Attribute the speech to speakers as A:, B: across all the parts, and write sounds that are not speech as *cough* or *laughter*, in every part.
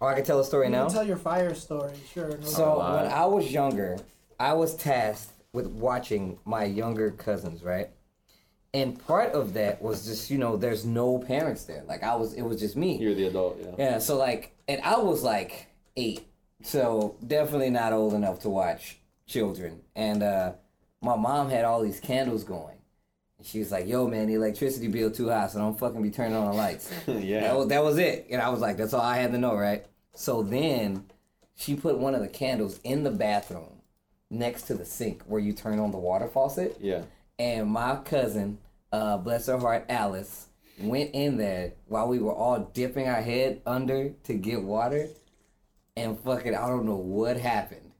A: Oh, I can tell a story
B: You
A: now.
B: can tell your fire story, sure. No
A: So
B: problem.
A: when I was younger, I was tasked with watching my younger cousins, right? And part of that was just, you know, there's no parents there. Like I was it was just me.
C: You're the adult, yeah.
A: Yeah, so like and I was like 8. So definitely not old enough to watch children. And uh my mom had all these candles going. And she was like, "Yo, man, the electricity bill too high, so don't fucking be turning on the
C: *laughs*
A: lights."
C: Yeah.
A: That was, that was it. And I was like, that's all I had to know, right? So then she put one of the candles in the bathroom next to the sink where you turn on the water faucet.
C: Yeah.
A: And my cousin, uh, bless her heart, Alice, went in there while we were all dipping our head under to get water. And fucking, I don't know what happened,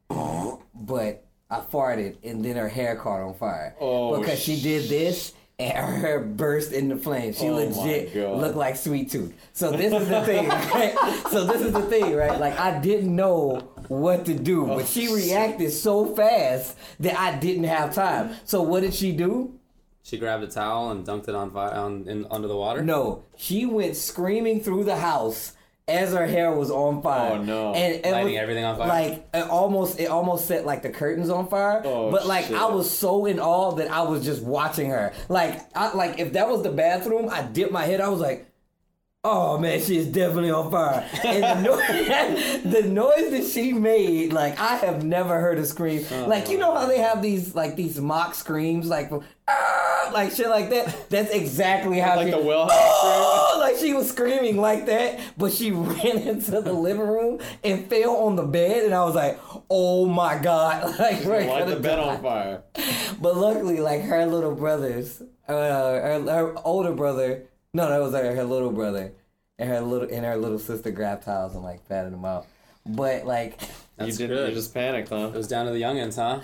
A: but I farted and then her hair caught on fire.
C: Oh,
A: because she did this and her hair burst into flames. She
C: Oh, my
A: legit
C: God.
A: looked like Sweet Tooth. So this is the thing, *laughs* right? So this is the thing, right? Like I didn't know what to do, but
C: Oh,
A: she reacted so fast that I didn't have time. So what did she do?
D: She grabbed a towel and dunked it on fire on in, under the water.
A: No, she went screaming through the house as her hair was on fire.
C: Oh, no.
A: And it
D: Lighting
A: was-
D: everything on fire?
A: Like it almost, it almost set like the curtains on fire.
C: Oh,
A: but like
C: shit.
A: I was so in awe that I was just watching her. Like, I, like if that was the bathroom, I dipped my head. I was like. Oh man, she is definitely on fire. And the, *laughs* no- *laughs* the noise that she made, like I have never heard a scream.
C: Uh-huh.
A: Like you know how they have these like these mock screams, like *laughs* "Ah!" like shit like that. That's exactly how
C: Like
A: she,
B: *laughs*
C: the well
A: Oh, like she was screaming like that, but she *laughs* ran into the living room and fell on the bed, and I was like, "Oh my god!" *laughs* Like, we're
C: Light the
A: gonna
C: bed
A: die.
C: on fire.
A: But luckily, like her little brothers, uh, her, her older brother, no, that was her, her little brother, and her little and her little sister grabbed towels and like patted them out. But like,
C: you
D: That's
C: didn't.
D: good.
C: You just panicked, huh?
D: It was down to the youngins, huh?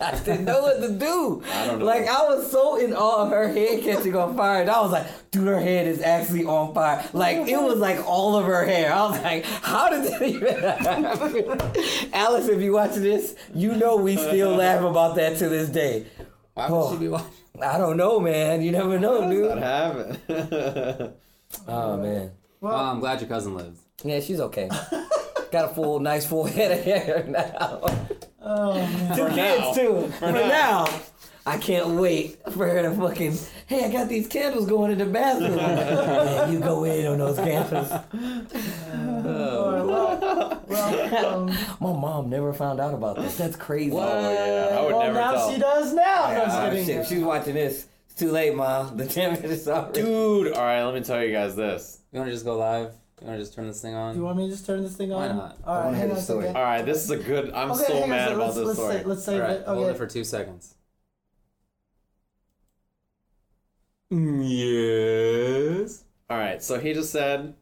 A: I didn't know what to do. I
C: don't know.
A: Like I was so in awe of her head catching on fire, and I was like, "Dude, her head is actually on fire!" Like it was like all of her hair. I was like, "How did that even?" happen?" *laughs* Alice, if you watch this, you know we still laugh about that to this day.
D: Why would
A: Oh.
D: she be watching?
A: I don't know, man. You never know,
C: That
A: dude.
C: *laughs* happened.
A: Oh man.
D: Well, I'm glad your cousin lived.
A: Yeah, she's okay. Got a full, nice full *laughs* head of hair now.
B: oh man,
A: Two
C: now.
A: kids too. For, now. I can't wait for her to fucking. Hey, I got these candles going in the bathroom. *laughs* Man, you go in on those candles.
B: Alright, well, well, um,
A: My mom never found out about this. That's crazy.
C: oh yeah, I would
B: well,
C: never
B: now
C: tell.
B: she does now. No, I'm just
A: Ah,
B: kidding.
A: shit, if she's watching this. It's too late, mom. The damage is already.
C: Dude, all right. Let me tell you guys this.
D: You want to just go live? You want to just turn this thing on?
B: You want me to just turn this thing on?
D: Why not?
B: All
A: I
B: right,
A: wanna hear
B: hang
A: the
B: on a
A: story.
B: second.
C: All right, this is a good. I'm
B: okay,
C: so
B: hang
C: mad
B: on,
C: about
B: let's,
C: this
B: let's
C: story.
B: Save, let's
D: All
B: save
D: right,
B: it.
D: hold
B: Okay.
D: it for two seconds. yes.
C: All right, so he just said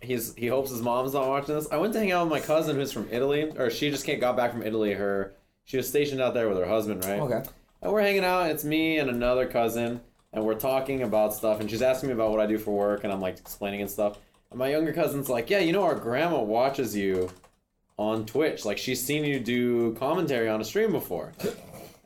C: he's he hopes his mom's not watching this. I went to hang out with my cousin who's from Italy, or she just can't got back from Italy. Her she was stationed out there with her husband, right?
A: Okay.
C: And we're hanging out. It's me and another cousin, and we're talking about stuff. And she's asking me about what I do for work, and I'm like explaining and stuff. And my younger cousin's like, "Yeah, you know, our grandma watches you on Twitch. Like, she's seen you do commentary on a stream before."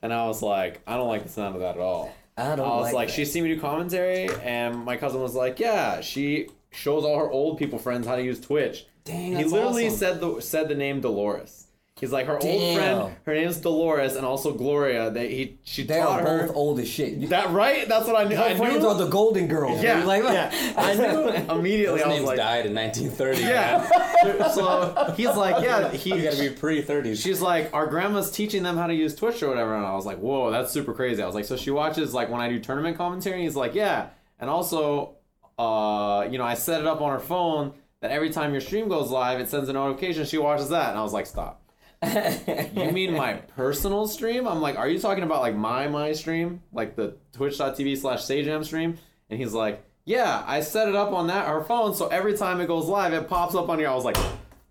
C: And I was like, "I don't like the sound of that at all."
A: I don't
C: I was like,
A: that.
C: she's seen me do commentary, and my cousin was like, yeah, she shows all her old people friends how to use Twitch.
D: Dang,
C: he
D: that's
C: literally
D: awesome.
C: said the said the name Dolores. He's like her old
A: Damn.
C: friend. Her name's Dolores, and also Gloria. That he she
A: They
C: taught
A: are
C: her
A: both old as shit. You
C: that right. That's what I knew. I
A: friends
C: knew.
A: are the Golden Girls.
C: Yeah,
A: You're like, *laughs*
C: yeah. I knew immediately.
D: His
C: I was
D: name's
C: like,
D: died in 1930. man.
C: *laughs* yeah. so he's like, yeah,
D: You
C: he.
D: gotta be pre 30s.
C: She's like, our grandma's teaching them how to use Twitch or whatever. And I was like, whoa, that's super crazy. I was like, so she watches like when I do tournament commentary. And he's like, yeah. And also, uh, you know, I set it up on her phone that every time your stream goes live, it sends a notification. She watches that. And I was like, stop.
A: *laughs*
C: you mean my personal stream? I'm like, are you talking about like my my stream, like the twitch.tv slash sajam stream? And he's like, yeah, I set it up on that her phone, so every time it goes live, it pops up on here. I was like,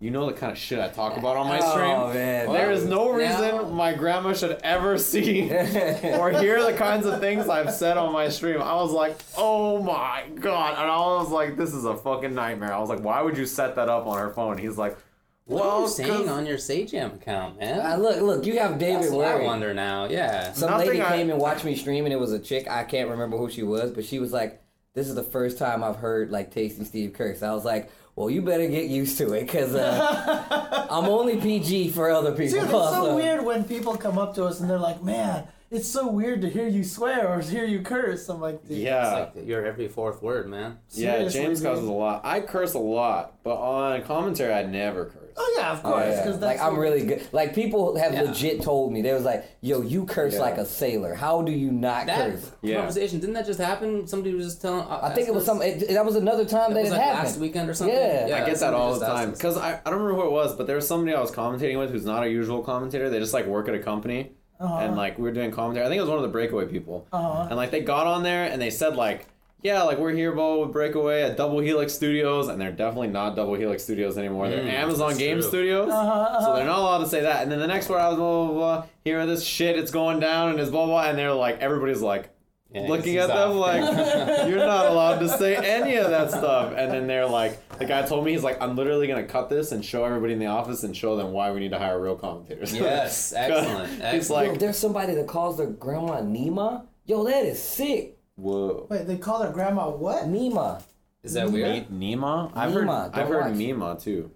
C: you know the kind of shit I talk about on my
A: Oh,
C: stream.
A: man.
C: There
D: *laughs*
C: is
A: Now-
C: no reason my grandma should ever *laughs* see or hear the kinds of things I've said on my stream. I was like, oh my god. And I was like, this is a fucking nightmare. I was like, why would you set that up on her phone? He's like,
D: What are
C: well,
D: you saying
C: 'cause-
D: on your SageM account, man?
A: Uh, look, look, you have David
D: That's what I
A: worried.
D: wonder now. Yeah.
A: Some
C: Nothing
A: lady
C: I-
A: came and watched me stream, and it was a chick. I can't remember who she was, but she was like, this is the first time I've heard like Tasty Steve curse. I was like, well, you better get used to it because
B: *laughs*
A: uh, I'm only PG for other people. *laughs*
B: Dude, it's so weird when people come up to us and they're like, "Man, it's so weird to hear you swear or hear you curse." I'm like, Dude,
C: Yeah.
D: It's like your every fourth word, man.
C: yeah,
B: seriously,
C: James
B: dude.
C: causes a lot. I curse a lot, but on commentary, I never curse.
B: Oh yeah, of
A: Oh,
B: course,
A: yeah.
B: because
A: Like
B: that's
A: I'm
B: what-
A: really good. Like people have
D: Yeah.
A: legit told me they was like, "Yo, you curse
C: Yeah.
A: like a sailor. How do you not
D: That
A: curse?"
C: Yeah.
D: conversation didn't that just happen? Somebody was just telling.
A: I think it was some. It, that was another time that,
D: That was
A: it
D: like
A: happened.
D: last weekend or something.
A: Yeah.
D: Yeah.
C: I get that
D: somebody
C: all
D: just
C: the
D: asked
C: time
D: us.
C: because I, I don't remember who it was, but there was somebody I was commentating with who's not a usual commentator. They just like work at a company,
D: Uh-huh.
C: and like we were doing commentary. I think it was one of the breakaway people,
B: Uh-huh.
C: and like they got on there and they said like, yeah, like we're here, Bo, with Breakaway at Double Helix Studios, and they're definitely not Double Helix Studios anymore. they're Amazon
D: Hmm, that's
C: Game
D: true. Uh-huh.
C: Studios,
B: Uh,
C: so
A: Uh,
C: they're not allowed to say that. And then the next word I was blah blah blah. Here this shit, it's going down, and it's blah blah, and they're like everybody's like.
D: Yeah,
C: looking
D: he's
C: at them
D: off.
C: like
D: *laughs*
C: you're not allowed to say any of that stuff and then they're like the guy told me he's like i'm literally gonna cut this and show everybody in the office and show them why we need to hire real commentators *laughs*
D: Yes, excellent,
C: he's
D: excellent.
A: Yo,
C: like
A: there's somebody that calls their grandma Nima. Yo, that is sick.
C: whoa
B: Wait, they call their grandma what?
A: Nima.
D: Is that weird?
C: Nima? I've heard,
A: Nima,
C: I've
A: don't
C: heard
A: watch.
C: Nima too.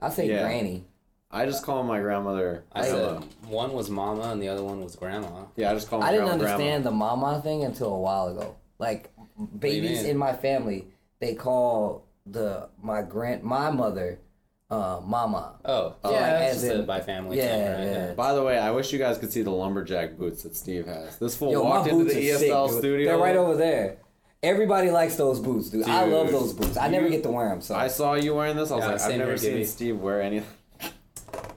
A: I say
C: Yeah.
A: granny.
C: I just call my grandmother.
D: I
C: grandma.
D: said one was mama and the other one was grandma.
C: yeah, I just call my
A: I didn't
C: grandma grandma.
A: understand the mama thing until a while ago. Like
D: you
A: babies
D: mean?
A: in my family, they call the my grand my mother uh mama.
D: Oh,
A: Oh,
D: yeah,
A: like,
D: it's
A: as
D: just a
A: in-
D: by family
A: yeah,
D: thing, right?
A: yeah.
C: By the way, I wish you guys could see the lumberjack boots that Steve has. This fool
A: Yo,
C: walked
A: my
C: into
A: boots
C: the
A: are
C: ESL
A: sick, dude.
C: studio.
A: They're right over there. Everybody likes those boots, dude. I
C: Dude,
A: love those boots. I never
C: you-
A: get to wear them. So
C: I saw you wearing this. I was
D: Yeah,
C: like, I've
D: same
C: never
D: here,
C: seen
D: Gibby.
C: Steve wear anything.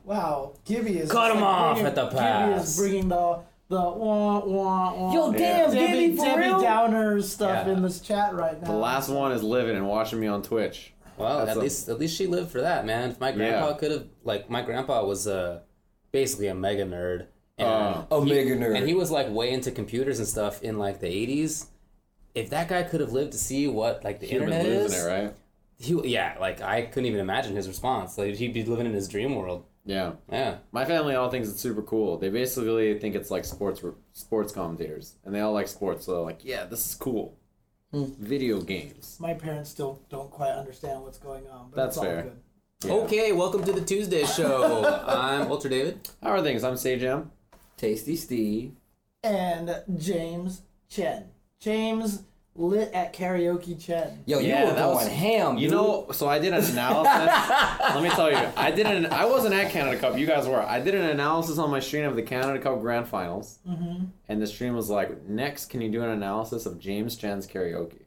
B: Wow, Gibby is
D: Cut
B: just,
D: him off
B: bringing,
D: at the
B: Gibby
D: pass.
B: is bringing the the wah wah wah.
A: Yo, damn,
B: Debbie,
A: Gibby, for
B: Debbie
A: real?
B: Downer stuff
D: Yeah.
B: in this chat right now.
C: The last one is living and watching me on Twitch.
D: Well,
C: That's
D: at
C: a-
D: least at least she lived for that, man. If my grandpa
C: Yeah.
D: could have, like, my grandpa was uh, basically a mega nerd. And,
C: Uh,
A: Oh. a mega nerd.
D: and he was like way into computers and stuff in like the 80s. If that guy could have lived to see what like the
C: You've been
D: internet is,
C: losing it, right?
D: he yeah, like I couldn't even imagine his response. Like he'd be living in his dream world.
C: Yeah.
D: Yeah,
C: My family all thinks it's super cool. They basically think it's like sports sports commentators, and they all like sports. So they're like, yeah, this is cool.
A: Hmm.
C: Video games.
B: My parents still don't quite understand what's going on, but
C: That's
B: it's all
C: fair.
B: good.
C: Yeah.
D: Okay, welcome to the Tuesday show. *laughs* I'm Ultra David.
C: How are things? I'm Sage M.
A: Tasty Steve.
B: And James Chen, James lit at karaoke Chen.
A: Yo,
C: Yeah,
A: you were
C: that
A: going
C: was-
A: ham.
C: You
A: dude.
C: know, so I did an analysis. Let me tell you, I did an. I wasn't at Canada Cup. You guys were. I did an analysis on my stream of the Canada Cup Grand Finals, and the stream was like, "Next, can you do an analysis of James Chen's karaoke?"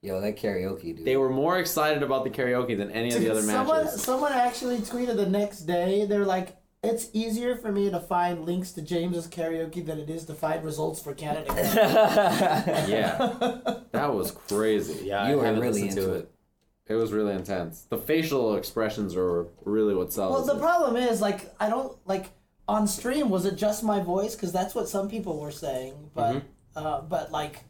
A: yo, that karaoke, dude.
C: They were more excited about the karaoke than any of the other
B: someone,
C: matches.
B: someone actually tweeted the next day. They're like, "It's easier for me to find links to James's karaoke than it is to find results for
C: *laughs*
B: Canada." Cup."
C: Yeah, that was crazy.
D: Yeah,
A: You were
D: I haven't
A: really
D: listened
A: into
D: to
A: it.
D: it.
C: It was really intense. The facial expressions are really what
B: well,
C: sells.
B: the
C: it.
B: problem is, like, I don't like on stream. Was it just my voice? Because that's what some people were saying. But, uh, but like,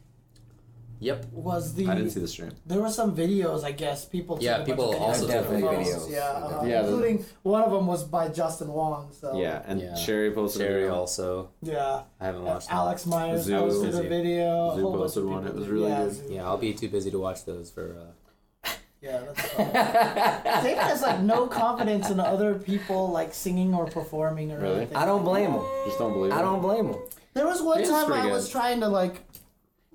D: Yep.
B: was the
C: I didn't see the stream.
B: there were some videos? I guess people. took
D: Yeah,
B: a bunch of
D: people
B: videos
D: also
B: of
D: took
B: their
A: videos.
B: phones, Yeah, uh,
C: Yeah, the-
B: including one of them was by Justin Wong. So
C: Yeah, and
D: Yeah.
C: Sherry posted a
D: Sherry
C: video.
D: also.
B: yeah.
D: I haven't watched. them.
B: Alex Myers
C: Zoo.
B: posted a video. a
C: Zoo
B: whole bunch of
C: posted one.
B: people
C: It was
B: did-
C: really
B: yeah,
C: good.
B: Zoo.
D: Yeah, I'll be too busy to watch those for. Uh,
B: Yeah, that's fine. David has like no confidence in other people like singing or performing or
C: Really?
B: anything.
A: I don't blame him.
C: Just don't believe
A: I
C: it.
A: don't blame him.
B: There was one
C: It's
B: time
C: pretty
B: I
C: good.
B: was trying to like.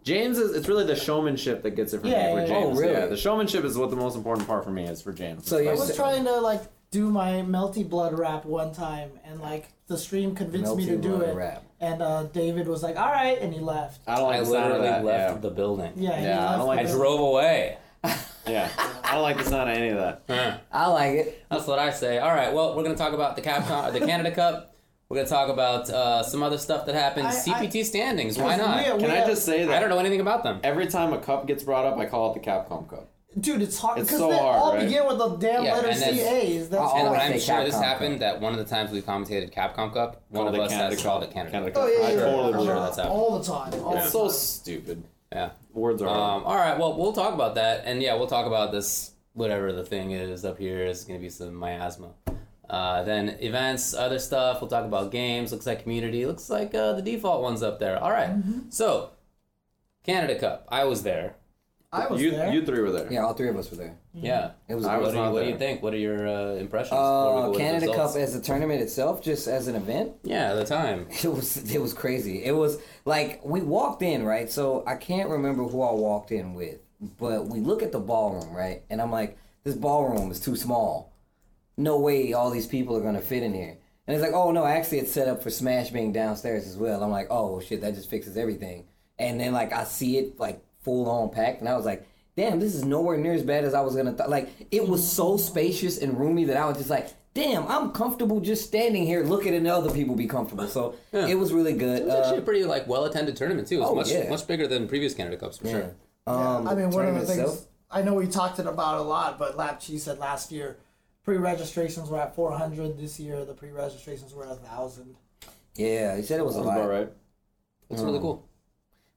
C: James is. It's really the showmanship that gets it for
B: Yeah,
C: me. with
B: yeah, yeah.
C: James.
A: Oh, really?
C: Yeah, the showmanship is what the most important part for me is for James.
A: So
C: It's
A: you're
B: I
C: like-
B: was trying to like do my melty blood rap one time, and like the stream convinced me to
A: Melty
B: do
A: Blood
B: it.
A: rap.
B: And uh, David was like, "All right," and he left.
C: I don't like
D: I
C: the sound of
D: literally
C: that.
D: left
C: yeah.
D: the building.
B: Yeah, he
C: Yeah, I
B: left
C: don't like
D: I
B: the-
C: this.
D: drove away.
C: yeah, I don't like the sound of any of that.
A: I like it.
D: That's what I say. All right. Well, we're gonna talk about the Capcom, the Canada Cup. We're gonna talk about uh, some other stuff that happened.
B: I- I-
D: CPT standings. Why
B: Because
D: not?
B: we- we
C: Can I
B: have-
C: just say that
D: I don't know anything about them.
C: every time a cup gets brought up, I call it the Capcom Cup.
B: Dude, it's hard
C: It's
B: because
C: so
B: they
C: hard,
B: all
C: right?
B: begin with the damn
D: Yeah,
B: letter
D: and that's-
B: C A's. That's
A: Oh,
D: And
B: why.
A: I
D: I'm
A: say
D: sure this
A: Capcom Cup.
D: happened that one of the times we commentated Capcom Cup, one
C: Called
D: of
C: it
D: us
C: Canada
D: has called
C: Cup.
D: it Canada,
C: Canada
D: Cup.
B: Oh yeah,
C: I
B: yeah, yeah.
C: totally believe
B: Uh-huh.
D: that's happened.
B: all the time. All
C: It's
B: the
C: so
B: time.
C: stupid.
D: Yeah.
C: Words are. hard.
D: Um, all right. Well, we'll talk about that, and yeah, we'll talk about this whatever the thing is up here is going to be some miasma. Uh, then events, other stuff. We'll talk about games. Looks like community. Looks like
A: Mm-hmm.
D: uh, the default ones up there. All right. So, Canada Cup. I was there.
B: I was
C: you
B: there.
C: you three were there.
A: Yeah, all three of us were there.
D: Yeah.
A: Mm-hmm. It was
C: I
A: great.
D: What
C: was
D: do, you,
C: not
D: what do you
C: there.
D: think? What are your uh, impressions? before we go
A: Uh,
D: with the
A: Canada
D: results?
A: Cup as a tournament itself, just as an event, *laughs*
D: Yeah, the time.
A: it was it was crazy. It was like we walked in right, so I can't remember who I walked in with, but we look at the ballroom right, and I'm like, this ballroom is too small. No way, all these people are gonna fit in here. And it's like, oh no, actually, it's set up for Smash being downstairs as well. I'm like, oh shit, that just fixes everything. And then like I see it like full on packed, and I was like. Damn, this is nowhere near as bad as I was gonna thought. Like, it was so spacious and roomy that I was just like, "Damn, I'm comfortable just standing here looking at other people be comfortable." So it was really good.
D: It's actually
A: Uh,
D: a pretty like well attended tournament too. It's
A: oh,
D: much
A: yeah.
D: much bigger than previous Canada Cups for sure.
A: Um,
B: I mean, one of the
A: tournament
B: things
A: itself.
B: I know we talked it about a lot, but Lap Cheese said last year pre-registrations were at 400. This year the pre-registrations were at 1,000.
A: Yeah, he said it was a
C: Sounds about
A: lot.
C: right.
D: It's
B: Mm.
D: really cool.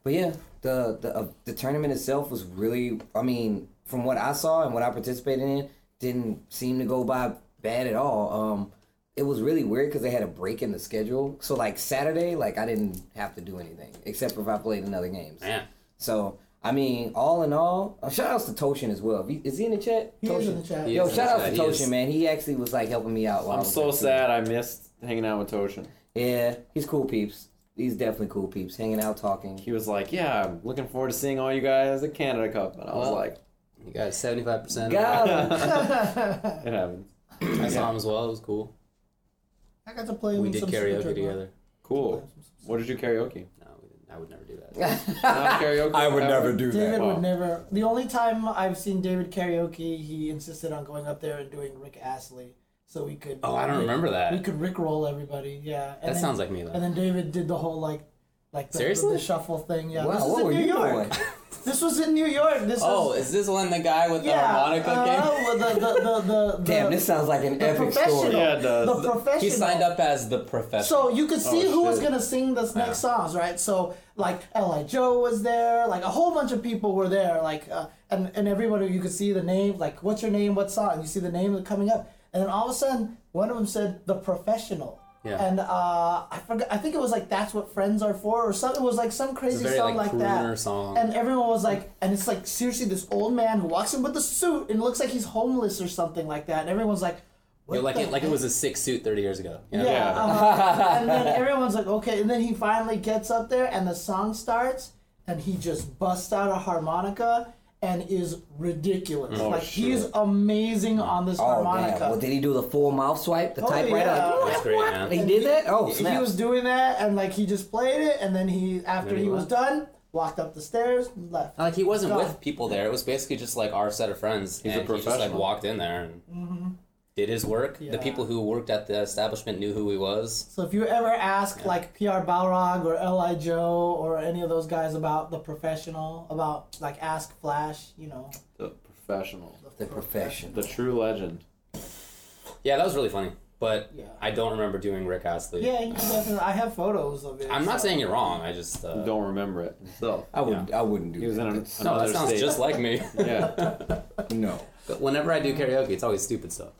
A: But yeah, the the uh, the tournament itself was really. I mean, from what I saw and what I participated in, didn't seem to go by bad at all. Um, it was really weird because they had a break in the schedule. So like Saturday, like I didn't have to do anything except for if I played another game.
D: Man.
A: So I mean, all in all, uh, shout outs to Toshin as well. If he- Is he in the chat?
B: He is in the chat.
D: He
A: Yo,
D: is in
A: shout
D: the
A: out to
D: chat. He
A: Toshin,
D: is-
A: man. He actually was like helping me out. While I
C: I'm
A: was
C: so
A: there, too.
C: sad I missed hanging out with Toshin.
A: Yeah, he's cool peeps. He's definitely cool peeps. Hanging out,
D: *laughs*
A: talking.
C: He was like, "Yeah, I'm looking forward to seeing all you guys at Canada Cup," and I was
D: Well,
C: like,
D: You got seventy five percent.
A: Got him.
C: "It happens."
D: I saw him as well. It was cool.
B: I got to play.
D: We
B: in
D: did
B: some
D: karaoke
B: Super Trick
D: together.
C: Cool. What did you karaoke?
D: No, we didn't. I would never do that. *laughs*
C: Not karaoke.
A: do
B: David
C: Wow.
B: would never. The only time I've seen David karaoke, he insisted on going up there and doing Rick Astley, so we could.
D: Oh, I don't remember
B: We
D: that.
B: could rickroll everybody. Yeah. And
D: That sounds like me
B: And
D: though.
B: then David did the whole like, like the,
D: Seriously?
B: the shuffle thing. Yeah.
A: Wow,
B: this was
A: what
B: in
A: were
B: New
A: you
B: *laughs* York.
A: doing?
B: This was in New York. This
D: Oh,
B: was.
D: is this one the guy with the
B: yeah.
D: harmonica
B: uh,
D: came?
B: well, the, the, the, the,
A: Damn,
B: the,
A: this sounds like an epic
B: professional.
A: story. Oh,
C: Yeah, it does.
B: The professional.
D: He signed up as the professor.
B: So you could see
C: Oh,
B: who was
C: shit.
B: gonna sing the next songs, right? So like L.I. Joe was there, like a whole bunch of people were there, like uh, and and everybody you could see the name, like what's your name, what song? You see the name coming up, and then all of a sudden one of them said the professional.
D: Yeah.
B: And uh, I forgot. I think it was like that's what friends are for, or something. It was like some crazy
D: very,
B: song
D: like,
B: like, that.
D: crooner song.
B: And everyone was like, and it's like seriously this old man who walks in with a suit and looks like he's homeless or something like that. And everyone's like, what
D: You're like
B: the
D: it, like it
B: heck?
D: was a sick suit thirty years ago. You know?
B: Yeah.
C: Yeah.
B: uh-huh. and
A: *laughs*
B: then everyone's like, okay. And then he finally gets up there, and the song starts, and he just busts out a harmonica and is ridiculous. like he's amazing on this
A: Oh
B: harmonica.
A: damn! Well, did he do the full mouth swipe, the
B: Oh,
A: typewriter?
B: yeah.
A: Like,
D: That's great, man.
A: he did that. Oh
B: he
A: snap!
B: was doing that, and like he just played it, and then he after
D: Then
B: he,
D: he
B: was
D: left.
B: done, walked up the stairs, and left.
A: Uh,
D: Like he wasn't
B: God.
D: with people there. It was basically just like our set of
C: a
D: friends. and He just like
C: professional.
D: walked in there and did his work.
B: Mm-hmm. Yeah.
D: The people who worked at the establishment knew who he was.
B: So if you ever ask like PR Balrog or Li Joe or any of those guys about the professional, about like ask Flash, you know,
C: The professional,
A: the profession.
C: the true legend.
D: Yeah, that was really funny. But
B: Yeah.
D: I don't remember doing Rick Astley.
B: Yeah, you definitely. I have photos of it.
D: I'm not
B: so-
D: saying you're wrong. I just uh,
C: Don't remember it himself.
A: I would. I wouldn't do.
C: He was in
A: that.
C: an,
A: That's-
D: No,
C: another
D: that sounds
C: state.
D: just like me. *laughs*
C: *laughs* yeah.
A: no.
D: but whenever I do karaoke, it's always stupid stuff,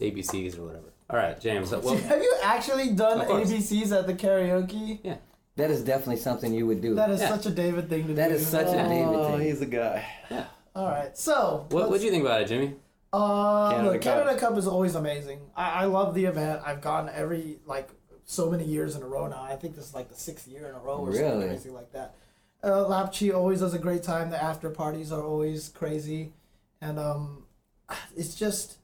D: ABCs or whatever. All right, James. uh, Well,
B: *laughs* Have you actually done
D: Of course.
B: ABCs at the karaoke?
D: yeah.
A: That is definitely something you would do.
B: That is
D: Yeah.
B: such a David thing to do.
A: That is such a
B: Oh.
A: David
C: Oh,
A: thing.
C: he's a guy.
B: All right, so
D: What what do you think about it, Jimmy?
B: Uh,
C: Canada
B: look,
C: Cup.
B: Canada Cup is always amazing. I, I love the event. I've gone every like so many years in a row now. I think this is like the sixth year in a row or
A: Really?
B: something crazy like that. Uh, Lapchi always does a great time. The after parties are always crazy, and um, it's just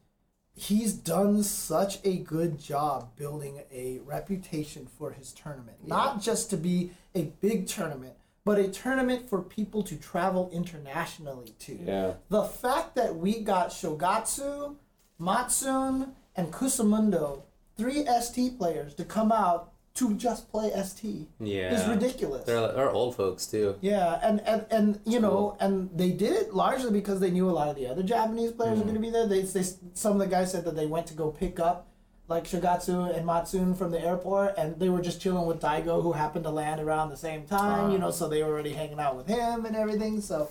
B: he's done such a good job building a reputation for his tournament. Not just to be a big tournament, but a tournament for people to travel internationally to.
C: Yeah.
B: The fact that we got Shogatsu, Matsun, and Kusamundo, three ST players, to come out to just play ST is
D: Yeah.
B: ridiculous.
D: They're they're old folks too.
B: Yeah, and and, and you know, and they did it largely because they knew a lot of the other Japanese players were going to be there. They, they some of the guys said that they went to go pick up like Shigatsu and Matsun from the airport, and they were just chilling with Daigo, who happened to land around the same time. You know, so they were already hanging out with him and everything. So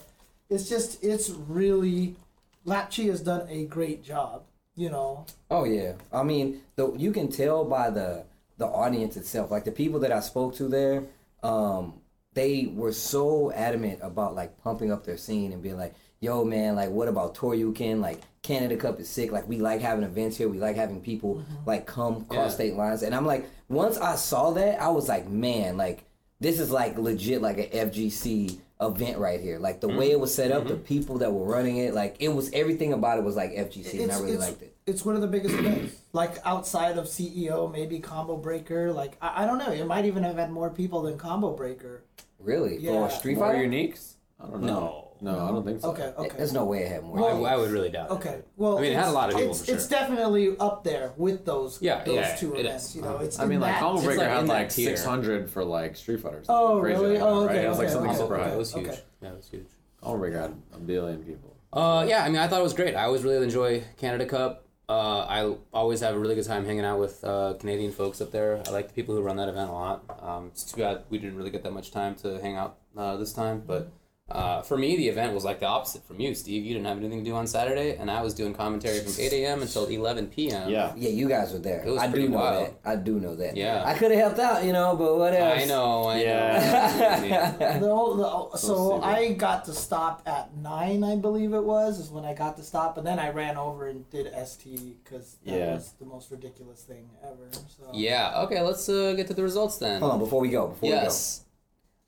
B: it's just it's really Lapchi has done a great job. You know,
A: Oh yeah, I mean, the you can tell by the the audience itself, like the people that I spoke to there, um, they were so adamant about like pumping up their scene and being like, yo man, like what about Toryuken? Like Canada Cup is sick. Like we like having events here. We like having people
B: Mm-hmm.
A: like come cross
C: Yeah.
A: state lines. And I'm like, once I saw that, I was like, man, like this is like legit like a FGC event right here. Like the way it was set up, the people that were running it, like it was everything about it was like FGC and I really
B: it's,
A: liked it.
B: It's one of the biggest events. Like outside of CEO, maybe Combo Breaker. Like I, I don't know. It might even have had more people than Combo Breaker.
A: Really?
B: Yeah.
A: For Street
C: More
A: Fighter?
C: uniques? I don't know. No, I don't think so.
B: Okay. Okay.
A: There's no way it had more.
D: I, I would really doubt it.
B: Okay. Well,
D: I mean, it had a
B: it's-
D: lot of people
B: It's,
D: for sure.
B: it's definitely up there with those.
D: Yeah,
B: those
D: yeah,
B: two
D: it
B: events.
D: is.
B: You know, it's.
C: I
B: in
C: mean, like
B: that-
C: Combo
D: it's
C: Breaker
D: like
C: had
D: in that
C: like
D: tier.
C: six hundred for like Street Fighter. Or something
B: Oh,
C: crazy
B: really?
C: like that,
B: Oh,
C: right?
B: okay,
C: It was like
B: okay,
C: something
B: okay.
C: super
D: That
C: high.
D: was huge.
B: Okay.
D: That was huge.
C: Combo Breaker had Oh a billion people.
D: Uh, yeah, I mean, I thought it was great. I always really enjoy Canada Cup. Uh, I always have a really good time hanging out with uh, Canadian folks up there. I like the people who run that event a lot. Um, it's too bad we didn't really get that much time to hang out uh, this time, but uh, for me, the event was like the opposite from you, Steve. You didn't have anything to do on Saturday, and I was doing commentary from 8 a.m. until 11 p.m.
A: Yeah, you guys were there.
D: It was
A: I do
D: pretty
A: know
D: wild.
A: that. I do know that.
D: Yeah.
A: I could have helped out, you know, but what else? *laughs*
D: I know, I know.
A: Yeah.
B: The whole, the, whole- so
C: stupid.
B: I got to stop at nine, I believe it was, is when I got to stop, and then I ran over and did ST because that
C: Yeah.
B: was the most ridiculous thing ever. So
D: *laughs* yeah, okay, let's uh, get to the results then.
A: Hold on, before we go, before
D: Yes.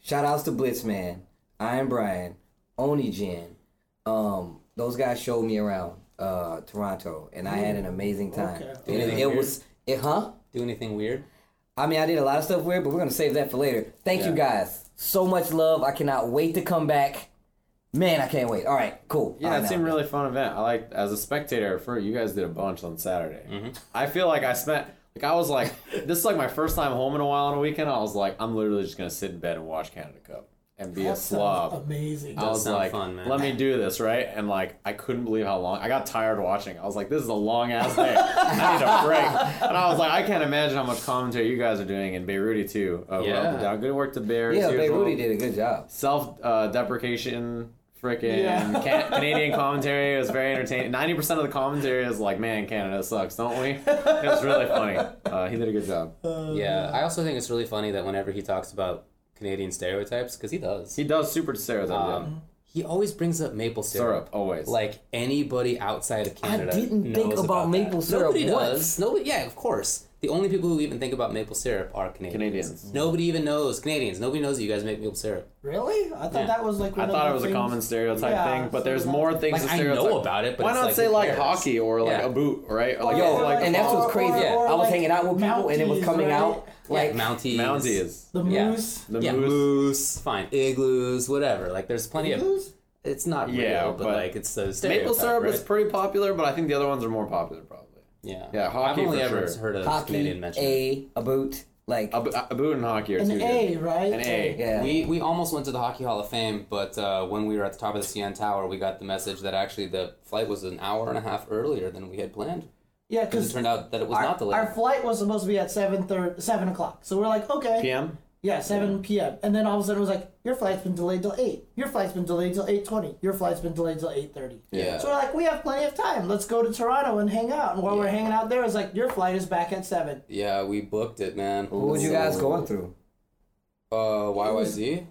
A: we go. Shout outs to Blitzman, Iron Brian, Onigen. Um, those guys showed me around uh, Toronto and I had an amazing time.
B: Okay.
A: It, it was it huh?
D: Do anything weird?
A: I mean, I did a lot of stuff weird, but we're gonna save that for later. Thank you
C: Yeah.
A: guys. So much love. I cannot wait to come back. Man, I can't wait. All right, cool. All
C: Yeah,
A: right,
C: it
A: now.
C: seemed really fun event. I like as a spectator for you guys did a bunch on Saturday.
D: Mm-hmm.
C: I feel like I spent like I was like this is like my first time home in a while on a weekend. I was like I'm literally just gonna sit in bed and watch Canada Cup and be
B: that
C: a
B: sounds
C: slob.
B: amazing.
C: I was
D: sound
C: like,
D: fun, man.
C: let me do this, right? And like, I couldn't believe how long. I got tired watching. I was like, this is a long ass day. I need a break. And I was like, I can't imagine how much commentary you guys are doing in Beirut too. Uh,
D: Yeah.
C: yeah. Down. Good work to Bear.
A: Yeah,
C: as
A: Bay
C: usual.
A: Rudy did a good job.
C: Self uh, deprecation, freaking
B: Yeah.
C: Can- Canadian commentary was very entertaining. Ninety percent of the commentary is like, man, Canada sucks, don't we? It was really funny. Uh, he did a good job.
D: Yeah, I also think it's really funny that whenever he talks about Canadian stereotypes, because he does,
C: He does super stereotype. yeah.
D: um, he always brings up maple syrup.
C: Syrup always.
D: Like anybody outside of Canada,
A: didn't think
D: knows
A: about maple
D: that.
A: syrup
D: Nobody
A: once.
D: does. Nobody, yeah, of course. The only people who even think about maple syrup are Canadians.
A: Mm.
C: Canadians.
D: Nobody even knows Canadians. Nobody knows that you guys make maple syrup.
B: really? I thought
D: Yeah.
B: that was like.
C: I
B: one of
C: thought
B: the
C: it was a
B: things-
C: common stereotype
B: Yeah,
C: thing, but
B: so
C: there's
B: that-
C: more things.
D: Like,
C: to
D: I know
C: stereotype.
D: about it, but
C: why
D: it's
C: not
D: like,
C: say
D: who
C: like
D: cares?
C: hockey or like
D: Yeah.
C: a boot, right? Or, like,
A: Yo,
C: it's like
A: and that's what's
B: or-
A: crazy.
B: or- or
A: I was
B: like
A: hanging out with people, and it was
B: Mounties,
A: coming
B: right?
A: out like
D: Like Mounties,
C: Mounties,
B: The
D: Yeah.
B: moose.
C: the
D: yeah,
C: moose.
D: moose, fine, igloos, whatever. Like there's plenty of.
B: Igloos?
D: It's not real,
C: Yeah,
D: but,
C: but
D: like it's a stereotype.
C: Maple syrup
D: right?
C: is pretty popular, but I think the other ones are more popular probably.
D: yeah,
C: Yeah, hockey
D: I've only
C: for
D: ever
C: sure.
D: heard of Canadian
A: hockey,
D: mentioned.
A: a a boot, like
C: A, bo- a boot and hockey are
B: An
C: two.
B: A,
C: good.
B: right?
C: An A.
A: yeah.
D: We, we almost went to the Hockey Hall of Fame, but uh, when we were at the top of the CN Tower, we got the message that actually the flight was an hour and a half earlier than we had planned.
B: Yeah,
D: Because it
B: because
D: turned out that it was
B: our,
D: not delayed.
B: our flight was supposed to be at seven thirty, seven o'clock. So we're like, okay.
C: PM.
B: Yeah, 7 p.m. And then all of a sudden it was like, your flight's been delayed till 8. Your flight's been delayed till 8.20. Your flight's been delayed till 8.30.
D: Yeah.
B: So we're like, we have plenty of time. Let's go to Toronto and hang out. And while we're
D: Yeah.
B: hanging out there, it's like, your flight is back at 7.
D: yeah, we booked it, man.
A: what were you guys going through?
D: Uh, YYZ?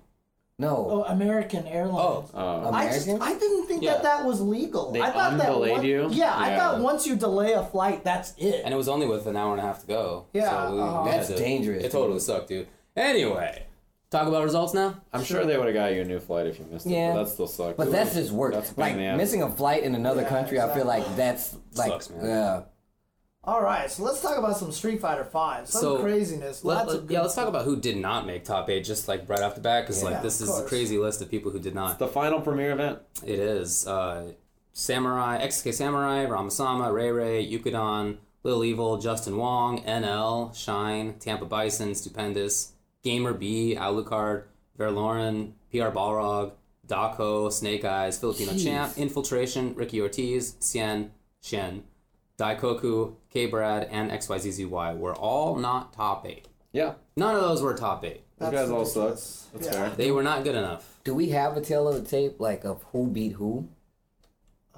A: No,
B: Oh, American Airlines.
D: Oh,
C: Uh,
A: Um,
B: I just
A: American?
B: I didn't think
D: Yeah.
B: that that was legal.
C: They
B: I thought that
C: undelayed
B: one-
C: you?
B: Yeah, I
C: Yeah.
B: thought once you delay a flight, that's it.
D: And it was only with an hour and a half to go.
B: Yeah,
D: So we,
B: uh-huh.
D: we had
A: That's
D: to-
A: dangerous,
D: It totally
A: dude.
D: sucked, dude. Anyway, talk about results now?
C: I'm sure they would have got you a new flight if you missed it.
A: Yeah.
C: but that still sucks.
A: but that's just work.
C: That's a pain
A: like
C: in the ass.
A: missing a flight in another
B: Yeah,
A: country, I feel like that's like
D: Sucks, man.
A: yeah.
B: all right, so let's talk about some Street Fighter Five. Some
D: So,
B: craziness.
D: Let-
B: lots
D: let-
B: of good
D: yeah, let's talk about who did not make top eight just like right off the bat, because
B: Yeah,
D: like this
B: of
D: is a
B: course.
D: crazy list of people who did not.
C: the final premiere event.
D: It is. Uh, Samurai, XK Samurai, Ramasama, Ray Ray, Yukidon, Little Evil, Justin Wong, NL, Shine, Tampa Bison, Stupendous, Gamer B, Alucard, Verloren, PR Balrog, Daco, Snake Eyes, Filipino Champ, Infiltration, Ricky Ortiz, Sien, Shen, Daikoku, K Brad, and XYZZY were all not top eight.
C: Yeah,
D: None of those were top eight.
C: those guys all suck. That's
B: Yeah.
C: fair.
D: They were not good enough.
A: Do we have a tail of the tape like of who beat who?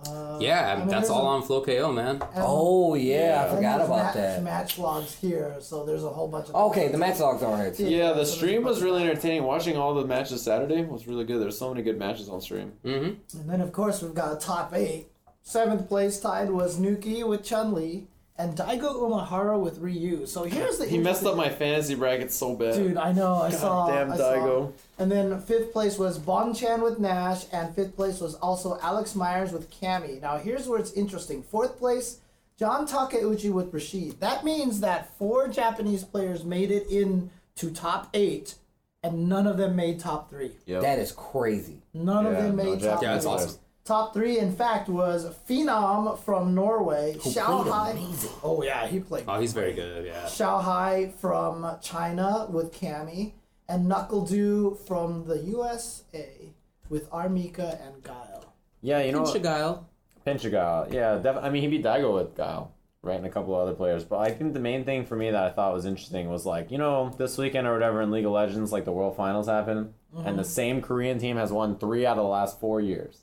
B: Uh,
D: Yeah,
B: I mean,
D: that's
B: there's
D: all
B: a-
D: on Flow KO, man.
B: and-
A: Oh yeah, I
B: and
A: forgot
B: there's
A: about
B: ma-
A: that.
B: Match logs here, so there's a whole bunch of.
A: Okay, the match logs are here too.
C: Yeah, the stream was really entertaining. Watching all the matches Saturday was really good. There's so many good matches on stream.
D: Mm-hmm.
B: And then of course we've got a top eight. Seventh place tied was Nuki with Chun Li and Daigo Umahara with Ryu. So here's the
C: He
A: Mm-hmm.
C: messed up
B: interesting-
C: my fantasy bracket so bad.
B: Dude, I know. I saw.
C: damn
B: I saw.
C: Daigo.
B: And then fifth place was Bon Chan with Nash, and fifth place was also Alex Myers with Cammy. Now here's where it's interesting. Fourth place, John Takeuchi with Rashid. That means that four Japanese players made it in to top eight, and none of them made top three.
C: Yep.
A: That is crazy.
B: None of
C: Yeah,
B: them
C: no
B: made
C: Jap-
B: top
D: Yeah, that's
B: three.
D: awesome.
B: Top three, in fact, was Phenom from Norway, Xiao
A: played
B: Hai.
A: amazing.
B: Oh yeah, he played.
D: Oh, he's very good. Yeah.
B: Xiao Hai from China with Cammy, and Knuckle Dew from the USA with Armika and Guile.
C: Yeah, you
B: Oh.
C: know,
D: Shigile.
C: Pinch of Guile. Yeah, def- I mean, he beat Daigo with Guile, right, and a couple of other players. But I think the main thing for me that I thought was interesting was like, you know, this weekend or whatever in League of Legends, like the World Finals happened, and the same Korean team has won three out of the last four years.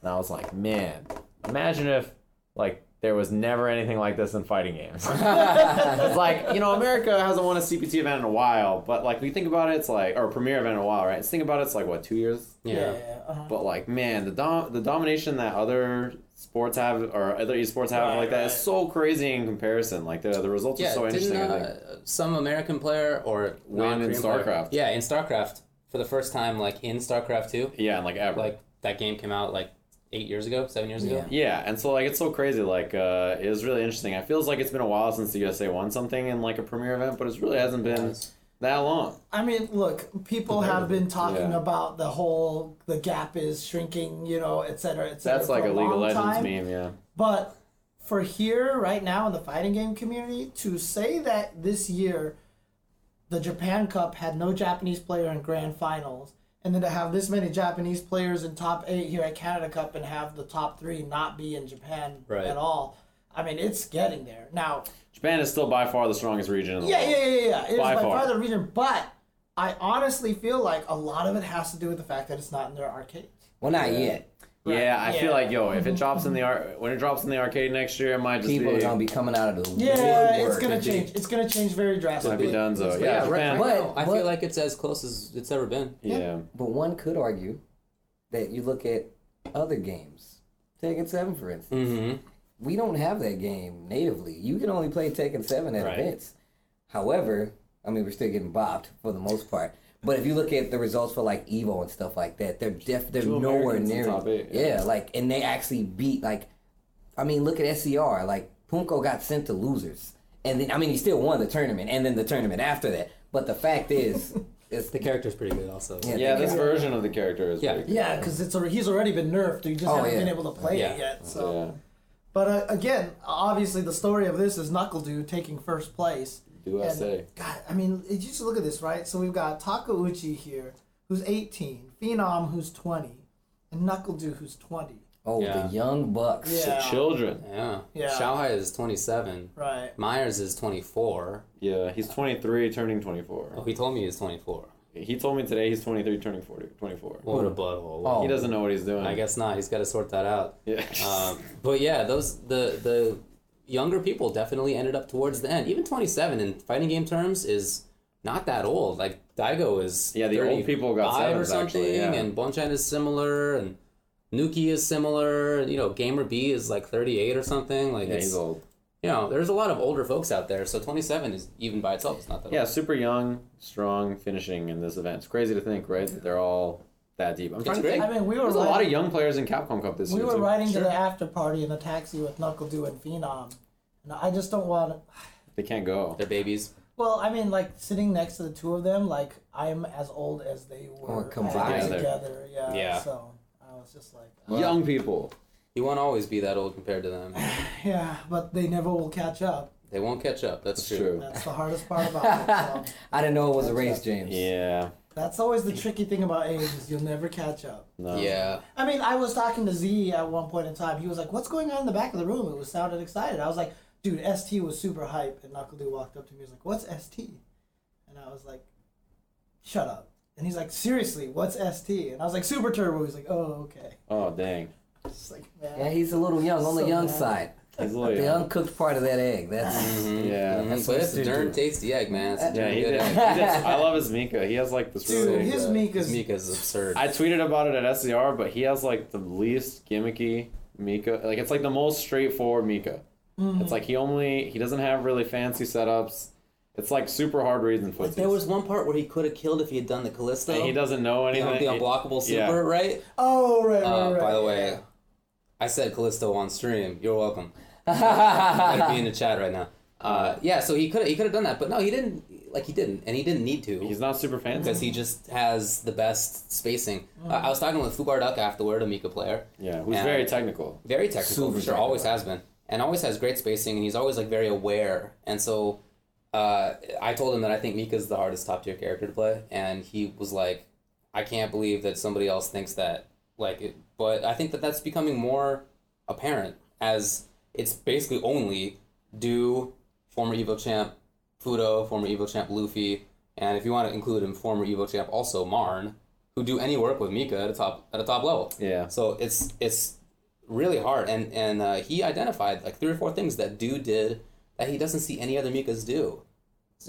C: And I was like, man, imagine if like there was never anything like this in fighting games. *laughs* it's like you know, America hasn't won a CPT event in a while, but like we think about it, it's like or a premier event in a while, right? Let's think about it, it's like what two years
D: Yeah.
B: uh-huh.
C: but like, man, the dom- the domination that other sports have or other esports have like that is so crazy in comparison. Like the the results are
D: Yeah.
C: so
D: didn't
C: interesting. I think.
D: uh, some American player or
C: Win in
D: non-Korean player-
C: StarCraft.
D: Yeah, in StarCraft for the first time, like in StarCraft two,
C: Yeah, and like ever.
D: like that game came out like eight years ago, seven years ago.
C: yeah, and so like it's so crazy. Like uh, it was really interesting. I feels like it's been a while since the USA won something in like a premier event, but it really hasn't been that long.
B: I mean, look, people have been talking
C: Yeah.
B: about the whole the gap is shrinking, you know, et cetera, et cetera.
C: That's like
B: for
C: a League of
B: long
C: Legends
B: time.
C: meme. Yeah,
B: But for here right now in the fighting game community, to say that this year the Japan Cup had no Japanese player in grand finals, and then to have this many Japanese players in top eight here at Canada Cup and have the top three not be in Japan
D: Right.
B: at all, I mean it's getting there. Now
C: Japan is still by far the strongest region in the
B: yeah,
C: world.
B: yeah, yeah, yeah. It is
C: By
B: by
C: far.
B: far the reason, but I honestly feel like a lot of it has to do with the fact that it's not in their arcade.
A: Well, not yet.
C: Yeah, I
B: Yeah.
C: feel like yo,
B: *laughs*
C: if it drops in the ar- when it drops in the arcade next year, it might just
A: People
C: be
A: are gonna be coming out of the
B: Yeah,
A: woodwork.
B: it's gonna
A: Could be.
B: change. It's gonna change very drastically.
C: might be done though.
D: But
C: Yeah,
D: yeah, right,
C: Japan.
D: right now,
A: But-
D: I
A: but-
D: feel like it's as close as it's ever been.
C: yeah.
A: But one could argue that you look at other games, Tekken Seven, for instance.
D: Mm-hmm.
A: We don't have that game natively. You can only play Tekken Seven at
C: Right.
A: events. However, I mean, we're still getting bopped for the most part. But if you look at the results for like Evo and stuff like that, they're def- they're
C: Two
A: nowhere
C: Americans in
A: near.
C: top eight,
A: yeah. like and they actually beat like, I mean, look at SCR. Like Punko got sent to losers, and then I mean he still won the tournament, and then the tournament after that. But the fact
C: *laughs*
A: is, it's
D: The character's pretty good, also.
A: Yeah.
C: Yeah, this version of the character is
D: Yeah.
C: pretty
B: Yeah, because it's already, he's already been nerfed. You just
A: Oh,
B: haven't
A: yeah.
B: been able to play
D: Yeah.
B: it yet.
C: cool.
B: So,
C: Yeah.
B: but uh, again, obviously the story of this is Knuckle Dude taking first place.
C: Do I
B: And,
C: say?
B: God, I mean, you just look at this, right? So we've got Takauchi here, who's 18, Phenom, who's 20, and Knuckle Dude, who's 20.
A: oh
D: Yeah.
A: the young bucks.
B: Yeah.
C: Children.
D: Yeah.
B: Yeah.
D: Shanghai is 27.
B: Right.
D: Myers is 24.
C: Yeah, he's 23, turning 24.
D: Oh, he told me he was 24.
C: He told me today he's 23, turning 40, 24.
D: What a butthole.
A: Oh.
C: he doesn't know what he's doing.
D: I guess not. He's got to sort that out.
C: Yeah.
D: *laughs* Um, but yeah, those the the younger people definitely ended up towards the end. Even 27 in fighting game terms is not that old. Like Daigo is
C: Yeah, the old people got
D: 35 or
C: sevens, actually,
D: something,
C: yeah.
D: and Bonchan is similar, and Nuki is similar. and, You know, Gamer B is like 38 or something. Like
C: yeah,
D: it's
C: he's old.
D: you know, there's a lot of older folks out there. So 27 is even by itself is not that
C: Yeah,
D: old.
C: super young, strong finishing in this event. It's crazy to think, right? That they're all that deep. I'm trying to
D: great.
C: think.
B: I mean, we were
C: There's a lot of
B: riding,
C: young players in Capcom Cup this
B: we
C: year.
B: were
C: too.
B: riding to the after party in the taxi with Knuckle Dude and Phenom, and I just don't want. to...
C: They can't go.
D: They're babies.
B: Well, I mean, like sitting next to the two of them, like I'm as old as they were
A: Or combined.
B: at
C: Together.
B: together. Yeah.
D: Yeah.
B: So I was just like,
C: young people.
D: You won't always be that old compared
C: *sighs*
D: to them.
B: yeah, but they never will catch up.
D: They won't catch up. That's,
C: It's
D: true.
C: true.
B: That's the hardest part about it. So
A: I didn't know it was a race, James.
C: Yeah.
B: that's always the tricky thing about age is you'll never catch up.
C: No.
D: Yeah.
B: I mean, I was talking to Z at one point in time. He was like, "What's going on in the back of the room?" It was sounded excited. I was like, "Dude, St was super hype." And Knuckle Dude walked up to me. He was like, "What's St?" And I was like, "Shut up." And he's like, "Seriously, what's St?" And I was like, "Super Turbo." He's like, "Oh, okay."
C: Oh dang.
B: It's like, man.
A: Yeah, he's a little young on the
B: So
A: young
B: bad.
A: side.
C: He's a little
A: The
C: young.
A: uncooked part of that egg.
C: *laughs*
A: That's
C: Yeah.
D: Mm,
A: what
D: but it's
A: you do.
D: darn tasty egg, man. It's a
C: Yeah,
D: darn
C: he
D: good
C: did. he
D: egg.
C: did. I love his Mika. He has like this
B: Dude,
C: really.
B: *laughs* his Mika's-
D: Mika's absurd.
C: I tweeted about it at SCR, but he has like the least gimmicky Mika. Like it's like the most straightforward Mika. It's like he only he doesn't have really fancy setups. It's like super hard reason for
D: But there was one part where he could have killed if he had done the Callisto.
C: and he doesn't know
D: You know,
C: anything.
D: the unblockable
C: He- yeah.
D: super, right?
B: Oh right, right,
D: Uh,
B: right.
D: by the
B: yeah.
D: way, I said Callisto on stream. You're *laughs* welcome. I'd be in the chat right now. Uh, yeah, so he could he could have done that, but no, he didn't. Like he didn't, and he didn't need to.
C: He's not super fancy.
D: because he just has the best spacing. Uh, I was talking with Fubar Duck afterward, a Mika player.
C: Yeah, who's
D: And-
C: very technical.
D: Very technical,
A: Super
D: for sure, always has been. And always has great spacing, and he's always like very aware. And so uh, I told him that I think Mika's the hardest top tier character to play, and he was like, I can't believe that somebody else thinks that. Like, it, but I think that that's becoming more apparent as it's basically only do former Evo champ Fudo, former Evo champ Luffy, and if you want to include him, former Evo champ also Marn, who do any work with Mika at a top at a top level.
C: Yeah.
D: So it's it's really hard, and and uh, he identified like three or four things that Do did that he doesn't see any other Mikas do,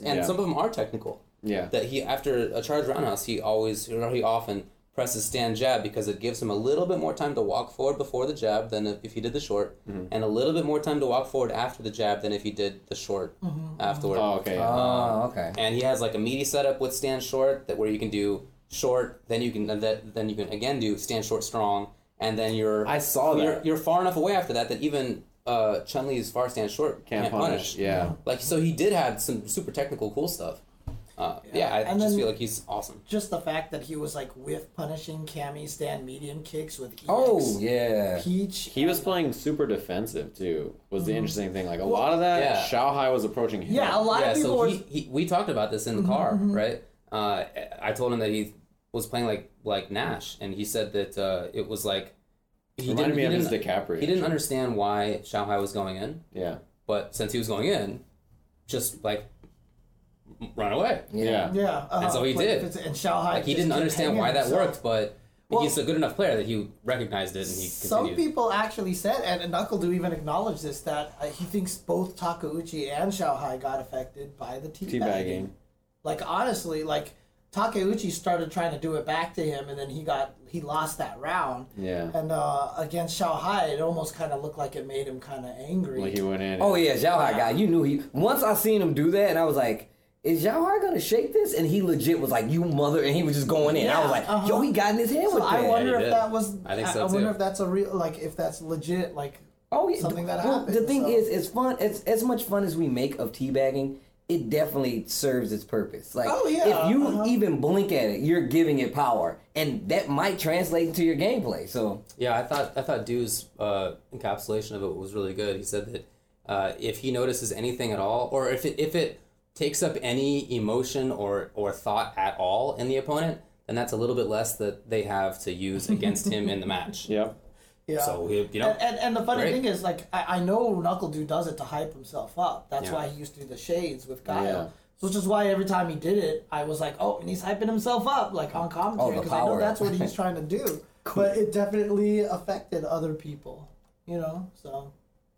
D: and
C: Yeah.
D: some of them are technical.
C: Yeah.
D: That he after a charge roundhouse, he always or he often presses stand jab because it gives him a little bit more time to walk forward before the jab than if if he did the short,
C: Mm-hmm.
D: and a little bit more time to walk forward after the jab than if he did the short afterward.
C: Oh, okay. yeah.
A: oh okay.
D: And he has like a meaty setup with stand short that where you can do short, then you can that, then you can again do stand short strong, and then you're
C: I saw that.
D: you're, you're far enough away after that that even uh, Chun Li's far stand short
C: Can't, punish. Yeah.
D: Like so, he did have some super technical cool stuff. Uh, yeah, I
B: And
D: just
B: then-
D: feel like he's awesome.
B: just the fact that he was like whiff punishing Cammy stand medium kicks with EX,
A: Oh yeah.
B: Peach.
C: He was playing super defensive too. Was the interesting thing. Like a lot of that,
D: yeah.
C: Shao Hai was approaching him.
B: yeah, a lot
D: Yeah,
B: of people
D: so
B: were. Mm-hmm,
D: he, he, we talked about this in the car, right? Uh, I told him that he was playing like like Nash, and he said that uh, it was like he
C: Reminded
D: didn't,
C: me
D: he
C: of his
D: didn't-
C: DiCaprio.
D: He didn't understand why Shanghai was going in,
C: Yeah.
D: but since he was going in, just like run away.
C: Yeah.
B: yeah, uh,
D: so he
B: like,
D: did.
B: if it's- And Shao Hai
D: Like he
B: just
D: didn't
B: kept
D: understand
B: hanging
D: why that
B: himself.
D: worked, but
B: Well-
D: he's a good enough player that he recognized it and he
B: Some
D: continued.
B: people actually said, and Knuckledew even acknowledged this, that uh, he thinks both Takeuchi and Shao Hai got affected by the teabagging.
C: Teabagging.
B: Like honestly, like Takeuchi started trying to do it back to him, and then he got he lost that round.
C: Yeah.
B: And uh, against Shao Hai, it almost kind of looked like it made him kind of angry.
C: Like he went in.
A: Oh yeah, Zhao Hai guy. You knew he. Once I seen him do that, and I was like, "Is Zhao Hai gonna shake this?" And he legit was like, "You mother!" And he was just going in. I was
B: Yeah,
A: like,
B: uh-huh.
A: "Yo, he got in his head with
B: So I
A: that."
B: wonder
D: Yeah, he
B: if
D: did.
B: that was.
D: I think so,
B: I wonder
D: too.
B: if that's a real, like, if that's legit, like,
A: Oh yeah,
B: something that
A: well, The
B: happened,
A: thing
B: so-
A: is, it's fun. It's as much fun as we make of teabagging. It definitely serves its purpose. Like
B: Oh, yeah,
A: if you
B: uh-huh.
A: even blink at it, you're giving it power, and that might translate into your gameplay. So
D: Yeah, I thought I thought Dew's uh, encapsulation of it was really good. He said that uh, if he notices anything at all, or if it if it takes up any emotion or or thought at all in the opponent, then that's a little bit less that they have to use against him in the
C: *laughs*
D: match.
C: Yep.
B: yeah.
D: So he- you know,
B: and, and, and the funny
D: Great.
B: thing is, like, I, I know Knuckle Dude does it to hype himself up. That's
D: Yeah.
B: why he used to do the shades with Guile.
C: Yeah.
B: Which is why every time he did it, I was like, oh, and he's hyping himself up, like, on commentary,
A: the
B: because I know
A: power.
B: that's what he's trying to do. But it definitely affected other people, you know? So,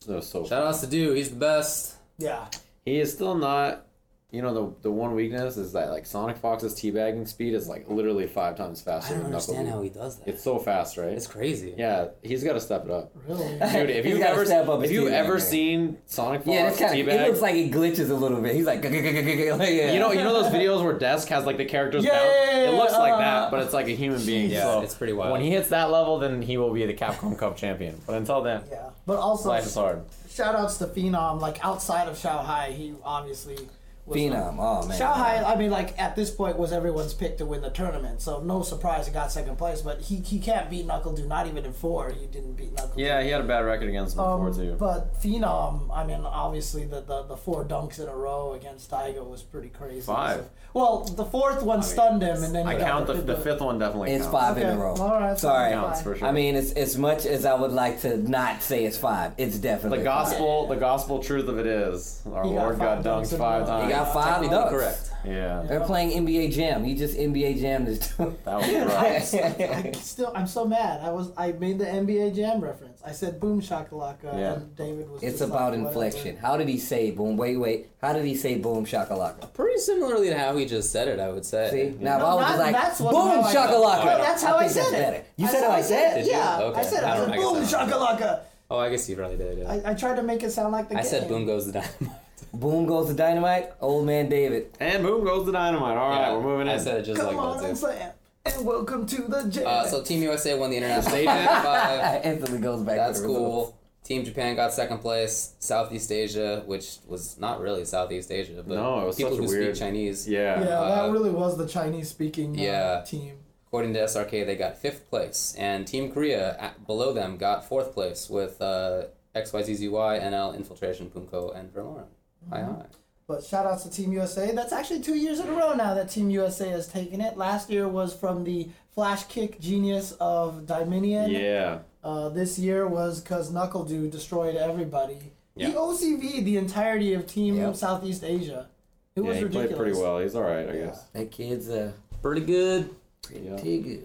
C: That was so.
D: shout outs to Dew, he's the best.
B: yeah.
C: He is still not. You know the the one weakness is that like Sonic Fox's teabagging speed is like literally five times faster
D: I don't
C: than
D: understand
C: Knuckles.
D: how he does that.
C: It's so fast, right?
D: It's crazy.
C: yeah, he's got to step it up.
B: Really?
C: Dude, if
A: He's
C: you've
A: gotta
C: ever
A: step up
C: if
A: his
C: you've
A: teabagging.
C: ever seen Sonic Fox
A: yeah, that's kind of.
C: Oh, teabag,
A: It looks like it glitches a little bit. He's like, *laughs* like yeah.
C: you know you know those videos where Desk has like the characters
B: Yeah,
C: down.
B: yeah, yeah,
C: it looks like
B: uh,
C: that, but it's like a human being.
D: Yeah,
C: so
D: it's pretty wild.
C: When he hits that level, then he will be the Capcom Cup champion. But until then,
B: Yeah. But also,
C: life is hard.
B: shout outs to Phenom. Like outside of Shanghai, he obviously was
A: Phenom. Oh man.
B: Shanghai, I mean, like at this point, was everyone's pick to win the tournament, so no surprise he got second place. But he, he can't beat Knuckle Do. Not even in four, he didn't beat Knuckle. Do.
C: Yeah, he had a bad record against him
B: Um,
C: before too.
B: but Phenom, I mean, obviously the, the, the four dunks in a row against Taiga was pretty crazy.
C: Five.
B: So- well, the fourth one stunned him, and then
C: I
B: he got
C: count the, the fifth one definitely.
A: It's
C: counts.
A: five in
B: Okay,
A: a row.
B: all right,
A: Sorry.
B: fine.
C: Counts for sure.
A: I mean, it's as much as I would like to not say it's five. It's definitely
C: The
A: five.
C: gospel, the gospel truth of it is, our
B: He got
C: Lord got
B: five dunks
C: dunked
B: in a
C: five
B: row.
C: times.
B: He
A: got got five
D: Technically
A: ducks.
D: correct.
C: Yeah.
A: They're playing NBA Jam. He just NBA Jammed his *laughs* dude.
C: That was rough.
B: I still, I'm so mad. I was, I made the NBA Jam reference. I said "boom shakalaka,"
C: Yeah.
B: and David was.
A: It's
B: just
A: about
B: like, whatever.
A: inflection. How did he say boom? Wait, wait. How did he say boom shakalaka?
D: Pretty similarly to how he just said it, I would say.
A: See, now if
B: No,
A: I was
B: that-
A: just like
B: that's what-
A: boom
B: how I-
A: shakalaka.
B: No, that's how I,
A: think
B: said
A: that's
B: it.
A: better. You
B: That's
A: said it
B: how I
A: like that.
B: It.
D: Did you?
B: Yeah, I
D: Okay.
B: said
D: I
B: I
D: don't-
B: said
D: I guess
B: boom
D: I
B: shakalaka.
D: Oh, I guess you probably did. I,
B: I, I tried to make it sound like the
D: I
B: game.
D: said boom goes the dynamite.
A: Boom goes the dynamite. Old man David.
C: And boom goes the dynamite. All right, we're moving in.
D: I said it just
B: Come
D: like
B: on
D: that
B: and
D: too.
B: slam, and welcome to the jam.
D: Uh, so Team USA won the international
C: They
D: stage
A: *laughs*
C: did.
D: five.
A: Instantly goes back.
D: That's
A: to the results.
D: cool. Team Japan got second place. Southeast Asia, which was not really Southeast Asia, but
C: No, it was
D: people
C: such a
D: who
C: weird-
D: speak Chinese.
B: yeah,
C: Yeah.
D: uh,
B: that really was the Chinese speaking uh,
D: yeah.
B: team.
D: According to SRK, they got fifth place, and Team Korea at, below them got fourth place with uh, XYZZY, NL, Infiltration, Punko, and Verloren. Hi hi.
B: But shout outs to Team USA. That's actually two years in a row now that Team USA has taken it. Last year was from the flash kick genius of Dominion.
C: Yeah.
B: Uh, this year was because Knuckle Dude destroyed everybody. He
D: Yeah.
B: OCV the entirety of Team
A: Yep.
B: Southeast Asia. It
C: Yeah,
B: was
C: he
B: ridiculous.
C: played pretty well. He's all right, I guess.
A: That kid's uh,
D: Pretty good.
A: pretty
C: Yeah.
A: good.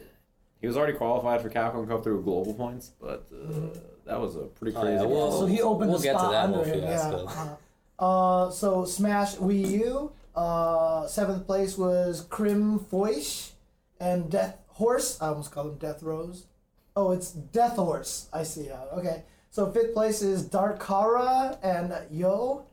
C: He was already qualified for Capcom Cup through global points, but uh, that was a pretty
D: Oh,
C: crazy.
D: yeah, well-
B: So he opened
D: We'll
B: the
D: get to
B: spot
D: that
B: under
D: whole
B: him.
D: fiasco.
B: Yeah. Uh, so Smash Wii U. Uh, seventh place was Krim Foish and Death Horse. I almost called him Death Rose. Oh, it's Death Horse. I see how. Okay. So fifth place is Darkara and Yo.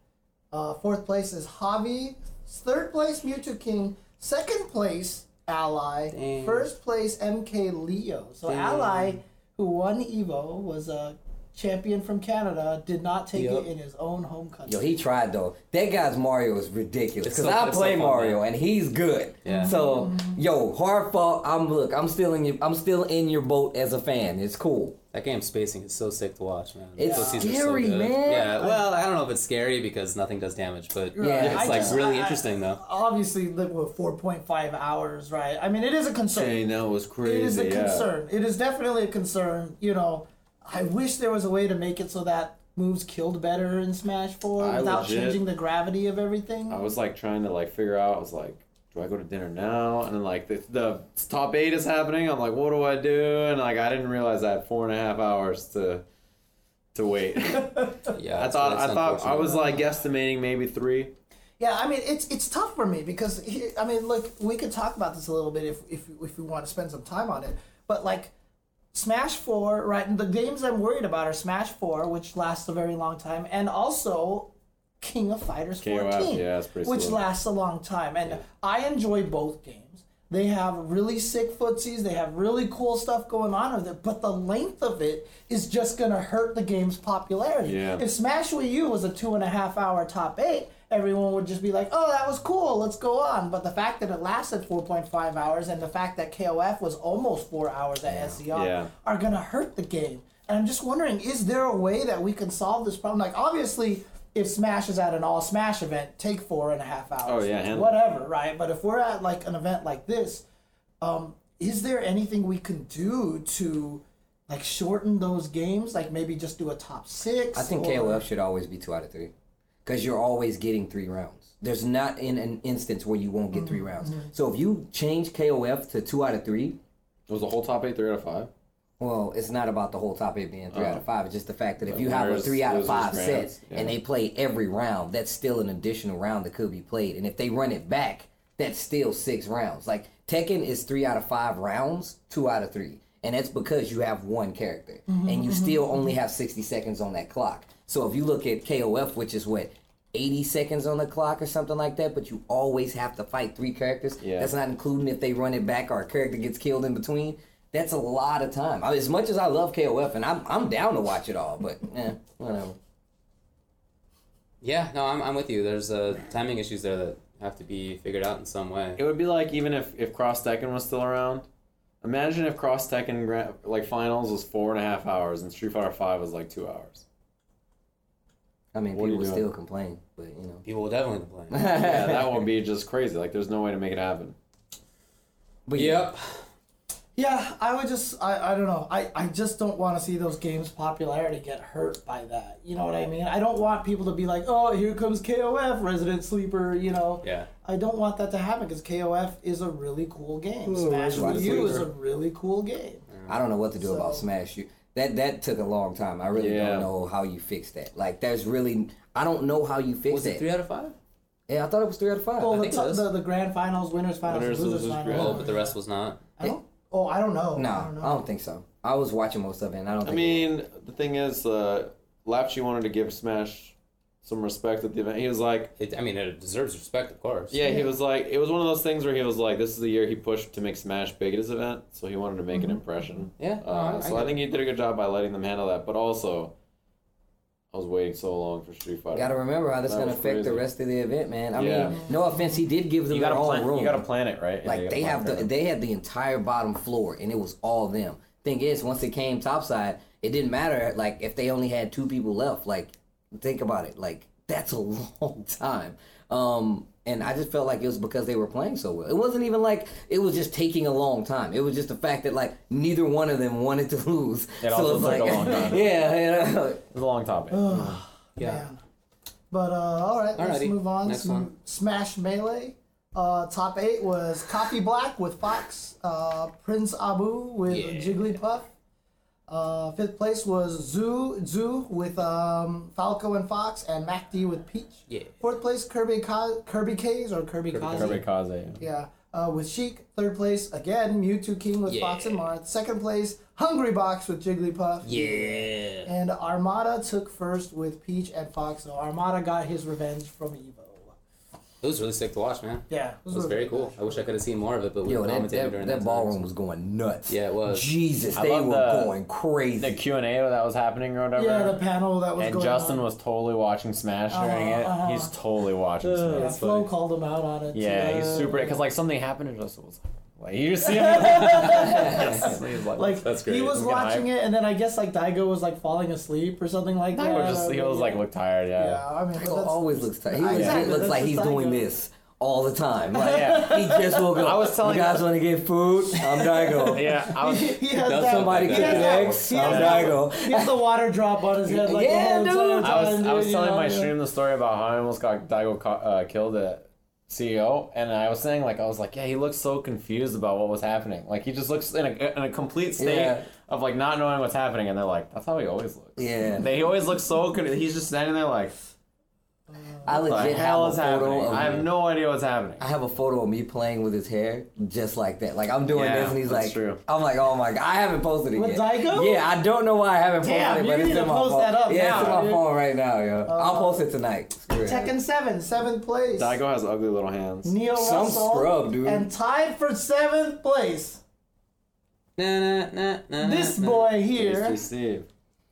B: Uh, fourth place is Javi. Third place, Mewtwo King. Second place, Ally.
D: Dang.
B: First place, MK Leo. So
D: Dang.
B: Ally, who won Evo, was a champion from Canada, did not take
D: Yep.
B: it in his own home country.
A: Yo, he tried though. That guy's Mario is ridiculous.
D: It's
A: Cause
D: so-
A: I
D: it's
A: play
D: so fun,
A: Mario
D: man.
A: and he's good.
D: Yeah.
A: So yo, hard fought. I'm look. I'm still in your. I'm still in your boat as a fan. It's cool.
D: That game spacing is so sick to watch, man.
A: It's
D: Those seasons are
A: scary,
D: good.
A: man.
D: Yeah, well, I don't know if it's scary because nothing does damage, but
A: Yeah.
D: it's
A: I
D: like
B: just-
D: really
B: I-
D: interesting though.
B: Obviously, like, what, 4.5 hours, right? I mean, it is a concern.
C: that was crazy.
B: it is a concern. It is definitely a concern. You know, I wish there was a way to make it so that moves killed better in Smash 4
C: I
B: without
C: legit- Oh.
B: changing the gravity of everything.
C: I was like trying to like figure out. I was like, do I go to dinner now? And then like the, the top eight is happening. I'm like, what do I do? And like I didn't realize I had four and a half hours to to wait.
D: Yeah,
C: I
D: it's-
C: thought
D: it's
C: I thought I
D: unfortunate.
C: was like guesstimating maybe three.
B: Yeah, I mean it's it's tough for me because he, I mean look, we could talk about this a little bit if if if we want to spend some time on it, but like Smash Four, right? and The games I'm worried about are Smash Four, which lasts a very long time, and also King of Fighters
C: KOF,
B: 14,
C: yeah, it's pretty
B: which
C: slow.
B: lasts a long time, and I enjoy both games. They have really sick footsies. They have really cool stuff going on with it, but the length of it is just gonna hurt the game's popularity.
C: Yeah.
B: If Smash Wii U was a two and a half hour top eight, everyone would just be like, oh, that was cool, let's go on. But the fact that it lasted 4.5 hours and the fact that KOF was almost four hours at E SCR
C: Yeah.
B: are going to hurt the game. And I'm just wondering, is there a way that we can solve this problem? Like, obviously, if Smash is at an all Smash event, take four and a half hours.
C: Oh, yeah, handle it.
B: Whatever, right? But if we're at like an event like this, um, is there anything we can do to like shorten those games? Like maybe just do a top six?
A: I think
B: or-
A: KOF should always be two out of three, because you're always getting three rounds. There's not in an instance where you won't get three rounds. So if you change KOF to two out of three,
C: Was the whole top eight three out of five?
A: Well, it's not about the whole top eight being
D: Uh-huh.
A: three out of five. It's just the fact that if you have a
C: winners,
A: three out of
C: losers,
A: five
C: rounds,
A: set
C: yeah.
A: and they play every round, that's still an additional round that could be played. And if they run it back, that's still six rounds. Like Tekken is three out of five rounds, two out of three. And that's because you have one character
C: Mm-hmm,
A: and you still only have 60 seconds on that clock. So if you look at KOF, which is what, 80 seconds on the clock or something like that, but you always have to fight three characters.
C: Yeah.
A: That's not including if they run it back or a character gets killed in between. That's a lot of time. I- As much as I love KOF, and I'm, I'm down to watch it all, but eh, whatever.
D: Yeah, no, I'm, I'm with you. There's uh, timing issues there that have to be figured out in some way.
C: It would be like even if if Cross Tekken was still around. Imagine if Cross Tekken gra- like finals was four and a half hours and Street Fighter Five was like two hours.
A: I mean,
C: What
A: people
C: are you
A: would
C: doing?
A: still complain, but you know.
D: People will definitely complain.
C: Yeah, that would be just crazy. Like there's no way to make it happen.
A: But yeah,
D: *laughs* yep.
B: Yeah, I would just I, I don't know. I, I just don't want to see those games' popularity get hurt by that. You know what I mean? I don't want people to be like, "Oh, here comes KOF, Resident Sleeper," you know.
C: Yeah.
B: I don't want that to happen cuz KOF is a really cool game. Smash
A: Resident
B: Wii U is a
A: Sleeper.
B: really cool game.
A: I don't know what to do about Smash. You that that took a long time. I really
C: Yeah.
A: don't know how you fix that. Like that's really I don't know how you fix
D: Was it
A: that.
D: three out of five?
A: yeah, I thought it was three out of five.
B: Well, the,
D: think it is.
B: the, the grand finals, winners finals,
C: Winners,
B: losers,
C: losers,
B: finals.
C: grand-
D: Oh, but the rest was not.
B: I don't, oh, I don't know.
A: no,
B: I don't know.
A: think so. I was watching most of it, and I don't.
C: I
A: Think
C: mean, the thing is, uh, Lapchi wanted to give Smash some respect at the event. He was like,
D: It, I mean, it deserves respect, of course.
C: yeah, he was like, it was one of those things where he was like, this is the year he pushed to make Smash big at his event, so he wanted to
E: Mm-hmm.
C: make an impression.
D: Yeah. no,
C: Uh,
D: I- I
C: so
D: get
C: I
D: it.
C: think he did a good job by letting them handle that, but also, I was waiting so long for Street Fighter.
A: got to remember how that's
C: That
A: going to
C: was
A: affect the
C: crazy.
A: rest of the event, man. I
C: Yeah.
A: mean, no offense, he did give them
E: You
A: their
E: gotta
A: own
E: plan.
A: room.
E: You gotta plan it right. Yeah, you
A: like
E: gotta
A: they
E: plan
A: have
E: it
A: the
E: right.
A: they had the entire bottom floor, and it was all them. Thing is, once it came topside, it didn't matter. Like if they only had two people left, like think about it. Like that's a *laughs* long time. Um, and I just felt like it was because they were playing so well. It wasn't even like it was just taking a long time. It was just the fact that like neither one of them *laughs* wanted to lose.
E: It also
A: it's
E: took a long time.
A: *laughs* yeah, you know.
E: It's a long topic.
D: Yeah.
B: Man. But uh, all right, let's
D: Alrighty,
B: move on.
D: next
B: Sm-
D: one.
B: Smash Melee. Uh, top eight was Coffee Black with Fox, uh, Prince Abu with
D: Yeah.
B: Jigglypuff. Uh, fifth place was Zoo Zoo with um, Falco and Fox, and Mac D with Peach.
D: Yeah.
B: Fourth place Kirby Ka- Kirby K's or Kirby, Kaze.
E: Kirby Kaze. yeah.
B: Yeah, uh, with Sheik. Third place again Mewtwo King with Fox and
D: Yeah.
B: Marth. Second place Hungry Box with Jigglypuff.
D: Yeah.
B: And Armada took first with Peach and Fox. So Armada got his revenge from Evo.
D: It was really sick to watch, man.
B: Yeah, it
D: It was very cool. I wish I could have seen more of it, but we
A: Yo,
D: were
A: that,
D: commentating
A: that, that,
D: during that, time.
A: ballroom was going nuts.
D: Yeah, it was.
A: Jesus,
E: I
A: they
E: love
A: were
E: the-
A: going crazy.
E: The Q and A that was happening or whatever.
B: Yeah, the panel that was
E: and
B: going
E: Justin
B: on.
E: was totally watching Smash during it.
B: Uh-huh,
E: He's totally watching
B: Yeah,
E: Smash.
B: Flo called him out on it.
E: Yeah,
B: too.
E: he's super. Because like something happened and Justin was like, like you
A: *laughs*
E: just see him. *laughs* yes. He's *laughs*
B: *laughs* Like
D: That's
B: he
D: great.
B: was
E: He's getting
B: watching it, and then I guess like Daigo was like falling asleep or something like that.
E: he was just he was like look tired. Yeah.
B: yeah, I mean, but
A: Michael
B: that's-
A: always looks tired. He
B: Oh, I-
A: legit
B: exactly,
A: looks
B: that's
A: like
B: the
A: he's
B: thing,
A: doing
B: though.
A: this all the time. Like,
E: Yeah.
A: he just woke up.
E: I was telling
A: you guys want to get food. I'm Daigo.
E: *laughs*
C: *laughs*
E: Yeah, I was.
A: *laughs*
B: *laughs* he has
D: Does
B: that,
A: Somebody
B: he
A: cook
D: Like
A: the
B: has
D: that.
B: that-
A: eggs.
B: he
A: I'm
B: has that-
A: Daigo.
B: He has the water drop on his head. Like,
A: Yeah,
B: the whole entire
A: dude.
B: Time,
E: I was, I was
B: dude,
E: telling
B: you
E: my
B: know?
E: stream the story about how I almost got Daigo co- uh, killed at CEO, and I was saying like I was like, yeah, he looks so confused about what was happening. Like he just looks in a, in a complete state
A: Yeah.
E: of like not knowing what's happening, and they're like, that's how he always looks.
A: Yeah.
E: They, he always looks so con- he's just standing there like,
A: I
E: the
A: legit have
E: hell
A: a
E: is
A: photo
E: happening?
A: of
E: I have
A: me-
E: no idea what's happening.
A: I have a photo of me playing with his hair just like that. Like I'm doing
E: Yeah,
A: this and he's
E: that's
A: like
E: true.
A: I'm like, oh my god, I haven't posted it
B: With
A: yet.
B: Daigo?
A: Yeah, I don't know why I haven't posted
B: Damn,
A: it,
B: you
A: but it's
B: need
A: in
B: to
A: my
B: post
A: phone.
B: that up
A: yeah, it's
B: now,
A: in my
B: dude.
A: phone right now, yo. I'll post it tonight. Screw it.
B: Tekken Seven, seventh place.
C: Daigo has ugly little hands.
B: Neil
A: Some
B: Russell
A: scrub, dude.
B: and tied for seventh place.
D: Na, na, na, na,
B: This
D: na.
B: boy
C: Tasty
B: here.
C: Steve.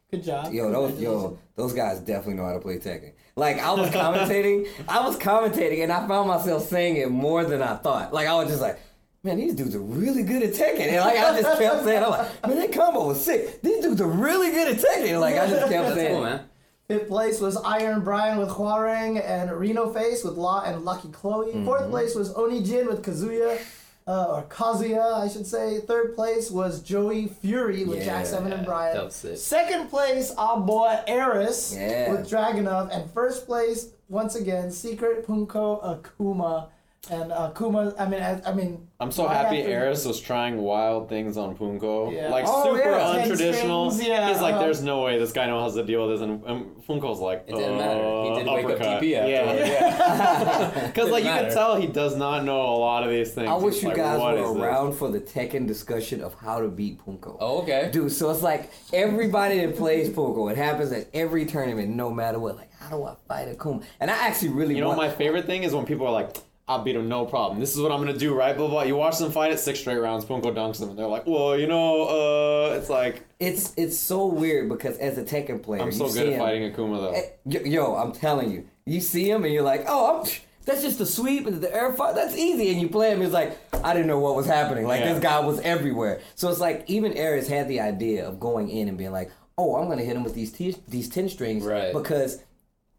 B: Good job.
A: Yo, those yo, those guys definitely know how to play Tekken. Like I was commentating, I was commentating, and I found myself saying it more than I thought. Like I was just like, man, these dudes are really good at Tekken, and like I
D: *laughs*
A: just kept saying, I'm like, man, that combo was sick. These dudes are really good at Tekken. Like I just kept
D: That's
A: saying,
D: cool, man.
B: Fifth place was Iron Brian with Huarang and Reno Face with Law and Lucky Chloe. Fourth place was Oni Jin with Kazuya, uh, or Kazuya, I should say. Third place was Joey Fury with Jack Seven and Brian.
D: that was sick.
B: Second place, our boy Eris
A: Yeah.
B: with Dragonov, and first place once again, Secret Punko Akuma. And Akuma, I mean, I, I mean,
C: I'm so
B: right
C: happy
B: after-
C: Eris was trying wild things on Punko.
B: Yeah.
C: Like
A: Oh,
C: super
A: yeah.
C: untraditional.
B: Ten strings, yeah,
C: He's like,
B: uh-huh.
C: there's no way this guy knows how to deal with this. And, and Punko's like,
D: It didn't matter. He
C: "Uh,
D: did wake up
C: uppercut."
D: TP afterwards.
C: Yeah, *laughs* Because like you
D: matter.
C: can tell he does not know a lot of these things.
A: I wish
C: He's
A: you
C: like,
A: guys
C: "What is
A: were
C: this?"
A: around for the Tekken discussion of how to beat Punko.
D: Oh, okay.
A: Dude, so it's like everybody that plays Punko, it happens at every tournament, no matter what. Like, how do I fight Akuma? And I actually really
C: You know,
A: want
C: my favorite thing is when people are like, I'll beat him no problem. This is what I'm gonna do, right? Blah blah. You watch them fight at six straight rounds. Punko dunks them, and they're like, "Well, you know, uh, it's like
A: It's it's so weird because as a Tekken player,
C: I'm so
A: you
C: good
A: see
C: at
A: him,
C: fighting Akuma though."
A: Eh, Yo, yo, I'm telling you, you see him and you're like, oh, I'm, that's just a sweep and the air fight. That's easy. And you play him, it's like I didn't know what was happening. Like
C: Yeah.
A: this guy was everywhere. So it's like even Ares had the idea of going in and being like, oh, I'm gonna hit him with these t- these ten strings,
D: Right.
A: Because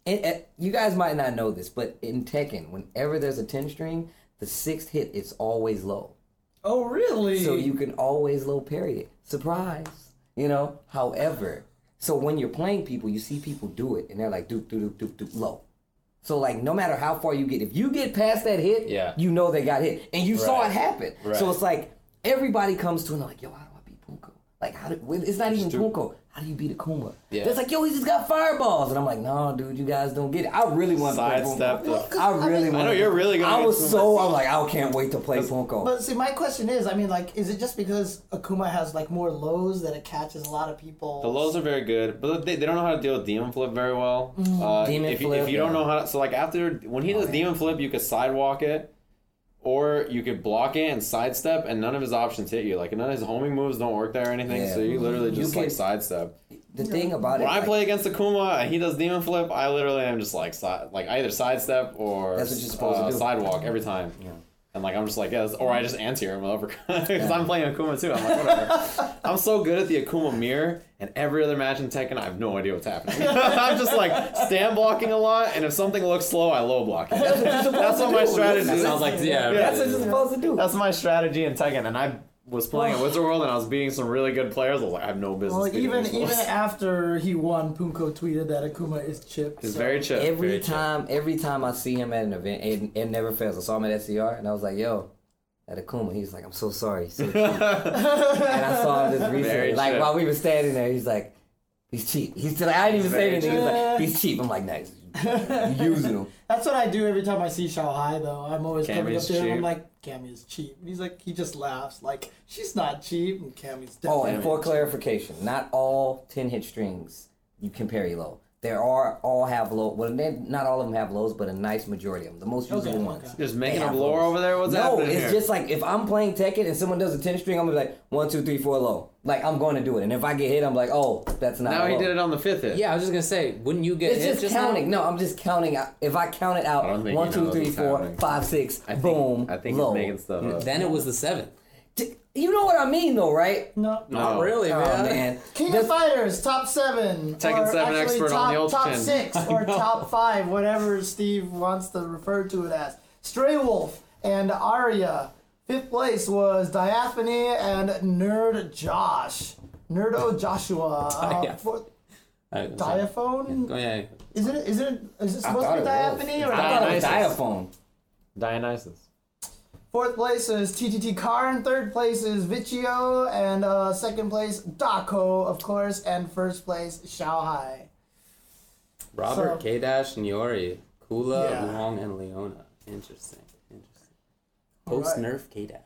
A: it, it, you guys might not know this, but in Tekken, whenever there's a ten string, the sixth hit is always low.
B: Oh really?
A: So you can always low parry it. Surprise. You know? However, so when you're playing people, you see people do it and they're like doop doop doop doop doop low. So like no matter how far you get, if you get past that hit,
C: Yeah.
A: you know they got hit. And you saw
C: Right.
A: it happen.
C: Right.
A: So it's like everybody comes to it and they're like, yo, how do I beat Punko? Like how do well, it's not even Punko. How do you beat Akuma? Yeah. It's like, yo, he just got fireballs. And I'm like, no, dude, you guys don't get it. I really want to play
C: Sidestep
A: Punko.
B: the-
A: I really
B: I
A: want
C: know you're really gonna
A: I
C: get
A: was
C: some-
A: so I'm like, I can't wait to play Punko.
B: But see, my question is, I mean, like, is it just because Akuma has like more lows that it catches a lot of people?
C: The lows are very good, but they, they don't know how to deal with demon flip very well. Uh,
A: Mm-hmm. Demon
C: if, you-
A: flip,
C: if you don't
A: yeah.
C: know how, to, so like after when he does demon flip, you could sidewalk it, or you could block it and sidestep, and none of his options hit you. Like none of his homing moves don't work there or anything.
A: Yeah.
C: So you literally just like
A: can-
C: sidestep.
A: the thing about it
C: When I
A: like-
C: play against Akuma and he does demon flip, I literally am just like si- like I either sidestep or uh,
A: That's what you're supposed to do.
C: sidewalk every time. And like I'm just like yeah, that's- or I just anti him *laughs* with uppercut because I'm playing Akuma too. I'm like *laughs* whatever. I'm so good at the Akuma mirror and every other match in Tekken, I have no idea what's happening. *laughs* I'm just like stand blocking a lot, and if something looks slow, I low block it. That's
A: what you're supposed
C: That's what
A: to
C: my
A: do.
C: strategy
A: That
C: is.
D: sounds like yeah.
A: That's what you're supposed to do.
C: That's my strategy in Tekken, and I was playing at Wizard World and I was beating some really good players. I was like, I have no business.
B: well,
C: beating
B: even
C: these
B: even
C: fools.
B: after he won, Punko tweeted that Akuma is chipped.
C: It's
B: so-
C: very chill.
A: every
C: very chill.
A: time, every time I see him at an event, it, it never fails. I saw him at SCR, and I was like, "Yo, at Akuma." He's like, "I'm so sorry."
C: *laughs*
A: he's so cheap." and I saw him just recently,
C: Very
A: like
C: cheap.
A: while we were standing there. He's like, "He's cheap." He's still, I didn't even say
C: Very
A: anything. He's like, "He's cheap." I'm like, "Nice,
C: *laughs*
A: you using him."
B: That's what I do every time I see Shao Hai, though. I'm always coming up
C: Cammy's
B: to him. I'm
C: cheap.
B: like, Cammy is cheap. And he's like, he just laughs. Like, she's not cheap, and Cammy's
A: Oh,
B: definitely.
A: and for clarification, not all ten hit strings you can parry low. There are all have low. Well, they- not all of them have lows, but a nice majority of them. The most usable
B: Okay,
A: ones.
B: okay.
C: Just making
A: They
C: up
A: have
C: lore
A: those.
C: over there. What's
A: no,
C: happening
A: it's
C: here?
A: just like if I'm playing Tekken and someone does a ten string, I'm gonna be like one, two, three, four, low. Like I'm going to do it, and if I get hit, I'm like, oh, that's not.
C: now he
A: low.
C: did it on the fifth hit.
D: Yeah, I was just gonna say, wouldn't you get
A: It's
D: hit
A: just,
D: now?
A: counting. No, I'm just counting. out- If I count it out,
C: I don't think
A: one,
C: he
A: two,
C: knows
A: three,
C: what's
A: four,
C: happening.
A: five, six,
C: I think,
A: boom,
C: I think
A: low.
C: he's making stuff up.
D: Then it was the seventh.
A: D- You know what I mean, though, right?
B: *laughs* No.
C: No.
D: really,
A: Oh man,
B: King
A: That's-
B: of Fighters, top seven.
C: Tekken
B: or
C: 7
B: actually
C: expert on
B: top,
C: the old
B: Top
C: chin. *laughs*
B: six or top five, whatever Steve wants to refer to it as. Stray Wolf and Aria. Fifth place was Diaphany and Nerd Josh. Nerdo Joshua. Uh,
D: Diaph-
B: fourth,
D: Uh, sorry.
B: diaphone?
D: Oh, yeah.
B: Is it is it is it
A: I
B: supposed to be
A: thought it
B: diaphony
A: was.
B: or
A: I
C: Ah,
A: thought it was
C: Dionysus.
A: diaphone.
C: Dionysus.
B: Fourth place is TTT Karn. Third place is Vicio, and uh, second place Daco, of course, and first place Shanghai. So-
D: Robert, K Dash, Nyori, Kula,
B: Yeah.
D: Wong, and Leona. Interesting. Interesting. Post nerf K Dash.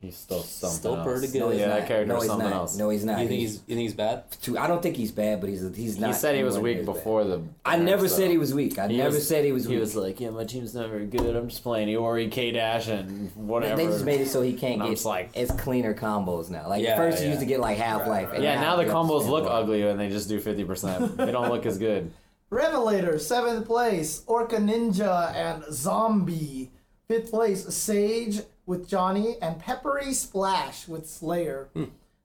C: He's still something
D: Still
C: else.
D: pretty good.
A: No, he's
C: Yeah, that
A: not.
C: character
A: no,
C: was
A: he's
C: something
A: not.
C: else.
A: No, he's not.
D: You think
A: He's
D: he's you think he's bad?
A: too- I don't think he's bad, but he's he's not.
C: He said he was
A: anywhere
C: weak
A: near as bad.
C: before the.
A: I never said he was weak. I never
C: was-
A: said he was
C: He
A: weak.
C: was like, yeah, my team's not very good. I'm just playing E Iori, K Dash, and whatever.
A: They just made it so he can't
C: And I'm
A: get
C: just like-
A: it's cleaner combos now. Like
D: Yeah,
A: first you
D: yeah.
A: used to get like half life.
C: yeah, now the combos look ugly and they just do 50%. they don't look as good.
B: Revelator, seventh place, Orca Ninja and Zombie. Fifth place, Sage with Johnny and Peppery Splash with Slayer.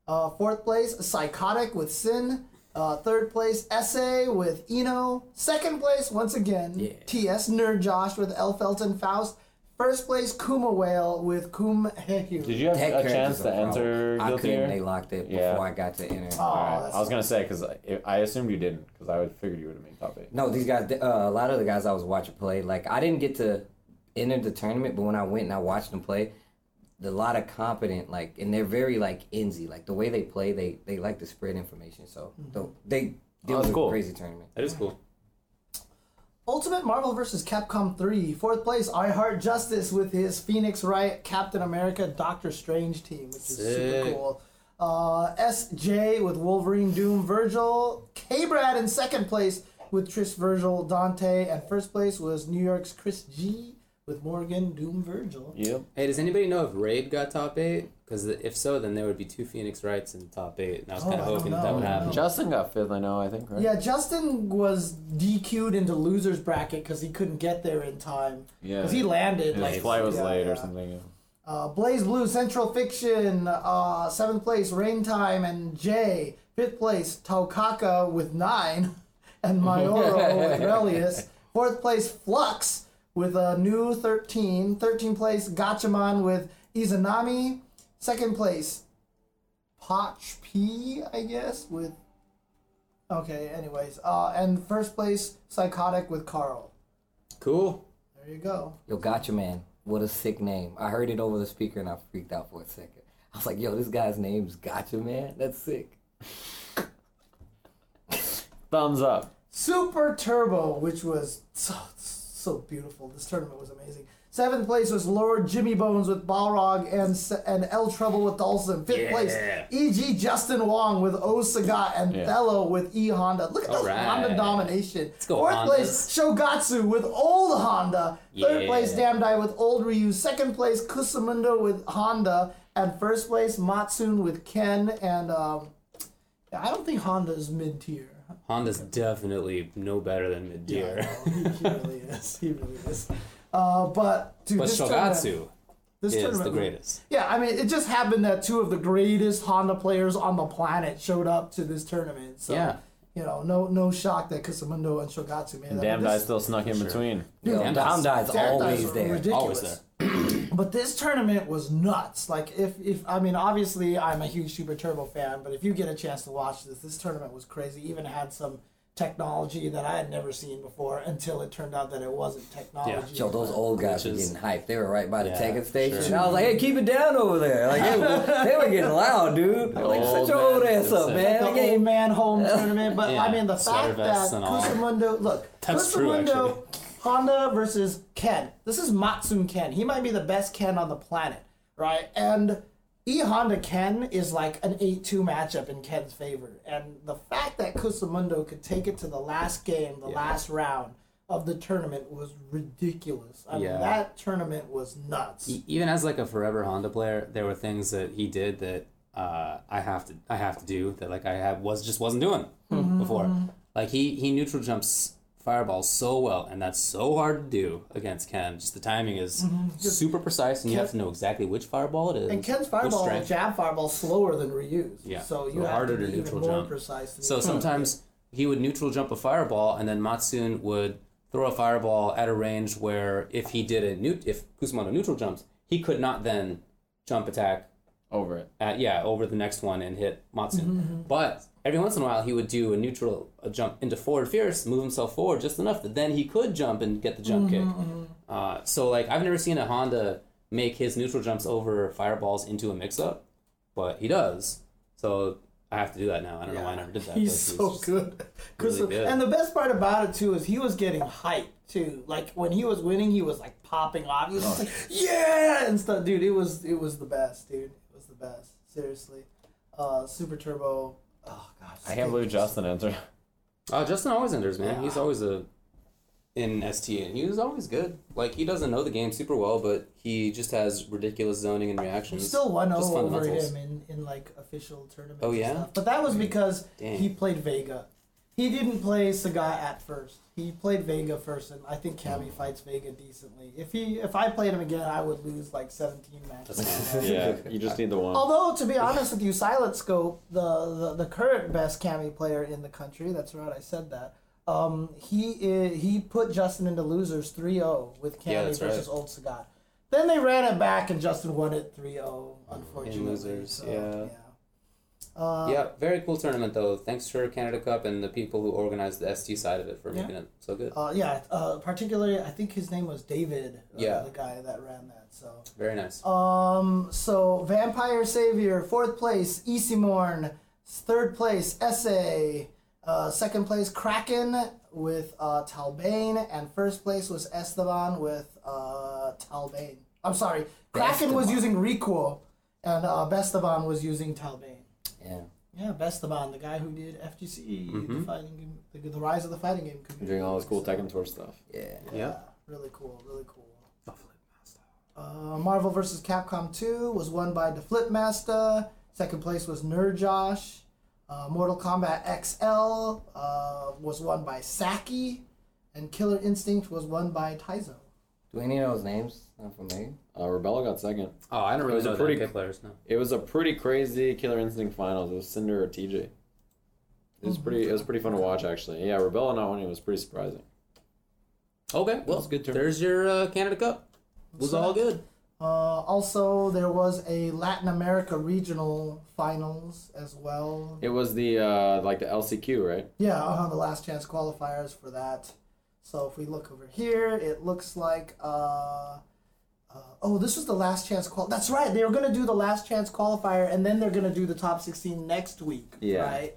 B: Uh, fourth place, Psychotic with Sin. Uh, third place, Essay with Eno. Second place, once again, TS Nerd Josh with L. Felton Faust. First place, Kuma Whale with Kum Hehyu.
C: Did you
A: *laughs*
C: have
A: That
C: a chance to enter
A: I
C: Guilty
A: couldn't. Oh, They
C: Gear?
A: locked it before
C: Yeah.
A: I got to enter.
B: Aw,
C: Alright,
B: that's
C: I was gonna say because I, I assumed you didn't because I would figured you would have made top eight.
A: No, these guys. Uh, a lot of the guys I was watching play. Like I didn't get to enter the tournament, but when I went and I watched them play, a lot of competent. Like and they're very like insy. Like the way they play, they they like to spread information. So the- they. It
C: Mm-hmm. Oh,
A: was
C: that's
A: a
C: cool.
A: crazy tournament.
D: That is cool.
B: Ultimate Marvel vs. Capcom 3, fourth place, I Heart Justice with his Phoenix Wright, Captain America, Doctor Strange team, which is super
D: Sick.
B: cool. Uh, SJ with Wolverine, Doom, Virgil, K Brad in second place with Trish Virgil, Dante, and first place was New York's Chris G with Morgan, Doom, Virgil.
C: Yep.
D: Hey, does anybody know if Raid got top eight? Because if so, then there would be two Phoenix Rights in the top eight, and I was
B: Oh,
D: kind
B: I
D: of
B: don't
D: hoping
B: know.
D: that would happen.
C: Justin got fifth, I know. I think right.
B: Yeah, Justin was DQ'd into loser's bracket because he couldn't get there in time.
C: Yeah.
B: Because he landed.
C: His
B: like,
C: flight was
B: yeah,
C: late or
B: yeah.
C: something. yeah.
B: Uh, Blaze Blue, Central Fiction, uh, seventh place, Rain Time and Jay. Fifth place, Taukaka with nine, *laughs* and Myoro with Relius. Fourth place, Flux with a new 13. 13th place, Gatchaman with Izanami. Second place, Potch P, I guess, with. Okay, anyways. Uh, and first place, Psychotic with Carl.
D: Cool.
B: There you go.
A: Yo, Gotcha Man. What a sick name. I heard it over the speaker and I freaked out for a second. I was like, yo, this guy's name's Gotcha Man. That's sick.
C: Thumbs up.
B: Super Turbo, which was so, so beautiful. This tournament was amazing. Seventh place was Lord Jimmy Bones with Balrog and S- and El Trouble with Dawson. Fifth place, E.G. Justin Wong with O Sagat and Bello with E Honda. Look at this
D: Alright.
B: Honda domination. Let's
D: go,
B: Fourth place, Shogatsu with old Honda. Third
D: Yeah.
B: place, Damdai with old Ryu. Second place, Kusumundo with Honda. And first place, Matsun with Ken. And um, I don't think Honda's mid tier.
D: Honda's definitely no better than mid tier.
B: he really is. He really is. Uh, but dude,
D: *laughs* but
B: this tournament,
D: Shogatsu
B: this
D: is
B: tournament
D: the
B: was-
D: greatest.
B: Yeah, I mean, it just happened that two of the greatest Honda players on the planet showed up to this tournament. So,
C: Yeah.
B: you know, no no shock that Kusumundo and Shogatsu made that.
C: Damn,
B: but
C: I
B: this-
C: still snuck in between.
A: Yo,
D: Damn,
A: Dom Die's
B: Damn, guys
A: always
B: were
A: there.
B: ridiculous.
D: Always there.
B: *clears throat* But this tournament was nuts. Like if if I mean obviously I'm a huge Super Turbo fan, but if you get a chance to watch this, this tournament was crazy. Even had some technology that I had never seen before until it turned out that it wasn't technology.
A: Yo, those old guys were
D: Which is-
A: getting hyped. They were right by the
D: Yeah,
A: Tekken station. And I was like, hey, keep it down over there. Like, they
B: *laughs*
A: were, they were getting loud, dude. I was like, shut
C: old
A: your old
C: man
A: ass up,
D: said-
A: man.
B: the
A: Like, hey,
B: *laughs* old man home tournament, but I
D: Yeah,
B: mean the
D: sweater
B: fact that
D: vests and all.
B: Kusamundo look
D: That's true,
B: Kusamundo Honda versus Ken. This is Matsun Ken. He might be the best Ken on the planet, right? And E Honda Ken is like an 8-2 matchup in Ken's favor. And the fact that Kusamundo could take it to the last game, the last round of the tournament was ridiculous. I
D: Yeah.
B: mean that tournament was nuts.
D: E- even as like a forever Honda player, there were things that he did that uh, I have to I have to do that like I have was just wasn't doing
B: Mm-hmm.
D: before. Like he he neutral jumps fireballs so well, and that's so hard to do against Ken. Just the timing is super precise, and you have to know exactly which fireball it is.
B: Mm-hmm. and Ken's
D: which
B: fireball,
D: strength.
B: jab fireball, slower than Ryu's.
D: Yeah.
B: So you
D: So
B: have
D: harder
B: to
D: to
B: be even
D: neutral
B: more
D: jump.
B: precise. than
D: So
B: you-
D: sometimes he would neutral jump a fireball, and then Matsun would throw a fireball at a range where if he did a neut- if Kusumoto neutral jumps, he could not then jump attack
C: Over it.
D: at, yeah, over the next one and hit Matsun.
B: Mm-hmm.
D: But every once in a while, he would do a neutral a jump into forward fierce, move himself forward just enough that then he could jump and get the jump
B: Mm-hmm,
D: kick. Uh, so like I've never seen a Honda make his neutral jumps over fireballs into a mix up, but he does. So I have to do that now. I don't know why I never did that.
B: He's
D: but
B: so
D: just-
B: good. 'Cause
D: really
B: the-
D: good.
B: And the best part about it too is he was getting hyped too. Like when he was winning, he was like popping off. He was just like, "Yeah!" and stuff. Dude, it was it was the best. Dude, it was the best. Seriously, uh, Super Turbo. Oh gosh,
C: I can't believe Justin entered.
D: Uh, Justin always enters, man. He's always a in ST, and he was always good. Like he doesn't know the game super well, but he just has ridiculous zoning and
B: He
D: reactions.
B: still won
D: Just
B: over
D: fundamentals.
B: him in, in like official tournaments.
D: Oh,
B: and
D: yeah?
B: stuff. but that was because
D: Dang.
B: he played Vega. He didn't play Sagat at first. He played Vega first, and I think Cammy
D: Hmm.
B: fights Vega decently. If he if I played him again, I would lose like seventeen matches.
C: *laughs* Yeah, you just need the one.
B: Although
D: *laughs*
B: to be honest with you, Silent Scope, the, the, the current best Cammy player in the country, that's right, I said that. Um, he i- he put Justin into losers 3-0 with Cammy
D: Yeah, that's right.
B: versus Old Sagat. Then they ran it back and Justin won it 3-0, unfortunately.
D: In losers,
B: So,
D: yeah. yeah, very cool tournament though. Thanks for Canada Cup and the people who organized the ST side of it for making it so good.
B: Uh, yeah, uh, particularly I think his name was David, uh,
D: Yeah.
B: the guy that ran that. So
D: Very nice.
B: Um, so Vampire Savior, fourth place, Isimorn, third place, Essay, uh, second place, Kraken with uh, Talbane, and first place was Esteban with uh, Talbane. I'm sorry, Kraken was using Requo, and uh, Besteban was using Talbane.
A: yeah.
B: Yeah, Besteban, the guy who did FGC, the fighting game, the, the rise of the fighting game community.
C: Mm-hmm. Doing all this cool Tekken Tour stuff.
A: Yeah.
C: Yeah.
B: Really cool, really cool. Uh, Marvel vs. Capcom 2 was won by the Flip Master. Second place was Nerd Josh. Uh, Mortal Kombat XL uh, was won by Saki. And Killer Instinct was won by Taizo.
A: Do any of those names sound familiar?
C: Uh, Rebella got second.
D: oh, I don't
C: it
D: really
C: was a
D: know
C: pretty-
D: pretty good players. No.
C: It was a pretty crazy Killer Instinct finals. It was Cinder or TJ. It was pretty. It was pretty fun to watch actually. Yeah, Rebella not winning was pretty surprising.
D: Okay, well,
C: good tournament.
D: there's your uh, Canada Cup. It was all good.
B: Uh, also, there was a Latin America regional finals as well.
C: It was the uh, like the LCQ, right?
B: Yeah, uh-huh, the last chance qualifiers for that. So if we look over here, it looks like. Uh, uh, oh, this was the last chance qual. That's right. They were gonna do the last chance qualifier, and then they're gonna do the top sixteen next week.
C: Yeah.
B: Right.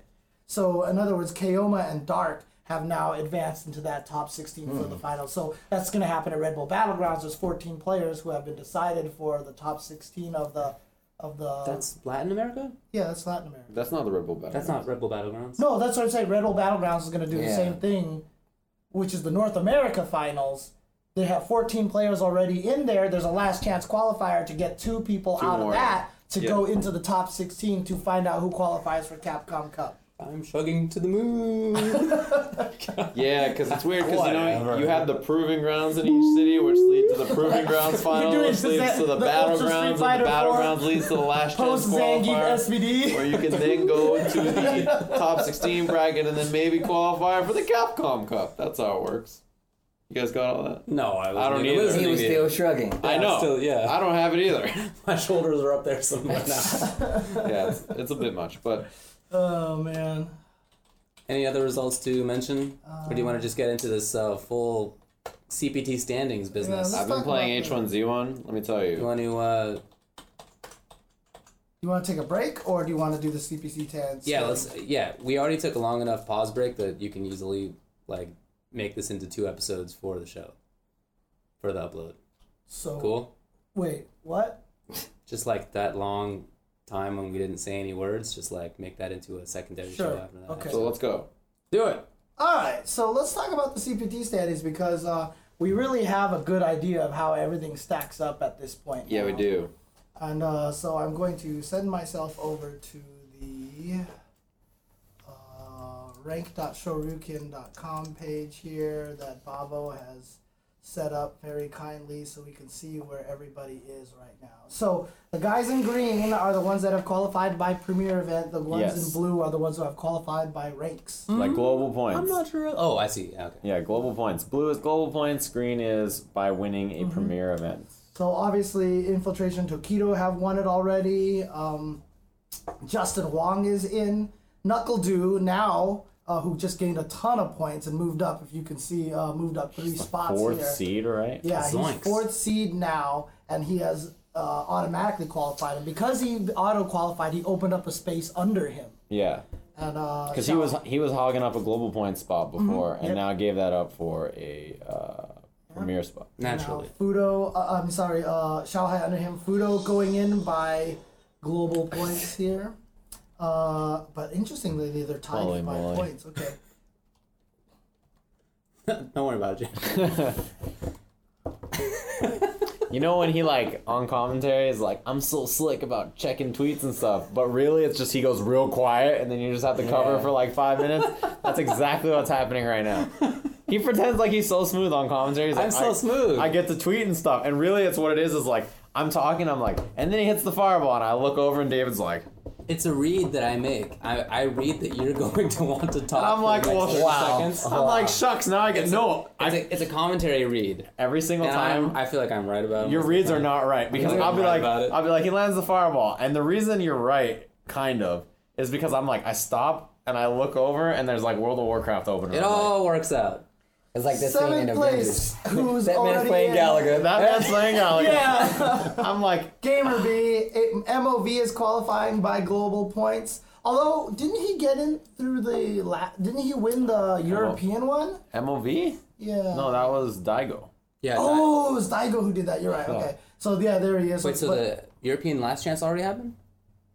B: So in other words, Kaoma and Dark have now advanced into that top sixteen for the final. So that's gonna happen at Red Bull Battlegrounds. There's fourteen players who have been decided for the top sixteen of the of the.
D: That's Latin America?
B: yeah, that's Latin America.
C: That's not the Red Bull Battle.
D: That's not Red Bull Battlegrounds.
B: No, that's what I'm saying. Red Bull Battlegrounds is going to do the
A: Yeah.
B: same thing, which is the North America finals. They have 14 players already in there. There's a last chance qualifier to get two people out
C: more.
B: of that to go into the top 16 to find out who qualifies for Capcom Cup.
D: I'm chugging to the moon.
C: Yeah, because it's weird because you know you have the proving grounds in each city, which lead to
B: *laughs*
C: the proving grounds final,
B: doing
C: which leads
B: Zan-
C: to the,
B: the Ultra
C: battlegrounds, and
B: Street
C: the
B: Fighter
C: battlegrounds
B: 4
C: leads to the last chance
B: Post Zangief
C: qualifier, where
B: SVD.
C: you can
B: *laughs*
C: then go into the top 16 bracket and then maybe qualify for the Capcom Cup. That's how it works. You guys got all that?
D: no, I, wasn't
C: I don't
D: even
C: either.
D: listening
A: He was
D: to you.
A: still shrugging.
C: I
D: Yeah,
C: know.
D: still- yeah.
C: I don't have it either.
D: My shoulders are up there somewhere now.
C: yeah, it's, it's a bit much, but
B: Oh, man.
D: Any other results to mention? or do you want to just get into this uh, full CPT standings business?
B: let's-
C: I've been
B: talk
C: playing
B: about
C: H1Z1. Let me tell
D: you
C: you.
D: want to, uh,
B: You want to take a break or do you want to do the CPC 10?
D: yeah, let's, yeah, we already took a long enough pause break that you can easily, like, make this into two episodes for the show, for the upload.
B: So,
D: Cool?
B: wait, what?
D: Just like that long time when we didn't say any words, just like make that into a secondary show
B: Sure.
D: after that.
B: Okay.
C: So let's go.
D: Do it!
B: All right, so let's talk about the CPT standings because uh, we really have a good idea of how everything stacks up at this point.
C: Yeah, we
B: now.
C: do.
B: And uh, so I'm going to send myself over to the uh, rank.shoryuken.com page here that Bavo has set up very kindly so we can see where everybody is right now. So the guys in green are the ones that have qualified by premier event, the ones
C: Yes.
B: in blue are the ones who have qualified by ranks.
C: Like global points.
D: I'm not sure. Oh, I see. Yeah, Okay.
C: Yeah, global points. Blue is global points. Green is by winning
B: Mm-hmm.
C: a premier event.
B: So obviously, Infiltration Tokido have won it already. Um, Justin Wong is in. Knuckle Dew now, uh, who just gained a ton of points and moved up. If you can see, uh, moved up three spots
C: Fourth
B: here.
C: seed, right?
B: Yeah,
D: Zoinks.
B: he's fourth seed now, and he has uh, automatically qualified. And because he auto qualified, he opened up a space under him.
C: Yeah,
B: And uh,
C: because he was he was hogging up a global point spot
B: Mm-hmm.
C: before, and now gave that up for a uh, premier spot.
D: Naturally.
B: Fudo. Uh, I'm sorry, uh, Shanghai under him. Fudo going in by global points
A: *laughs*
B: here. Uh, but interestingly, they're tied
C: Holy
B: by
C: moly.
B: points. Okay.
D: Don't worry about it. Jay.
C: You know when he like on commentary is like, "I'm so slick about checking tweets and stuff," but really it's just he goes real quiet, and then you just have to cover for like five minutes. That's exactly what's happening right now. He pretends like he's so smooth on commentary. He's like,
D: I'm so
C: "I-
D: smooth."
C: I get to tweet and stuff, and really it's what it is. Is like I'm talking, I'm like, and then he hits the fireball, and I look over, and David's like,
D: *laughs* It's a read that I make. I, I read that you're *laughs* going to want to talk.
C: I'm
D: for
C: like,
D: the next
C: well,
D: 30
C: wow.
D: seconds.
C: I'm like, shucks. Now I get no.
D: It's,
C: I,
D: a, it's a commentary read.
C: every single
D: And
C: time,
D: I'm, I feel like I'm right about it.
C: your reads are not right because
D: Yeah,
C: I'll be
D: I'm right
C: like,
D: about it.
C: I'll be like, he lands the fireball, and the reason you're right, kind of, is because I'm like, I stop and I look over, and there's like World of Warcraft open.
D: It all works out.
A: It's like *laughs* that scene in
B: Seventh
A: Avengers.
B: place. *laughs* Who's
A: That man's
B: already
A: playing
B: in.
A: Gallagher.
D: *laughs*
C: that man's playing out. Like,
B: Yeah.
C: *laughs* I'm like,
B: Gamer B. it- MOV is qualifying by global points. Although, didn't he get in through the la- Didn't he win the European one?
C: MOV?
B: Yeah.
C: No, that was Daigo.
D: Yeah. that-
B: Oh, it was Daigo who did that. You're right. Okay. So yeah, there he is.
D: wait, so
B: But
D: the European last chance already happened?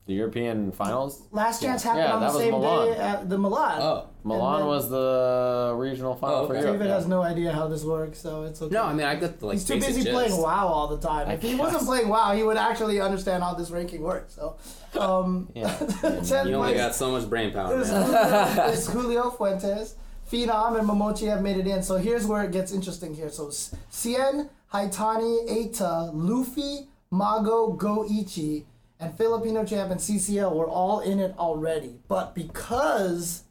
C: The European finals.
B: last chance happened
C: Yeah,
B: on
C: that
B: the
C: was
B: same
C: Milan.
B: day at the Milan.
D: Oh.
C: Milan
B: then-
C: was the regional final
D: Oh, okay.
C: for Europe.
B: David
C: yeah.
B: has no idea how this works, so it's okay.
D: No, I mean, I got the like
B: he's too
D: basic
B: busy
D: gist.
B: playing WoW all the time. If he wasn't playing WoW, he would actually understand how this ranking works.
D: *laughs*
B: So, um, *laughs* ten
D: You only
B: place
D: got so much brain power,
B: is *laughs*
D: man.
B: Julio, is Julio Fuentes. Phenom and Momochi have made it in. So here's where it gets interesting. Here, so S- Cien, Haitani, Eita, Luffy, Mago, Goichi, and Filipino champ and CCL were all in it already. But because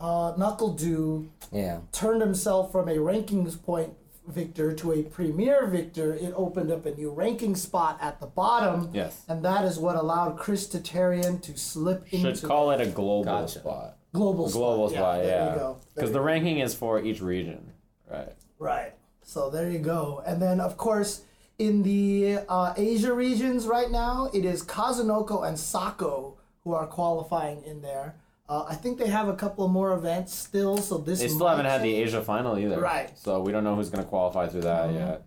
B: uh, Knuckle Dew
A: Yeah.
B: turned himself from a rankings point victor to a premier victor, it opened up a new ranking spot at the bottom.
C: Yes.
B: And that is what allowed Chris Tatarian to slip into
C: Should call it a global
A: Gotcha.
C: spot.
B: global spot.
C: Global spot,
B: There you
C: yeah.
B: go. There
C: Because
B: you
C: the ranking is for each region, right?
B: Right. So there you go. And then, of course, in the uh, Asia regions right now, it is Kazunoko and Sako who are qualifying in there. Uh, I think they have a couple more events still. So this
C: They still
B: might
C: haven't had the
B: change.
C: Asia final either.
B: Right.
C: So we don't know who's going to qualify through that yet.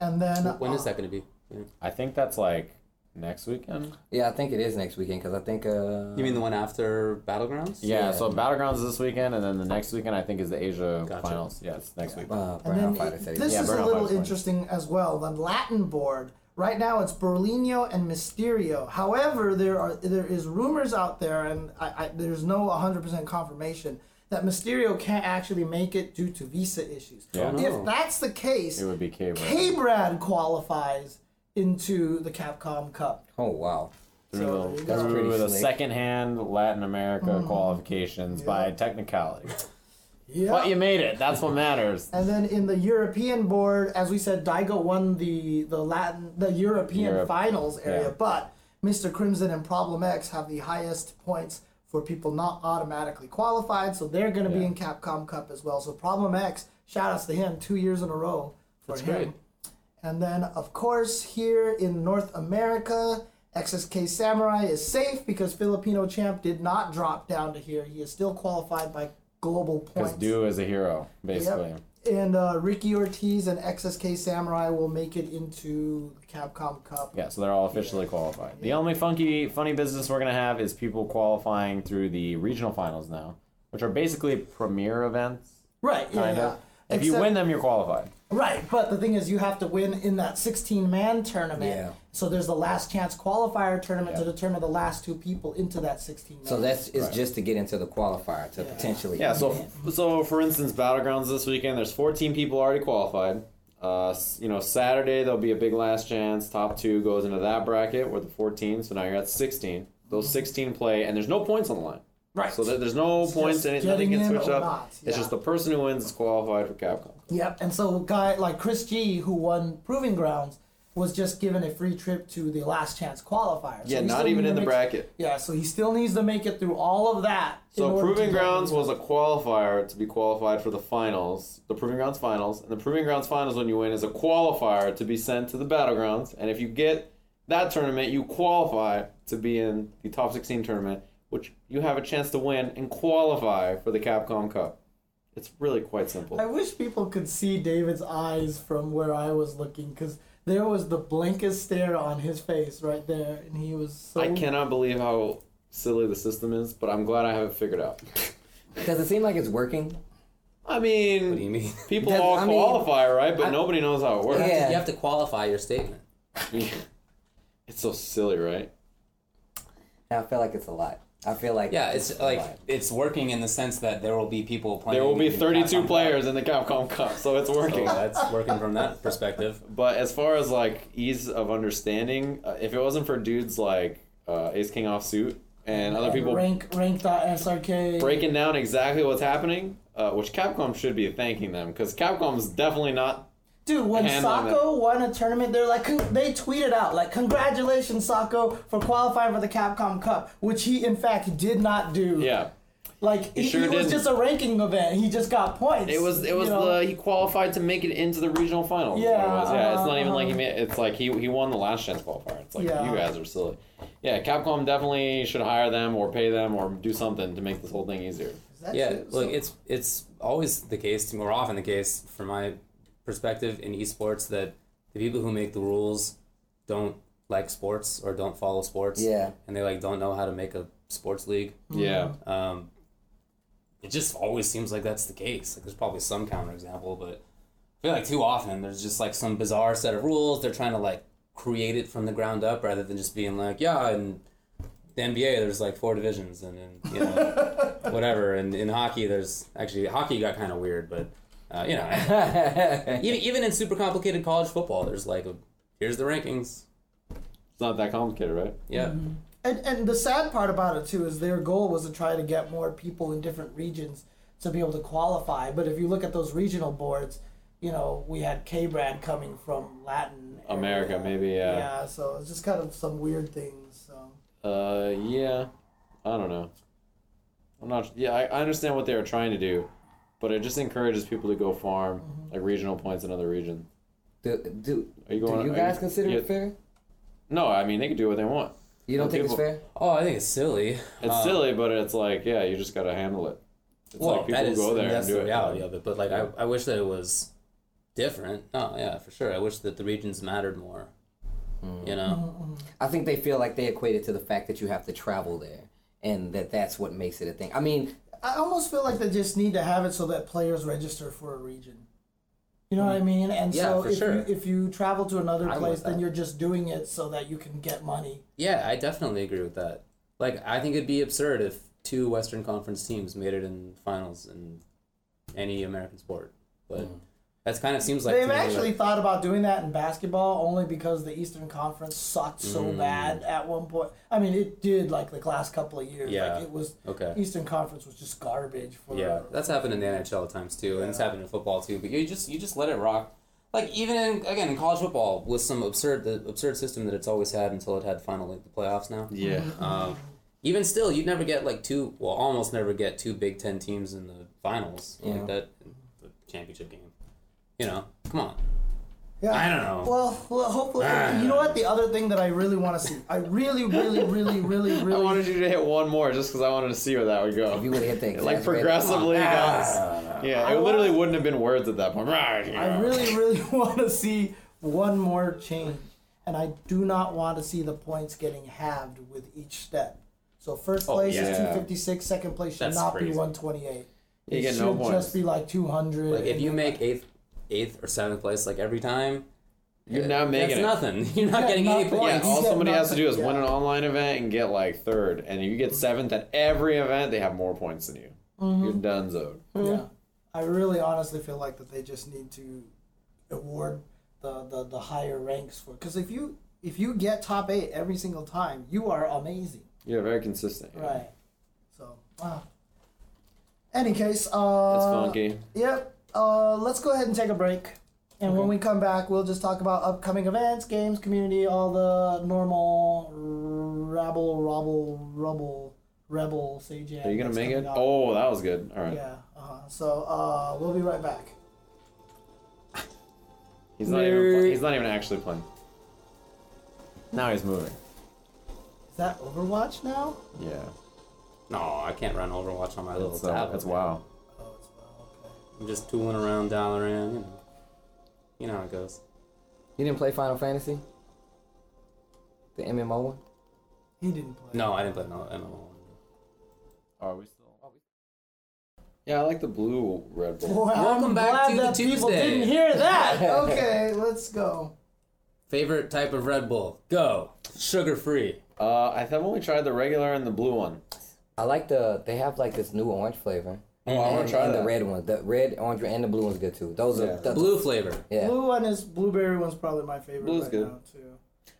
B: And then
D: When
B: uh,
D: is that going to be? Yeah.
C: I think that's like next weekend.
A: Yeah, I think it is next weekend because I think. Uh,
D: You mean the one after Battlegrounds?
C: Yeah, so Battlegrounds is this weekend, and then the next weekend I think is the Asia
D: Gotcha.
C: finals. Yeah, it's next week.
A: Uh,
B: And
A: Brown
B: then
A: Fighter City.
B: this
C: Yeah,
B: is a
C: Burnout
B: little
C: Fighter.
B: interesting as well. The Latin board right now it's Berlino and Mysterio. However, there are there is rumors out there, and I, I, there's no 100% confirmation that Mysterio can't actually make it due to visa issues.
C: Yeah. Oh,
D: no.
B: If that's the case,
C: It would be K.
B: K-Brad qualifies into the Capcom Cup.
A: oh wow.
B: So
C: Through,
B: there you
C: the,
B: go.
C: through
A: Pretty
C: the
A: slick.
C: secondhand Latin America qualifications by technicality.
B: Yeah.
C: But you made it. That's what matters.
B: And then in the European board, as we said, Daigo won the the Latin the European
C: Europe.
B: finals area,
C: Yeah.
B: but Mr. Crimson and Problem X have the highest points for people not automatically qualified, so they're going to be in Capcom Cup as well. So Problem X, shout outs to him, two years in a row for him.
C: great.
B: And then of course here in North America, XSK Samurai is safe because Filipino champ did not drop down to here. He is still qualified by global points.
C: Because Du is a hero, basically.
B: Yep. And uh, Ricky Ortiz and XSK Samurai will make it into the Capcom Cup.
C: Yeah, so they're all officially qualified. The only funky, funny business we're gonna have is people qualifying through the regional finals now, which are basically premier events.
B: Right. Yeah.
C: Kind
B: yeah.
C: of. If you
B: Except-
C: win them, you're qualified.
B: Right, but the thing is, you have to win in that 16 man tournament.
A: Yeah.
B: So there's the last chance qualifier tournament to determine the last two people into that 16 man.
A: So that's it's just to get into the qualifier to potentially.
C: Yeah, so so for instance, battlegrounds this weekend. There's 14 people already qualified. Uh, s- you know, Saturday there'll be a big last chance. Top two goes into that bracket with the 14. So now you're at 16. Those 16 play, and there's no points on the line.
B: Right.
C: So there, there's no points,
B: just
C: and
B: getting
C: nothing can
B: in
C: switch
B: or
C: up.
B: not,
C: It's
B: yeah.
C: just the person who wins is qualified for Capcom.
B: Yep. And so guy like Chris G, who won Proving Grounds, was just given a free trip to the last chance qualifier. So
C: Yeah,
B: he
C: not
B: still
C: even
B: needs
C: in
B: to
C: the
B: make-
C: bracket.
B: Yeah, so he still needs to make it through all of that. in
C: So
B: order to
C: proving
B: get
C: grounds
B: into-
C: was a qualifier to be qualified for the finals, the proving grounds finals, and the proving grounds finals when you win is a qualifier to be sent to the battlegrounds, and if you get that tournament, you qualify to be in the top 16 tournament, which you have a chance to win and qualify for the Capcom Cup. It's really quite simple.
B: I wish people could see David's eyes from where I was looking because there was the blankest stare on his face right there, and he was so.
C: I cannot believe how silly the system is, but I'm glad I have it figured out.
A: Does it seem like it's working?
C: I mean,
D: What do you *laughs* mean?
C: people
A: Does-
C: all
A: I mean,
C: qualify, right? But nobody knows how it works.
A: Yeah.
D: You have to qualify your statement.
C: *laughs* it's so silly, right?
A: I feel like it's a lot. I feel like
D: Yeah, it's
A: a
D: like
A: lot.
D: it's working in the sense that there will be people playing.
C: There will be
D: in
C: 32
D: Capcom Cup.
C: players in the Capcom Cup, so it's
D: So
C: working.
D: Oh, that's working from that perspective.
C: But as far as like ease of understanding, uh, if it wasn't for dudes like uh, Ace King offsuit and other people
B: rank rank dot SRK.
C: breaking down exactly what's happening, uh, which Capcom should be thanking them because Capcom's definitely not.
B: Dude, when
C: Hand on
B: Sako won a tournament, they're like con- they tweeted out like, "Congratulations, Sako, for qualifying for the Capcom Cup," which he in fact did not do.
C: Yeah,
B: like he,
C: sure
B: it was
C: didn't.
B: just a ranking event. He just got points.
C: it was it was
B: you know?
C: the he qualified to make it into the regional finals. is what it
B: Yeah,
C: was. yeah. It's not even
B: uh-huh.
C: like he made. It's like he he won the last chance qualifier. It's like
B: Yeah.
C: you guys are silly. Yeah, Capcom definitely should hire them or pay them or do something to make this whole thing easier.
B: That's
D: Yeah,
B: it.
D: look, it's it's always the case, more often the case, from my perspective in esports, that the people who make the rules don't like sports or don't follow sports.
A: Yeah.
D: and they like don't know how to make a sports league.
C: Yeah.
D: Um, it just always seems like that's the case. Like there's probably some counterexample, but I feel like too often there's just like some bizarre set of rules. They're trying to like create it from the ground up rather than just being like, yeah, and the NBA there's like four divisions and, and you know whatever. And in hockey there's actually hockey got kind of weird, but uh,
A: *laughs*
D: you know even even in super complicated college football there's like a, here's the rankings.
C: It's not that complicated, right?
D: Yeah,
B: And and the sad part about it too is their goal was to try to get more people in different regions to be able to qualify. But if you look at those regional boards, you know, we had K Brad coming from Latin area.
C: America, maybe, yeah.
B: Yeah, so it's just kind of some weird things. So
C: Uh, yeah. I don't know. I'm not. Yeah, I, I understand what they were trying to do, but it just encourages people to go farm like regional points in other regions.
A: Do, do,
C: Are you
A: do
C: going?
A: you
C: are
A: guys consider
C: yeah.
A: it fair?
C: No, I mean they can do what they want.
A: You don't
C: Well,
A: think it's
C: people-
A: fair?
D: Oh, I think it's silly.
C: It's silly, but it's like yeah, you just got to handle it. It's
D: well,
C: like people
D: that is
C: go there and
D: that's
C: do
D: the
C: it.
D: reality of it. But like, I, I wish that it was different. Oh yeah, for sure. I wish that the regions mattered more.
C: Hmm.
D: You know,
A: I think they feel like they equate it to the fact that you have to travel there and that that's what makes it a thing. I mean,
B: I almost feel like they just need to have it so that players register for a region. You know what I mean? And
D: Yeah,
B: so
D: for
B: if
D: sure.
B: you if you travel to another
A: I'm
B: place,
A: with
B: then
A: that.
B: you're just doing it so that you can get money.
D: yeah, I definitely agree with that. Like, I think it'd be absurd if two Western Conference teams made it in finals in any American sport. But
C: Hmm.
D: that's kind of seems like to
B: They've
D: me, like-
B: actually thought about doing that in basketball only because the Eastern Conference sucked so
D: Mm.
B: bad at one point. I mean, it did like the last couple of years.
D: Yeah.
B: Like it was
D: okay.
B: Eastern Conference was just garbage for
D: Yeah, that's happened in the NHL at times too, and it's happened in football too. But you just you just let it rock. Like even in, again in college football with some absurd the absurd system that it's always had until it had final like the playoffs now.
C: Yeah.
D: Um, even still, you'd never get like two well almost never get two Big Ten teams in the finals
A: Yeah.
D: like that the championship game. You know, come on.
B: Yeah.
D: I don't know. Ah.
B: Well, well, hopefully, you know what? The other thing that I really want to see, I really, really, really,
D: *laughs*
B: really,
C: I
B: really,
C: wanted you to hit one more just because I wanted to see where that would go.
A: if you would have hit the
C: *laughs* like
A: exacerbated-
C: progressively,
D: Ah.
C: got- yeah, it literally wouldn't have been words at that point. *laughs*
B: I really, really *laughs* want to see one more change, and I do not want to see the points getting halved with each step. So first
D: Oh,
B: place
C: yeah.
B: is two fifty six, second place should
D: That's
B: not be
D: crazy.
B: one twenty eight.
C: You
B: it
C: get
B: should
C: no points.
B: just be like two hundred.
D: Like if you make eighth eighth or seventh place like every time,
C: You're not making
D: that's
C: it.
D: nothing. *laughs* You're not getting any
B: nothing.
C: Yeah,
D: points.
C: all
B: Yeah,
C: somebody has to do is
B: nothing,
C: win an
B: yeah.
C: online event and get like third, and if you get seventh at every event, they have more points than you.
B: Mm-hmm.
C: You're done zone.
B: Yeah. I really honestly feel like that they just need to award the, the, the higher ranks for because if you if you get top eight every single time, you are amazing.
C: You're very consistent. yeah.
B: Right. So wow. Any case,
C: It's
B: uh
C: funky.
B: Yep. Uh let's go ahead and take a break. And when we come back, we'll just talk about upcoming events, games, community, all the normal rabble, robble, rubble, rebel, say
C: Are you gonna make it? Oh, that was good. All right.
B: Yeah. Uh-huh. So uh, we'll be right back.
C: He's not even. Play- he's not even actually playing. Now he's moving.
B: Is that Overwatch now?
C: Yeah.
D: No, I can't run Overwatch on my little
C: So
D: tablet.
C: that's wow.
B: Oh, it's well,
D: I'm just tooling around Dalaran, you know. You know how it goes.
A: You didn't play Final Fantasy? The MMO one?
B: okay. He didn't play.
D: No, I didn't play no MMO.
C: Are we still? Yeah, I like the blue Red Bull.
B: *laughs* Well,
D: Welcome
B: I'm
D: back
B: glad
D: to the
B: that people
D: Tuesday.
B: didn't hear
C: *laughs*
B: that. Okay, let's go.
D: Favorite type of Red Bull? Go. Sugar free.
C: Uh, I have only tried the regular and the blue one.
A: I like the, they have like this new orange flavor.
C: Oh, I want
A: and,
C: to try
A: and
C: that.
A: the red one. The red, orange, and the blue one's good too. Those
C: Yeah.
A: are the
D: Blue flavor.
A: Yeah.
B: Blue one is blueberry one's probably my favorite
C: Blue's
B: right
C: good.
B: now too.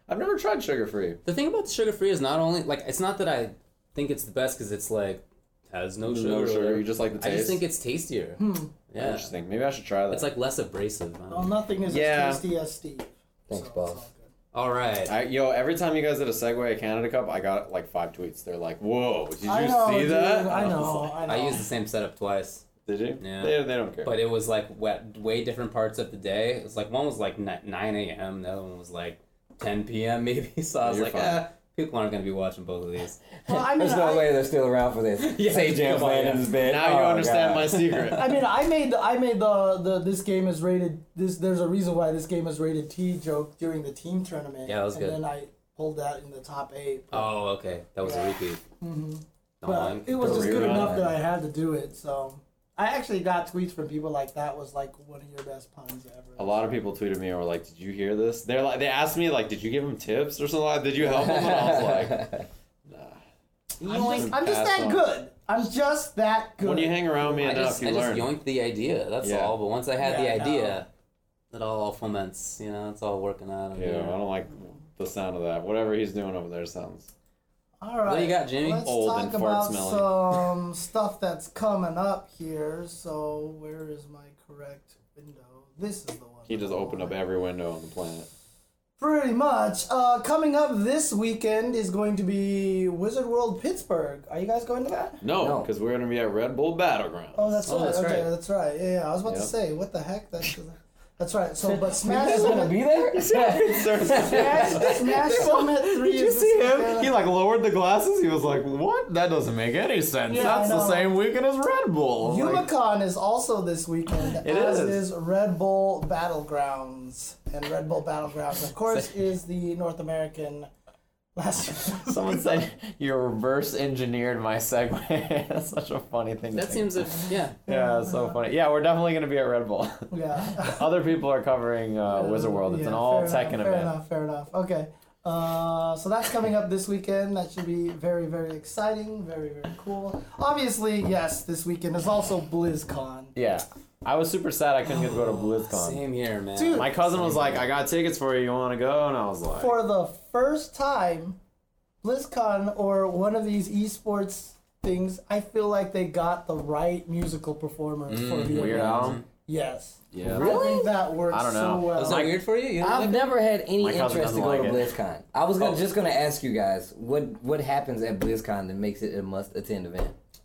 C: I've never tried sugar free.
D: The thing about the sugar free is not only like it's not that I think it's the best because it's like has no sugar.
C: No
D: or
C: sugar.
D: whatever.
C: You just like the taste.
D: I just think it's tastier.
B: Hmm.
D: Yeah,
C: interesting. Maybe I should try that.
D: it's like less abrasive. Um, I don't know.
B: Well, Oh, nothing is
C: Yeah.
B: as tasty as Steve.
A: Thanks,
B: so it's
A: boss.
B: all good.
D: All right.
C: I, yo, every time you guys did a Segway at Canada Cup, I got like five tweets. They're like, "Whoa, did you
B: I know,
C: see
B: dude,
C: that?"
B: I
C: was
B: know.
C: like,
B: I know.
D: I used the same setup twice,
C: did you?
D: Yeah.
C: They, they don't care.
D: but it was like wet, way different parts of the day. It was like one was like ni- nine a.m. The other one was like ten p.m. Maybe. *laughs* So I was
C: You're
D: like,
C: fine.
D: eh, people aren't gonna be watching both of these.
A: *laughs*
B: Well, I mean,
A: There's no
B: I,
A: way they're still around for this.
D: *laughs* Yeah,
A: Say Jam's
D: come on,
A: laying
D: yeah.
A: in his bed.
C: now you
A: Oh,
C: understand
A: God.
B: *laughs*
C: my secret.
B: I mean, I made the I made the, the this game is rated this. There's a reason why this game is rated T joke during the team tournament.
D: Yeah, that was
B: and
D: good.
B: then I pulled that in the top eight.
D: Oh, okay. That was a repeat. Mm-hmm.
B: But it was just good
C: Rerun.
B: enough that I had to do it. So I actually got tweets from people like that was like one of your best puns ever.
C: A lot of people tweeted me and were like, "Did you hear this?" They're like, they asked me like, "Did you give him tips or something? Like, Did you help him?" And I was
D: *laughs*
C: like,
B: I'm just, I'm just
C: Pass
B: that
C: on.
B: good. I'm just that good.
C: "When you hang around me
D: I
C: enough,
D: just,
C: you
D: I
C: learn."
D: just yoinked the idea. That's
C: Yeah.
D: all. But once I
B: Yeah,
D: had the
B: no.
D: idea, it all foments. You know, it's all working out.
C: yeah, I don't like the sound of that. Whatever he's doing over there sounds
B: All right.
D: What do you got, Jimmy?
B: Let's
C: Old
B: talk
C: and fart
B: about
C: smelling.
B: some stuff that's coming up here. So where is my correct window? This is the one.
C: He just opened up every window on the planet.
B: Pretty much. Uh, coming up this weekend is going to be Wizard World Pittsburgh. Are you guys going to that?
C: No,
A: No.
C: because we're gonna be at Red Bull Battleground.
B: Oh, that's
D: Oh,
B: right.
D: that's
B: okay,
D: right.
B: that's right. Yeah, yeah. I was about to
C: Yep.
B: say, what the heck? That's that's right. So, but Smash
A: That's gonna
B: Summit,
A: be *laughs* there.
D: *laughs*
B: Smash, Smash Summit Three.
C: Did you see him? He like lowered the glasses. He was like, "What? That doesn't make any sense.
B: Yeah,
C: That's
B: I
C: the
B: know.
C: same weekend as Red Bull." I'm like,
B: Yumicon is also this weekend,
C: It
B: as
C: is.
B: is. Red Bull Battlegrounds. And Red Bull Battlegrounds, of course, is the North American last *laughs*
C: Someone said you reverse engineered my segment. *laughs* that's such a funny thing. to
D: That
C: think.
D: seems a yeah.
C: *laughs* Yeah, it's so funny. Yeah, we're definitely gonna be at Red Bull. *laughs*
B: Yeah.
C: Other people are covering uh, Wizard World. It's
B: Yeah,
C: an all
B: fair
C: Tekken
B: enough,
C: event.
B: Fair enough, fair enough. Okay. Uh, so that's coming up this weekend. That should be very, very exciting. Very, very cool. Obviously, yes, this weekend is also BlizzCon.
C: Yeah, I was super sad I couldn't get to go to BlizzCon.
D: Same year, man.
B: Dude.
C: My cousin was like, "I got tickets for you. You want to go?" And I was like,
B: For the first time, BlizzCon or one of these esports things, I feel like they got the right musical performers for the
C: Mm, "Weird
B: event.
C: album."
B: Yes.
C: Yeah.
B: I think that works
C: I don't know.
B: so well.
D: was that weird for you? You didn't
A: I've
D: like
A: never had any
C: My cousin
A: interest to
C: doesn't
A: go
C: like
A: to
C: it.
A: BlizzCon. I was gonna,
C: Oh.
A: just gonna ask you guys what what happens at BlizzCon that makes it a must attend event.
D: it?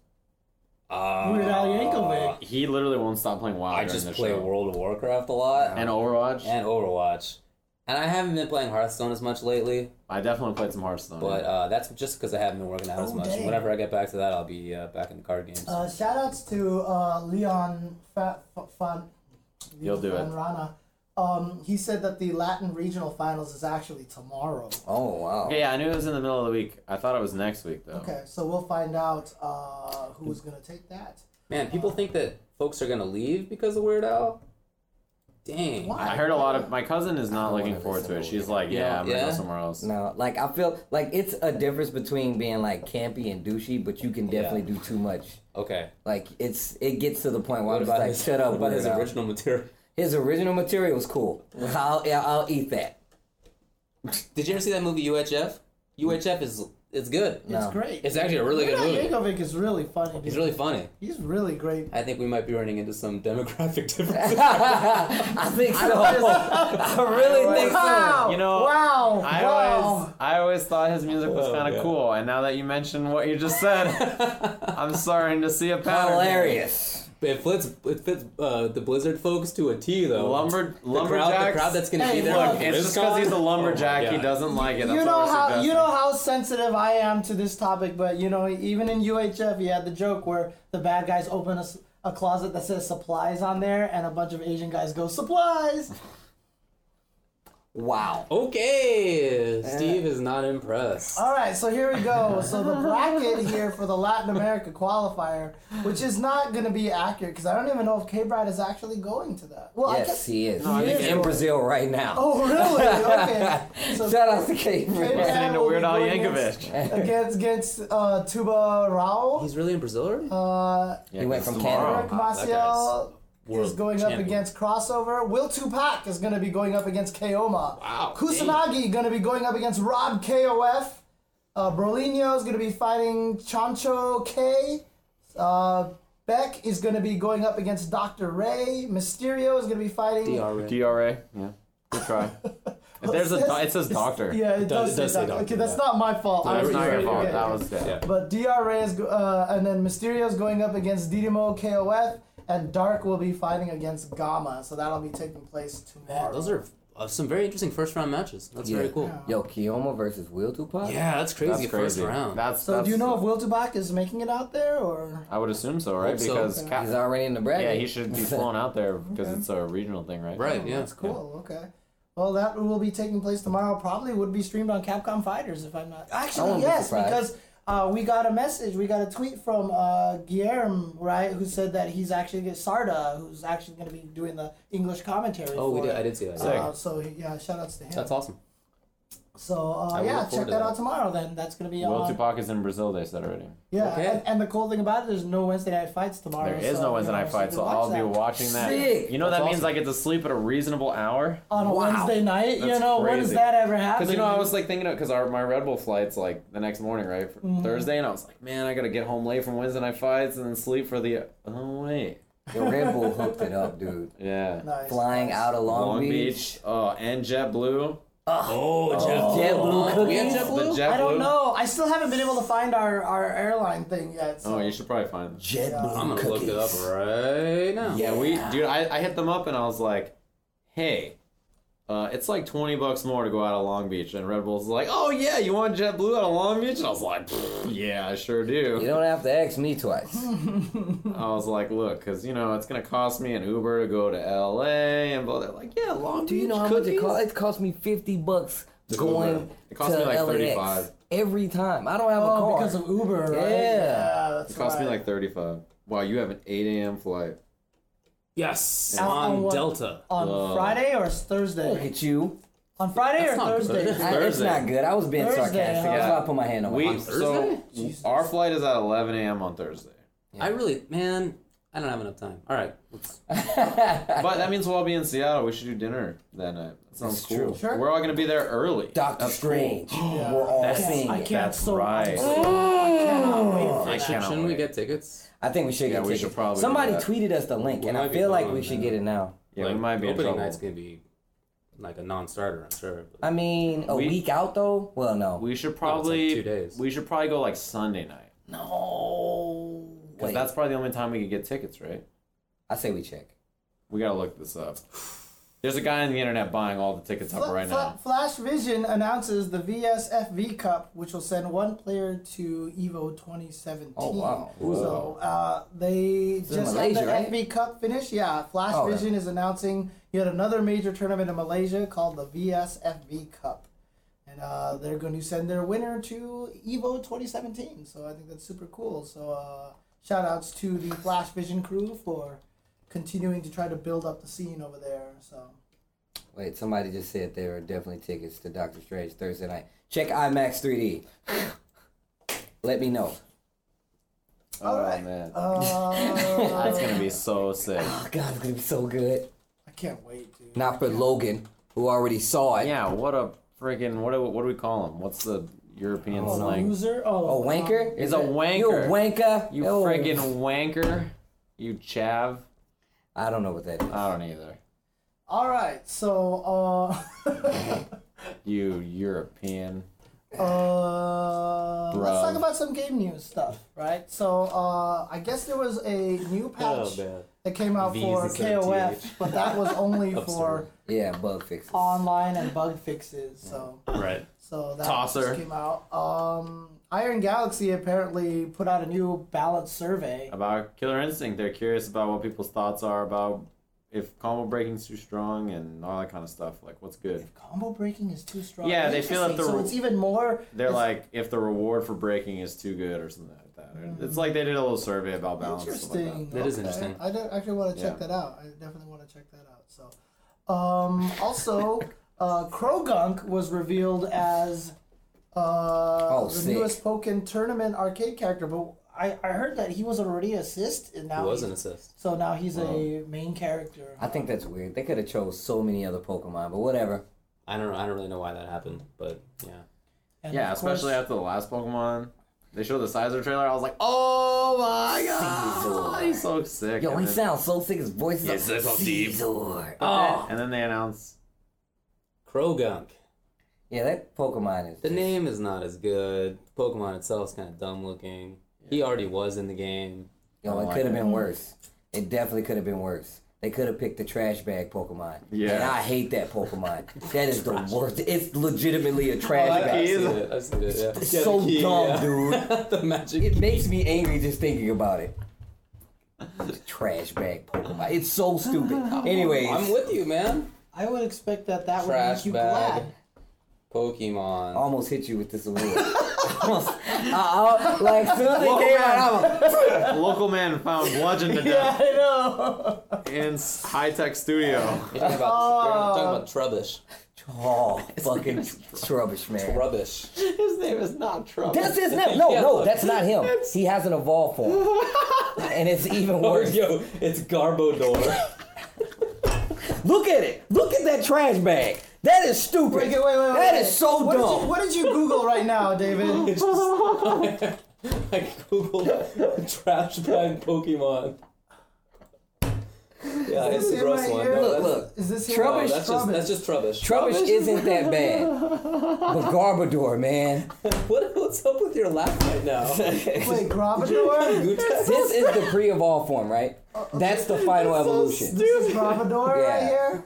D: Uh,
B: Weird Al Yankovic.
C: He literally won't stop playing WoW.
D: I
C: during
D: just
C: the
D: play
C: show.
D: World of Warcraft a lot
C: and Overwatch.
D: and Overwatch, and I haven't been playing Hearthstone as much lately.
C: I definitely played some Hearthstone.
D: But uh, that's just because I haven't been working out as
B: Oh,
D: much.
B: dang.
D: Whenever I get back to that, I'll be uh, back in the card games.
B: Uh, shout outs to uh, Leon Fa- Fa- Fan.
C: You'll do
B: Fan
C: it.
B: Rana. Um, he said that the Latin regional finals is actually tomorrow.
A: Oh wow.
C: Okay, yeah, I knew it was in the middle of the week. I thought it was next week though.
B: Okay, so we'll find out uh, who's gonna take that.
D: Man,
B: uh.
D: people think that folks are gonna leave because of Weird Al. Dang.
B: Why?
C: I heard a lot of my cousin is
A: I
C: not
A: don't
C: looking
A: wanna
C: forward
A: listen
C: to it.
A: to
C: She's
A: it.
C: like, yeah, I'm gonna
D: Yeah.
C: go somewhere else.
A: No, like I feel like it's a difference between being like campy and douchey, but you can definitely do too much.
D: Okay.
A: Like it's it gets to the point where
D: What
A: I'm just
D: about
A: like,
D: his,
A: shut up.
D: what about his
A: weirdo."
D: original material?
A: His original material was cool. I'll yeah, I'll eat that.
D: Did you ever see that movie UHF? UHF is it's good.
A: No.
B: It's great.
D: It's actually a really good
B: Leon
D: movie.
B: Yankovic is really funny. dude.
D: He's really funny.
B: He's really great.
D: I think we might be running into some demographic *laughs*
A: *laughs*
D: differences.
A: I think so. *laughs* I really think so.
B: Wow!
C: You know,
B: wow!
C: I
B: wow.
C: always, I always thought his music was
D: Oh,
C: kind
D: yeah.
C: of cool, and now that you mentioned what you just
D: *laughs*
C: said, I'm starting to see a pattern.
A: Hilarious.
D: it fits it fits uh, the Blizzard folks to a T though.
C: Lumber,
D: the crowd, the
C: lumberjacks.
D: crowd that's gonna
B: Hey,
D: be there.
B: look,
D: on
C: it's just because
D: BlizzCon?
C: he's a lumberjack,
D: Oh my
C: he
D: God.
C: doesn't like it. That's
B: you know
C: what we're
B: how you
C: suggesting.
B: know how sensitive I am to this topic, but you know even in UHF, you had the joke where the bad guys open a, s- a closet that says supplies on there, and a bunch of Asian guys go supplies.
A: Wow.
D: Okay, Steve is not impressed.
B: All right, so here we go. So the bracket here for the Latin America qualifier, which is not going to be accurate because I don't even know if K Bride is actually going to that. Well, I
A: Yes,
B: guess.
A: he is.
B: I
A: He's
B: think-
A: in Brazil right now.
B: Oh really? Okay. So
A: *laughs* Shout out to Kate.
B: K-Bride
C: Listening to
B: will be
C: Weird Al
B: going
C: Yankovic.
B: against against uh, Tuba Rao.
D: He's really in Brazil already.
B: Uh,
C: Yeah,
A: He went
C: it's
A: from
C: tomorrow.
A: Canada.
B: Eric Maciel is going up against Crossover. Will Tupac is going to be going up against Kaoma.
D: Wow,
B: Kusanagi going to be going up against Rob KOF. Uh, Brolinho is going to be fighting Chancho K. Uh, Beck is going to be going up against Dr. Ray. Mysterio is going to be fighting.
C: DRA. Yeah. Good
B: *laughs*
C: try. If there's a, do- it says doctor.
B: Yeah, it, does,
D: does- it
B: say
D: does say
B: doctor.
D: doctor,
B: Okay, that's
D: yeah.
B: not my fault. I
C: That's
B: was
C: not
B: reading
C: your
B: it.
C: fault.
B: Okay.
C: That was yeah.
B: But DRA is, go- uh, and then Mysterio is going up against Didimo KOF, and Dark will be fighting against Gamma. So that'll be taking place tomorrow.
D: Those are uh, some very interesting first round matches. That's very
A: Yeah.
D: cool.
A: Yo, Kioma versus Will Tupac?
D: Yeah, that's crazy.
C: That's
D: first
C: crazy.
D: round.
C: That's
B: so
C: that's,
B: do you know if Will Tupac is making it out there or?
C: I would assume so, right?
D: Hope so.
C: Because Cap-
A: He's already in the bracket.
C: yeah, he
B: *laughs*
C: should be flown out there because it's a regional thing, right?
D: right. Yeah.
B: That's cool. Okay. Well, that will be taking place tomorrow. Probably would be streamed on Capcom Fighters if I'm not. Actually,
A: wouldn't be
B: yes,
A: surprised.
B: because uh, we got a message, we got a tweet from uh, Guillermo, right, who said that he's actually Sarda, who's actually going to be doing the English commentary.
D: Oh, we
B: for
D: did.
B: it.
D: I did see that.
C: Sick.
B: Uh, so yeah, shout outs to him.
D: That's awesome.
B: So uh,
C: will
B: yeah,
C: look
B: check
C: forward to
B: that
C: that.
B: out tomorrow. Then that's gonna be
C: Well,
B: on.
C: Tupac is in Brazil. They said already.
B: Yeah,
D: Okay.
B: and, and the cool thing about it, there's no Wednesday night fights tomorrow.
C: There is
B: so,
C: no Wednesday
B: you know,
C: night fight,
B: you
C: so
B: can
C: I'll
B: watch
C: be
B: that
C: watching that.
A: Sick.
C: You know
D: That's
C: that means
D: awesome.
C: I get to sleep at a reasonable hour.
B: on a
A: Wow.
B: Wednesday night. you
C: That's
B: know, when does
C: crazy.
B: that ever happen?
C: Because you know, I was like thinking of because our my Red Bull flight's like the next morning, right? For
B: Mm-hmm.
C: Thursday, and I was like, man, I gotta get home late from Wednesday night fights and then sleep for the. Oh wait,
A: Yo, Red Bull hooked it up,
C: *laughs*
A: dude.
C: yeah.
B: Nice.
A: Flying out of Long,
C: Long Beach, oh, and JetBlue.
D: Oh, JetBlue.
A: JetBlue
D: We had
A: cookies?
D: JetBlue?
C: The JetBlue.
B: I don't know. I still haven't been able to find our, our airline thing yet. So.
C: Oh, you should probably find them.
A: JetBlue
D: I'm gonna look
A: cookies.
D: it up right now.
A: Yeah,
C: Yeah, we, dude, I, I hit them up and I was like, hey, uh, it's like 20 bucks more to go out of Long Beach. And Red Bull's like, oh, yeah, you want JetBlue out of Long Beach? And I was like, "Pfft, yeah, I sure
A: You
C: do.
A: don't have to ask me twice.
B: Hmm.
C: I was like, look, because, you know, it's going to cost me an Uber to go to LA. And blah, they're like, yeah, Long Beach.
A: Do you know how much it cost? It cost me fifty bucks going
C: It cost
A: to
C: me like
A: LAX
C: 35.
A: every time. I don't have a
B: Oh,
A: car.
B: because of Uber, right?
A: Yeah.
B: that's
C: It cost me
B: right.
C: like 35 Wow, you have an 8 a.m. flight.
D: Yes,
B: Out on
D: on
B: what?
D: Delta.
B: on
C: Whoa.
B: Friday or
A: Look
B: Thursday.
A: at you.
B: On Friday
D: That's
B: or
D: not
B: Thursday.
D: good.
A: I, it's
C: Thursday.
A: not good. I was being
B: Thursday,
A: sarcastic.
B: huh?
A: That's why I put my hand on my *laughs*
C: We,
A: mouth.
C: so, our flight is at 11 a.m. on Thursday.
D: I really, man, I don't have enough time. All right,
C: But that means we'll all be in Seattle. We should do dinner that night. That sounds
A: That's
C: cool.
A: true.
B: Sure.
C: We're all going to be there early.
A: Doctor
C: That's cool.
A: Strange.
B: *gasps* Yeah.
A: We're all
C: That's-
A: seeing
B: I
A: it.
B: can't.
C: That's
B: so
C: right.
B: I cannot wait for
C: I
B: that.
C: cannot
D: shouldn't we
C: wait.
D: get tickets?
A: I think we should
C: Yeah,
A: get
C: we
A: tickets.
C: should probably do
A: Somebody
C: that.
A: tweeted us the link, and I
D: might be
A: feel like
D: gone,
A: we should
D: man.
A: get it now.
C: Yeah, we might be in
D: opening
C: trouble.
D: night's gonna be like a non-starter. I'm sure. but-
A: I mean, a
C: We-
A: week out though. Well, no,
C: We should probably
D: two days.
C: We should probably go like Sunday night
A: no.
C: because
A: Wait,
C: that's probably the only time we could get tickets, right?
A: I say we check.
C: We gotta look this up. There's a guy on the internet buying all the tickets up
B: Fla-
C: right
B: Fla-
C: now.
B: Flash Vision announces the VSFV Cup, which will send one player to Evo 2017.
A: Oh, wow.
B: So uh, they
A: in
B: just
A: Malaysia,
B: had the
A: right?
B: FV Cup finish. Yeah, Flash
A: Oh, okay.
B: Vision is announcing yet another major tournament in Malaysia called the VSFV Cup, and uh, they're going to send their winner to Evo 2017. So I think that's super cool. So uh, shout outs to the Flash Vision crew for continuing to try to build up the scene over there. So.
A: Wait, somebody just said there are definitely tickets to Doctor Strange Thursday night. Check IMAX 3D. *sighs* Let me know.
C: oh
B: Alright.
C: man, *laughs*
B: Uh,
C: that's gonna be so sick.
A: Oh God, it's gonna be so good.
B: I can't wait, dude.
A: Not for Logan, who already saw it.
C: Yeah, what a freaking what do what do we call him? What's the European
B: Oh,
C: slang?
B: loser. Oh,
A: A wanker?
C: He's a wanker.
A: You a wanker?
C: You
A: Oh,
C: friggin' wanker. You chav.
A: I don't know what that is.
C: I don't either.
B: All right. So, uh, *laughs*
C: You European.
B: uh, let's
C: Bruh.
B: talk about some game news stuff, right? So, uh, I guess there was a new patch
D: Oh, man.
B: that came out
D: V's
B: for
D: instead of
B: KOF,
D: TH.
B: but that was only for
A: Yeah, bug fixes.
B: online and bug fixes. So,
D: Right.
B: so that
C: Tosser.
B: just came out. Um, Iron Galaxy apparently put out a new balance survey.
C: about Killer Instinct. They're curious about what people's thoughts are about if combo breaking's too strong and all that kind of stuff. Like, what's good?
B: Combo breaking is too strong.
C: Yeah, they feel that the
B: Interesting. so
C: ru-
B: it's even more.
C: They're like, if the reward for breaking is too good or something like that. It's like they did a little survey about balance. and stuff like
B: Mm.
C: that.
B: Interesting.
D: That is interesting.
B: I don't actually want to check
C: Yeah.
B: that out. I definitely want to check that out. So, um, also, uh, Krogunk was revealed as uh, the
A: sick.
B: newest Pokken tournament arcade character, but I, I heard that he was already assist and now
D: It was an
B: he's-
D: assist.
B: so now he's a main character.
A: I think that's weird. They could have chose so many other Pokemon, but whatever.
D: I don't. I don't really know why that happened, but yeah.
B: And
C: Yeah,
B: of course-
C: especially after the last Pokemon. They showed the Sizer trailer. I was like, oh my god,
A: Caesar.
C: he's so sick.
A: Yo,
C: and
A: he
C: then-
A: sounds so sick. His voice is
C: Yes, that's all deep.
A: Caesar.
D: Oh,
C: And then they announced
D: Krogunk.
A: Yeah, that Pokemon is.
D: The name is not as good. Pokemon itself is kind of dumb looking. He already was in the game.
A: Yo,
D: Oh,
A: it could have been worse. It definitely could have been worse. They could have picked the trash bag Pokemon.
C: Yeah.
A: And I hate that
D: *laughs*
A: Pokemon. that is the worst. It's legitimately a trash
C: I-
A: bag.
C: he is-
D: I've seen it. I've seen it, yeah.
A: It's
C: *laughs*
D: Yeah, the
A: so
D: key,
A: dumb,
D: yeah. *laughs*
A: dude.
D: the magic.
A: It makes me angry just thinking about it. Trash bag Pokemon. It's so
D: *laughs*
A: stupid. Anyways,
D: I'm with you, man.
B: I would expect that that would
D: Trash
B: make you
D: bag.
B: glad.
D: Pokemon.
A: I almost hit you with this award. almost, I, I, like, as soon as it came out, Oh, I'm like,
C: *laughs* local man found bludgeoned to death
B: I know.
C: in high tech studio.
D: You're talking about, you're talking about Trubbish.
A: Oh, fucking rubbish, man.
F: Rubbish.
C: His name is not Trump.
A: That's his name. No,
F: Yeah,
A: no,
F: look.
A: that's not him. He has an evolved form,
F: *laughs*
A: and it's even
F: Oh,
A: worse.
F: yo, it's
D: *laughs*
F: Garbodor.
A: Look at it. Look at that trash bag. That is stupid.
B: Wait, wait, wait, wait,
A: That
B: wait.
A: is so
B: what Did
A: dumb.
B: you, what did you Google right now,
D: *laughs*
B: David?
F: It's just- I googled trash bag Pokemon. Yeah, it's
B: Is
F: a
B: it
F: gross
B: right
F: one.
B: here?
F: No,
A: look,
F: that's-
A: look.
B: Is this here?
A: Trubbish.
D: oh,
F: no, that's just that's just rubbish.
A: Trubbish isn't that bad,
F: *laughs*
A: but Garbador, man,
D: *laughs*
F: What, what's up with your laugh right now?
B: Wait, Grabador?
F: Gutex?
A: this is the pre-evolved form, right?
F: Uh,
A: That's the final evolution.
B: this is Grabador right
A: Yeah.
B: here?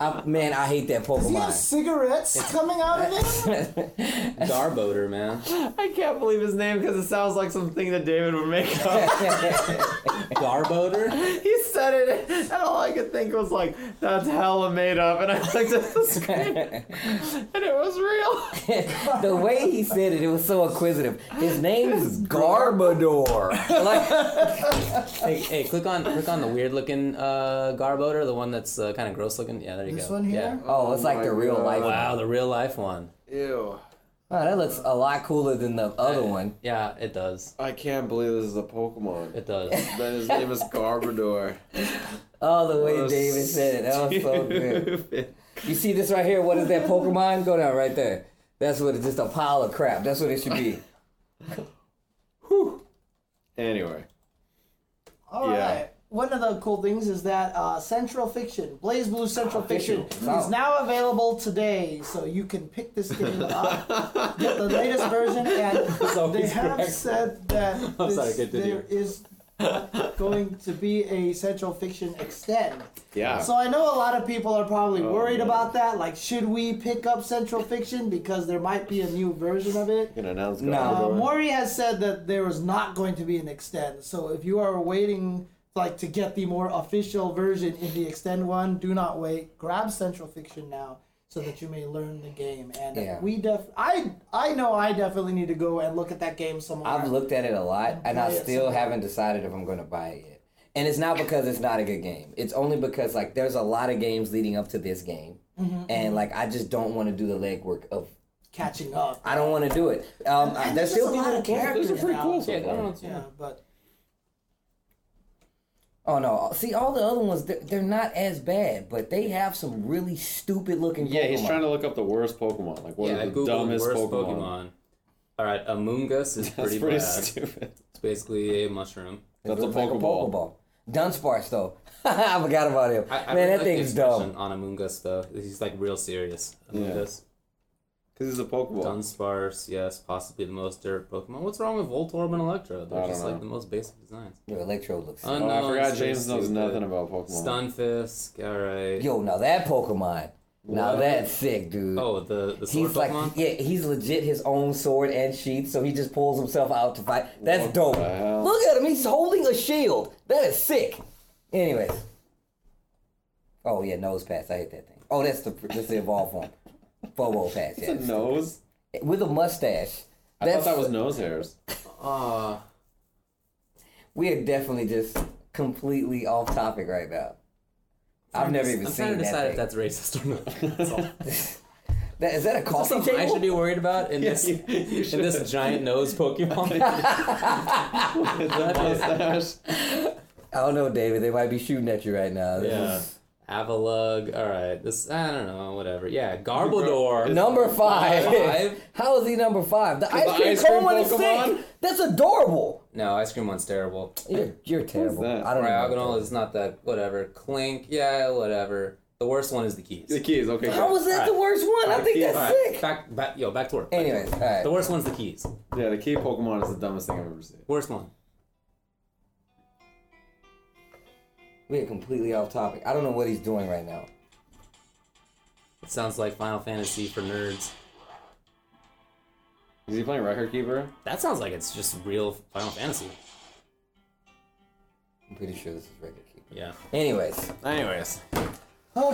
A: I, man, I hate that
B: Do you have
A: Pokemon.
B: cigarettes coming out of it?
A: *laughs*
D: Garboder, man.
C: I can't believe his name because it sounds like something that David would make up. *laughs*
F: Garboder?
C: he said it, and all I could think was like, "That's hella made up," and I looked at the screen, and it was real.
A: the way he said it, it was so acquisitive. His name is Garbador. Like,
D: Hey, hey, click on click on the weird looking uh, Garboder, the one that's uh, kind of gross looking. Yeah, there you
B: This
D: go.
B: one
D: Yeah.
B: here?
A: oh, it's like the real life. one.
D: Wow, the real life one.
E: Ew.
A: Oh, that looks a lot cooler than the other one.
D: Yeah, it does.
E: I can't believe this is a
A: *laughs*
E: Pokemon.
D: It does.
E: Then his name is Garbodor.
A: Oh, the way
E: Oh,
A: David said it, that
E: *laughs*
A: was so good. You see this right here? What is that Pokemon? Go down right there. That's what it's just a pile of crap. That's what it should be.
E: Anyway.
B: All right.
E: Yeah.
B: One of the cool things is that uh, Central Fiction, Blaze Blue Central
F: Ah,
B: Fiction,
F: Oh.
A: Wow.
B: is now available today, so you can pick this
F: *laughs*
B: game up, get the latest version, and they
F: always
B: have
F: correct.
B: said that
F: *laughs* I'm
B: this,
F: sorry, continue.
B: there is going to be a Central Fiction extend.
F: Ah.
E: Yeah.
B: So I know a lot of people are probably
F: Oh,
B: worried about that. Like, should we pick up Central Fiction because there might be a new version of it?
E: Can announce
A: No.
B: Uh,
E: Garbodor.
B: Maury has said that there is not going to be an extend. So if you are waiting like to get the more official version in the extend one, do not wait. Grab Central Fiction now so that you may learn the game. And
A: Yeah.
B: we def I I know I definitely need to go and look at that game somewhere.
A: I've looked at it a lot, and I
B: Yeah,
A: still
B: so-
A: haven't decided if I'm going to buy it yet. And it's not because it's not a good game. It's only because like there's a lot of games leading up to this game, and like I just don't want to do the legwork of.
B: catching up.
A: I don't want to do it. Um, I-
B: And
A: there's
B: there's
A: still
B: just a
A: people
B: lot
A: who
B: of
A: care.
B: characters now.
D: Yeah, that one's-
B: Yeah, but
A: Oh no! See, all the other ones they're, they're not as bad, but they have some really stupid looking.
E: Yeah, he's
A: Pokemon.
E: trying to look up the worst Pokemon. Like, what
D: yeah, I
E: is the
D: googled
E: dumbest
D: worst Pokemon.
E: Pokemon? *laughs*
D: All right, Amoongus is
E: That's
D: pretty,
E: pretty
D: bad.
E: stupid.
D: It's basically a mushroom.
E: That's a
A: It looks like
E: Pokeball.
A: Dunsparce though, *laughs* I forgot about him.
D: I, I
A: Man,
D: really
A: that
D: like the
A: thing's
D: expression
A: dumb.
D: On Amoongus though, he's like real serious. Amoongus,
E: Because he's a Pokeball.
D: Dunsparce, yes, possibly the most dirt Pokemon. What's wrong with Voltorb and Electro? They're
E: I
D: just
E: don't
D: like
E: know.
D: the most basic designs.
A: Yo, Electro looks.
D: Uh,
E: Oh, I
D: No,
E: forgot
D: it's really
E: James knows
D: stupid.
E: nothing about Pokemon.
D: Stunfisk, all right.
A: Yo, now that Pokemon, now
D: What?
A: that's sick, dude.
D: Oh, the the sword
A: he's like,
D: Pokemon.
A: yeah, he's legit his own sword and sheath, so he just pulls himself out to fight. That's dope.
E: the hell?
A: Look at him, he's holding a shield. That is sick. Anyways, oh yeah, nose pass. I hate that thing. Oh, that's the that's the evolved form. Bobo pass. Yeah,
E: Nose?
A: with a mustache.
E: I thought that was nose
A: *laughs*
E: hairs.
D: Uh,
A: We are definitely just completely off topic right now. I've never even
D: I'm
A: seen
D: trying to
A: that.
D: decide
A: Thing.
D: if that's racist
E: *laughs*
D: or not. That's all.
A: That- is that a coffee
D: Something
A: table?
D: I should be worried
A: *laughs*
D: about in this
E: you- you
D: *laughs* in this giant nose
E: *laughs*
D: Pokemon. *laughs*
E: Mustache.
A: I don't know, David. They might be shooting at you right now. This
D: yeah.
A: is-
D: Avalug, alright. This I don't know, whatever. Yeah, Garbodor.
A: Number five.
D: Five?
A: How is he number five? The ice cream
E: ice cream
A: cone one is
E: Pokemon?
A: sick. That's adorable.
D: No, ice cream one's terrible.
A: You're, you're terrible.
E: that?
A: I don't
D: Diagonal
A: know.
D: is not that whatever. Clink, yeah, whatever. The worst one is the keys.
E: The keys, okay.
A: How was that the worst one? I think that's
D: Alright,
A: sick.
D: back, back, yo, back to work.
A: Anyways, all right.
D: The worst one's the keys.
E: Yeah, the key Pokemon is the dumbest thing I've ever seen.
D: Worst one.
A: We are completely off topic. I don't know what he's doing right now.
D: It sounds like Final Fantasy for nerds.
E: Is he playing Record Keeper?
D: That sounds like it's just real Final Fantasy.
A: I'm pretty sure this is record keeper.
D: Yeah.
A: Anyways,
E: Anyways,
B: okay.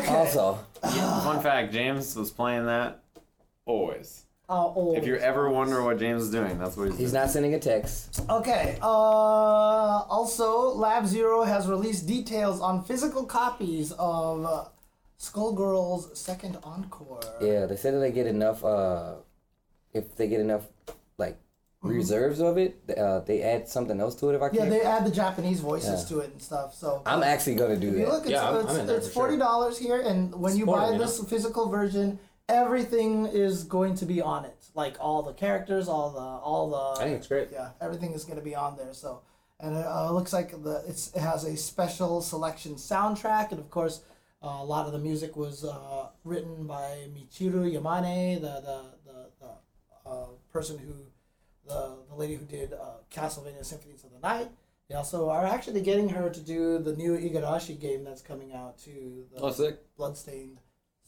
A: also,
E: fun fact James was playing that always.
B: How old?
E: If you ever wonder what James is doing, that's what he's,
A: he's
E: doing.
A: not sending a text.
B: Okay. Uh, also, Lab Zero has released details on physical copies of uh, Skullgirls second encore.
A: Yeah, they said that they get enough. Uh, if they get enough, like reserves of it, th- uh, they add something else to it. If I
B: Mm-hmm. Yeah,
A: can,
B: they
A: not
B: add the Japanese voices
A: Yeah.
B: to it and stuff. So
A: I'm actually gonna do
B: If you
A: that.
B: look, it's,
D: Yeah, I'm-
B: it's,
D: I'm in there
B: it's
D: for sure.
B: forty dollars here, and when you buy
D: Supporting,
B: this physical version, everything is going to be on it. Like all the characters, all the all the.
D: I think it's great.
B: Yeah, everything is going to be on there. So, and it uh, looks like the it's, it has a special selection soundtrack, and of course, uh, a lot of the music was uh, written by Michiru Yamane, the the the, the uh, person who the the lady who did uh, Castlevania Symphonies of the Night. They also are actually getting her to do the new Igarashi game that's coming out to the
D: Oh, sick.
B: Bloodstained.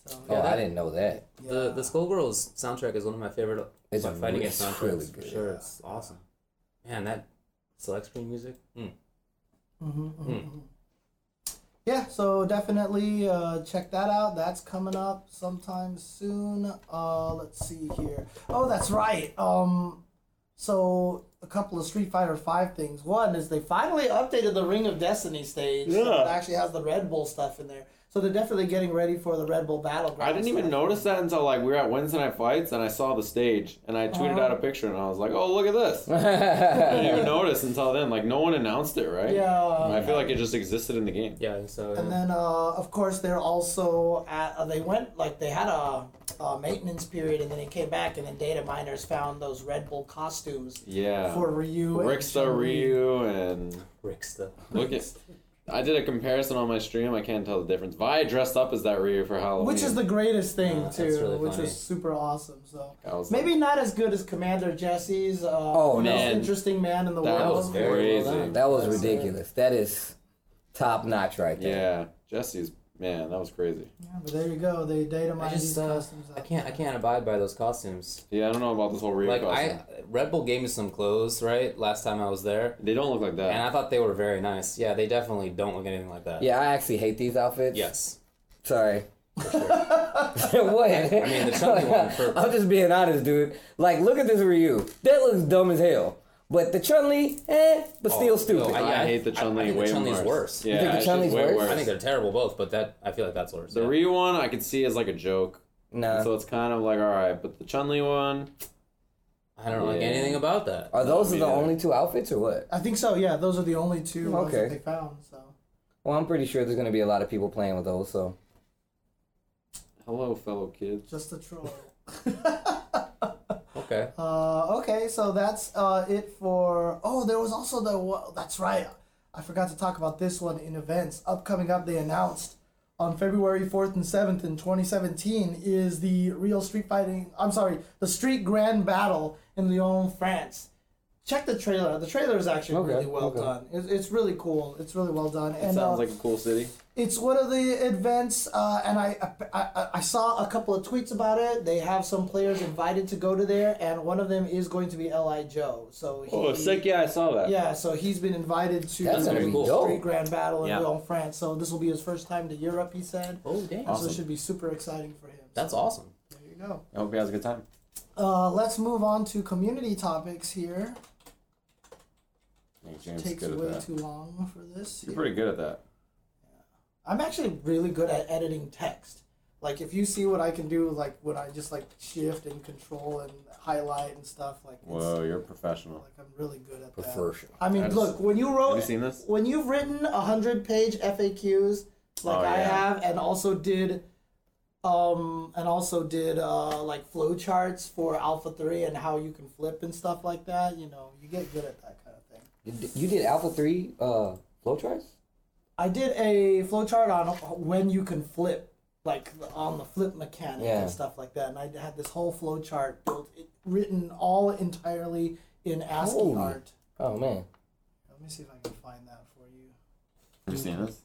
B: So
A: Oh,
D: Yeah,
A: I
D: that-
A: didn't know that.
D: The
B: yeah.
D: the Skullgirls soundtrack is one of my favorite
A: It's
D: my fighting
A: re-
D: game
A: it's
D: soundtracks.
A: really
D: for
A: good.
D: Sure, it's awesome. Man, that select screen music. Mm.
B: hmm Yeah, so definitely uh, check that out. That's coming up sometime soon. Uh, let's see here. Oh, that's right. Um, so a couple of Street Fighter Five things. One is they finally updated the Ring of Destiny stage. So it actually has the Red Bull stuff in there. So they're definitely getting ready for the Red Bull Battleground.
E: I didn't even
B: stuff.
E: notice that until like we were at Wednesday Night Fights and I saw the stage and I tweeted
B: Oh.
E: out a picture and I was like, oh, look at this. I
A: *laughs*
E: didn't even notice until then. Like, no one announced it, right?
B: Yeah.
E: I feel like it just existed in the game.
D: Yeah, I think so.
B: And then, uh, of course, they're also at, uh, they went like they had a, a maintenance period, and then he came back, and then data miners found those Red Bull costumes
E: Yeah.
B: for Ryu. and
E: Ricksta
B: Chun-Li.
E: Ryu and
D: Ricksta.
E: look at. I did a comparison on my stream. I can't tell the difference. Vi dressed up as that Ryu for Halloween.
B: which is the greatest thing
D: Yeah, that's
B: too,
D: really
B: which
D: funny.
B: was super awesome. So
E: I was
B: maybe not as good as Commander Jesse's. Uh,
A: Oh,
B: most
E: man.
B: interesting man in the
E: That
B: world.
E: was
D: very well
E: crazy.
D: done.
A: Mm, That was
B: That's it.
A: ridiculous. That is top notch right there.
E: yeah, Jesse's man, that was crazy.
B: Yeah, but there you go. They data
D: I
B: mined these
D: just uh,
B: costumes.
D: I
B: out.
D: can't I can't abide by those costumes.
E: Yeah, I don't know about this whole Ryu
D: Like
E: costume.
D: I Red Bull gave me some clothes right last time I was there,
E: They don't look like that.
D: and I thought they were very nice. Yeah, they definitely don't look anything like that.
A: Yeah, I actually hate these outfits.
D: Yes.
A: Sorry. *laughs* what? I
D: mean, the Chun-Li one
A: *laughs*
D: for-
A: I'm just being honest, dude. Like, look at this Ryu. That looks dumb as hell. But the Chun Li, eh, but still stupid.
D: no,
E: I, hate the
D: I- I
E: Chun Li
D: think the
E: way
D: Chun-Li's
E: more.
D: worse. You
E: Yeah,
A: think the
E: it's
A: Chun-Li's
E: just way
A: worse?
E: worse.
D: I think they're terrible both, but that I feel like that's worse.
E: the
D: yeah.
E: Ryu one I could see as like a joke,
A: nah.
E: so it's kind of like all right. But the Chun Li one,
D: I don't like
E: Yeah.
D: anything about that.
A: Are those
E: me
A: the
E: neither.
A: only two outfits or what?
B: I think so. Yeah, those are the only two ones
A: Okay.
B: that they found. So.
A: Well, I'm pretty sure there's going to be a lot of people playing with those, so.
E: hello fellow kids.
B: Just a troll.
D: Okay.
B: uh, okay, so that's uh, it for. Oh, there was also the. wa- That's right. I forgot to talk about this one in events. Upcoming up, they announced on February 4th and 7th in 2017 is the real street fighting. I'm sorry, the street grand battle in Lyon, France. Check the trailer. The trailer is actually
A: Okay,
B: really well
A: okay.
B: done. It's, it's really cool. It's really well done. and,
E: Sounds
B: uh,
E: like a cool city.
B: it's one of the events, uh, and I, I- I I saw a couple of tweets about it. They have some players invited to go to there, and one of them is going to be Li Joe. So he,
E: Oh, sick! Yeah, I saw that.
B: yeah, so he's been invited to
A: That's
D: gonna
B: the
D: be cool.
B: Street Grand Battle in
E: Yeah.
B: Lyon, France. So this will be his first time to Europe. He said,
D: Oh damn.
B: so it should be super exciting for him.
D: That's awesome.
B: There you go.
E: I hope you guys had a good time.
B: Uh, let's move on to community topics here.
E: Yeah, James is
B: Takes
E: good at
B: way
E: that.
B: too long for this.
E: You're pretty good at that.
B: I'm actually really good at editing text. Like if you see what I can do, like when I just like shift and control and highlight and stuff, like it's,
E: Whoa, you're a professional.
B: like I'm really good at that.
A: Professional.
B: I mean,
E: That's-
B: look when you
E: Have
B: wrote,
E: you seen this?
B: when you've written a hundred page FAQs, like
E: Oh,
B: I
E: yeah.
B: have, and also did, um, and also did uh like flow charts for Alpha Three and how you can flip and stuff like that. You know, you get good at that kind of thing.
A: You d- You did Alpha 3 uh, flowcharts?
B: I did a flowchart on when you can flip, like on the flip mechanic
A: Yeah.
B: and stuff like that. And I had this whole flowchart built, it, written all entirely in ASCII
A: Holy.
B: art.
A: Oh, man.
B: Let me see if I can find that for you.
E: Have you seen this?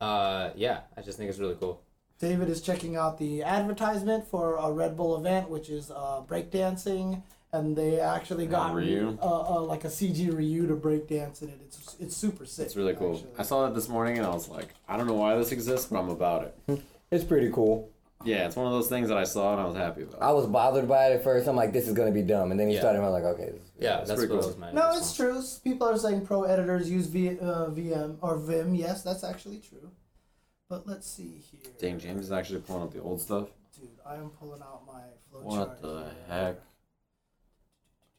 D: Uh, yeah, I just think it's really cool.
B: David is checking out the advertisement for a Red Bull event, which is uh, breakdancing, and they actually got
E: Ryu.
B: Uh, uh, like a CG Ryu to breakdance in it. It's it's super sick.
E: It's really cool.
B: actually.
E: I saw that this morning and I was like, I don't know why this exists, but I'm about it.
A: It's pretty cool.
E: Yeah, it's one of those things that I saw and I was happy about.
A: I was bothered by it at first. I'm like, this is going to be dumb. And then you
D: Yeah.
A: started, and I'm like, okay. This is
D: Yeah, that's what
E: pretty cool.
D: was my.
B: No,
D: response.
B: it's true. S- People are saying pro editors use v, uh, VM or Vim. Yes, that's actually true. But let's see here.
C: Dang, James is actually pulling up the old stuff.
B: Dude, I am pulling out my flow
C: What
B: chart
C: the
B: here.
C: heck?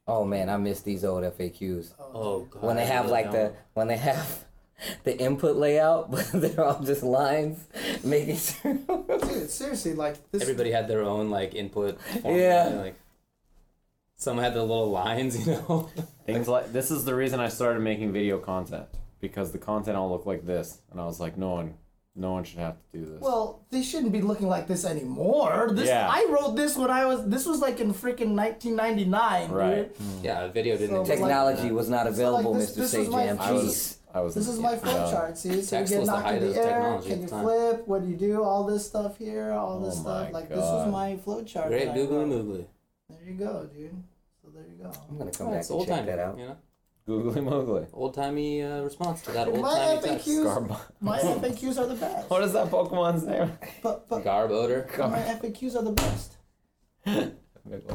A: Oh man, I miss these old FAQs.
B: Oh,
D: Oh
B: dude.
D: god.
A: When they have like the when they have *laughs* the input layout, *laughs* but they're all just lines making sure.
C: Oh.
B: Dude, seriously, like this.
D: everybody had their own like input.
A: *laughs*
D: form,
A: Yeah.
D: and, Like some had the little lines, *laughs* you know.
C: Things like this is the reason I started making video content because the content all looked like this, and I was like, no one, no one should have to do this.
B: Well, they shouldn't be looking like this anymore. This
C: Yeah.
B: I wrote this when I was. This was like in freaking 1999. dude.
C: Right.
D: yeah, video didn't.
B: So,
D: exist.
A: Technology was not available,
B: this-
A: Mr.
B: this was my
A: Sajam.
B: I was-
A: Jeez.
C: I was. *laughs*
B: This is my
C: yeah.
B: flow chart. See, so
D: Text
B: you get
D: was the
B: knocked
D: height
B: in
D: of
B: the air.
D: technology
B: Can
D: at
B: you
D: the time.
B: flip? What do you do? All this stuff here. All this
C: Oh
B: stuff.
C: my
B: Like this was
C: God.
B: my flow chart.
D: Great
B: that I
D: Google
B: wrote.
D: Moogly.
B: There you go, dude. So there you go.
A: I'm gonna come
D: Oh,
A: back
D: it's
A: and
D: old
A: check
D: timey,
A: that out.
D: you know,
C: Googly moogly.
D: old timey uh, response to that
B: And
D: old
B: my
D: timey text.
B: FAQs,
C: Garbo.
B: my FAQs are the best.
C: What is that Pokemon's name?
B: But but
D: Garb odor.
B: my FAQs are the best.
A: I-
D: Garb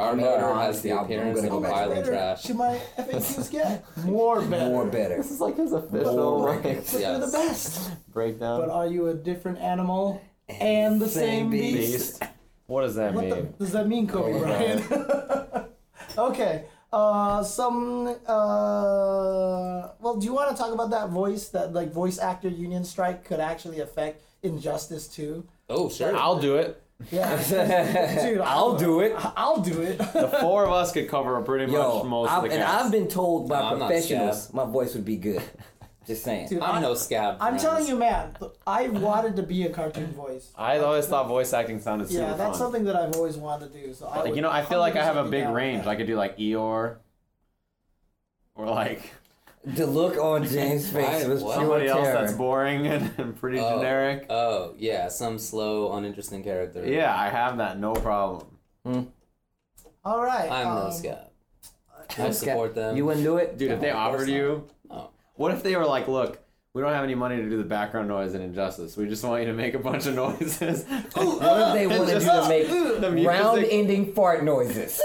A: I'm not-
D: odor has
A: honestly,
D: the
A: I'm- I'm
D: appearance
A: gonna
D: of
A: go
D: a
A: back to
D: pile of
B: Better
D: trash.
B: Should my FAQs get more
A: *laughs*
B: better?
A: More better.
C: This is like his official
A: More
C: like,
A: records.
B: But They're the
D: Yes.
B: best.
C: breakdown.
B: But are you a different animal and the
A: Same
B: same, beast?
C: Beast. What does that
B: What the,
C: mean?
B: does that mean, Kobe Bryant? okay. Uh, some. Uh, well, do you want to talk about that voice? That like voice actor union strike could actually affect injustice too.
D: Oh sure.
C: I'll do it.
A: *laughs*
B: Yeah, dude,
A: I'll do it.
B: I'll do it.
C: The four of us could cover pretty much
A: Yo,
C: most
A: I've,
C: of the
A: and
C: cast.
A: I've been told by
D: No, I'm not
A: professionals my voice would be good. *laughs* Just saying.
B: Dude,
D: I'm
B: I-
D: no scab.
B: I'm
D: friends.
B: telling you, man. I wanted to be a cartoon voice.
C: I always thought voice acting sounded super
B: Yeah, that's
C: fun.
B: something that I've always wanted to do. So I
C: Like
B: would
C: you know, I feel like I have a
B: 100%
C: big
B: be down with
C: range.
B: that.
C: I could do like Eeyore, or like
A: The look on James' face
D: *laughs* I-
A: was
D: what?
A: pure
C: somebody else that's
A: terror.
C: boring *laughs* and, and pretty
D: Oh.
C: generic.
D: Oh yeah, some slow, uninteresting character.
C: Yeah, I have that, no problem.
B: All right.
D: I'm no
B: um,
D: scab. I support them.
A: You wouldn't do it,
C: Dude, if they
D: No, of course
C: offered you, oh.
D: No.
C: what if they were like, "Look, we don't have any money to do the background noise in Injustice. We just want you to make a bunch of *laughs* noises."
A: What if they wanted you to make
C: the
A: round-ending fart noises?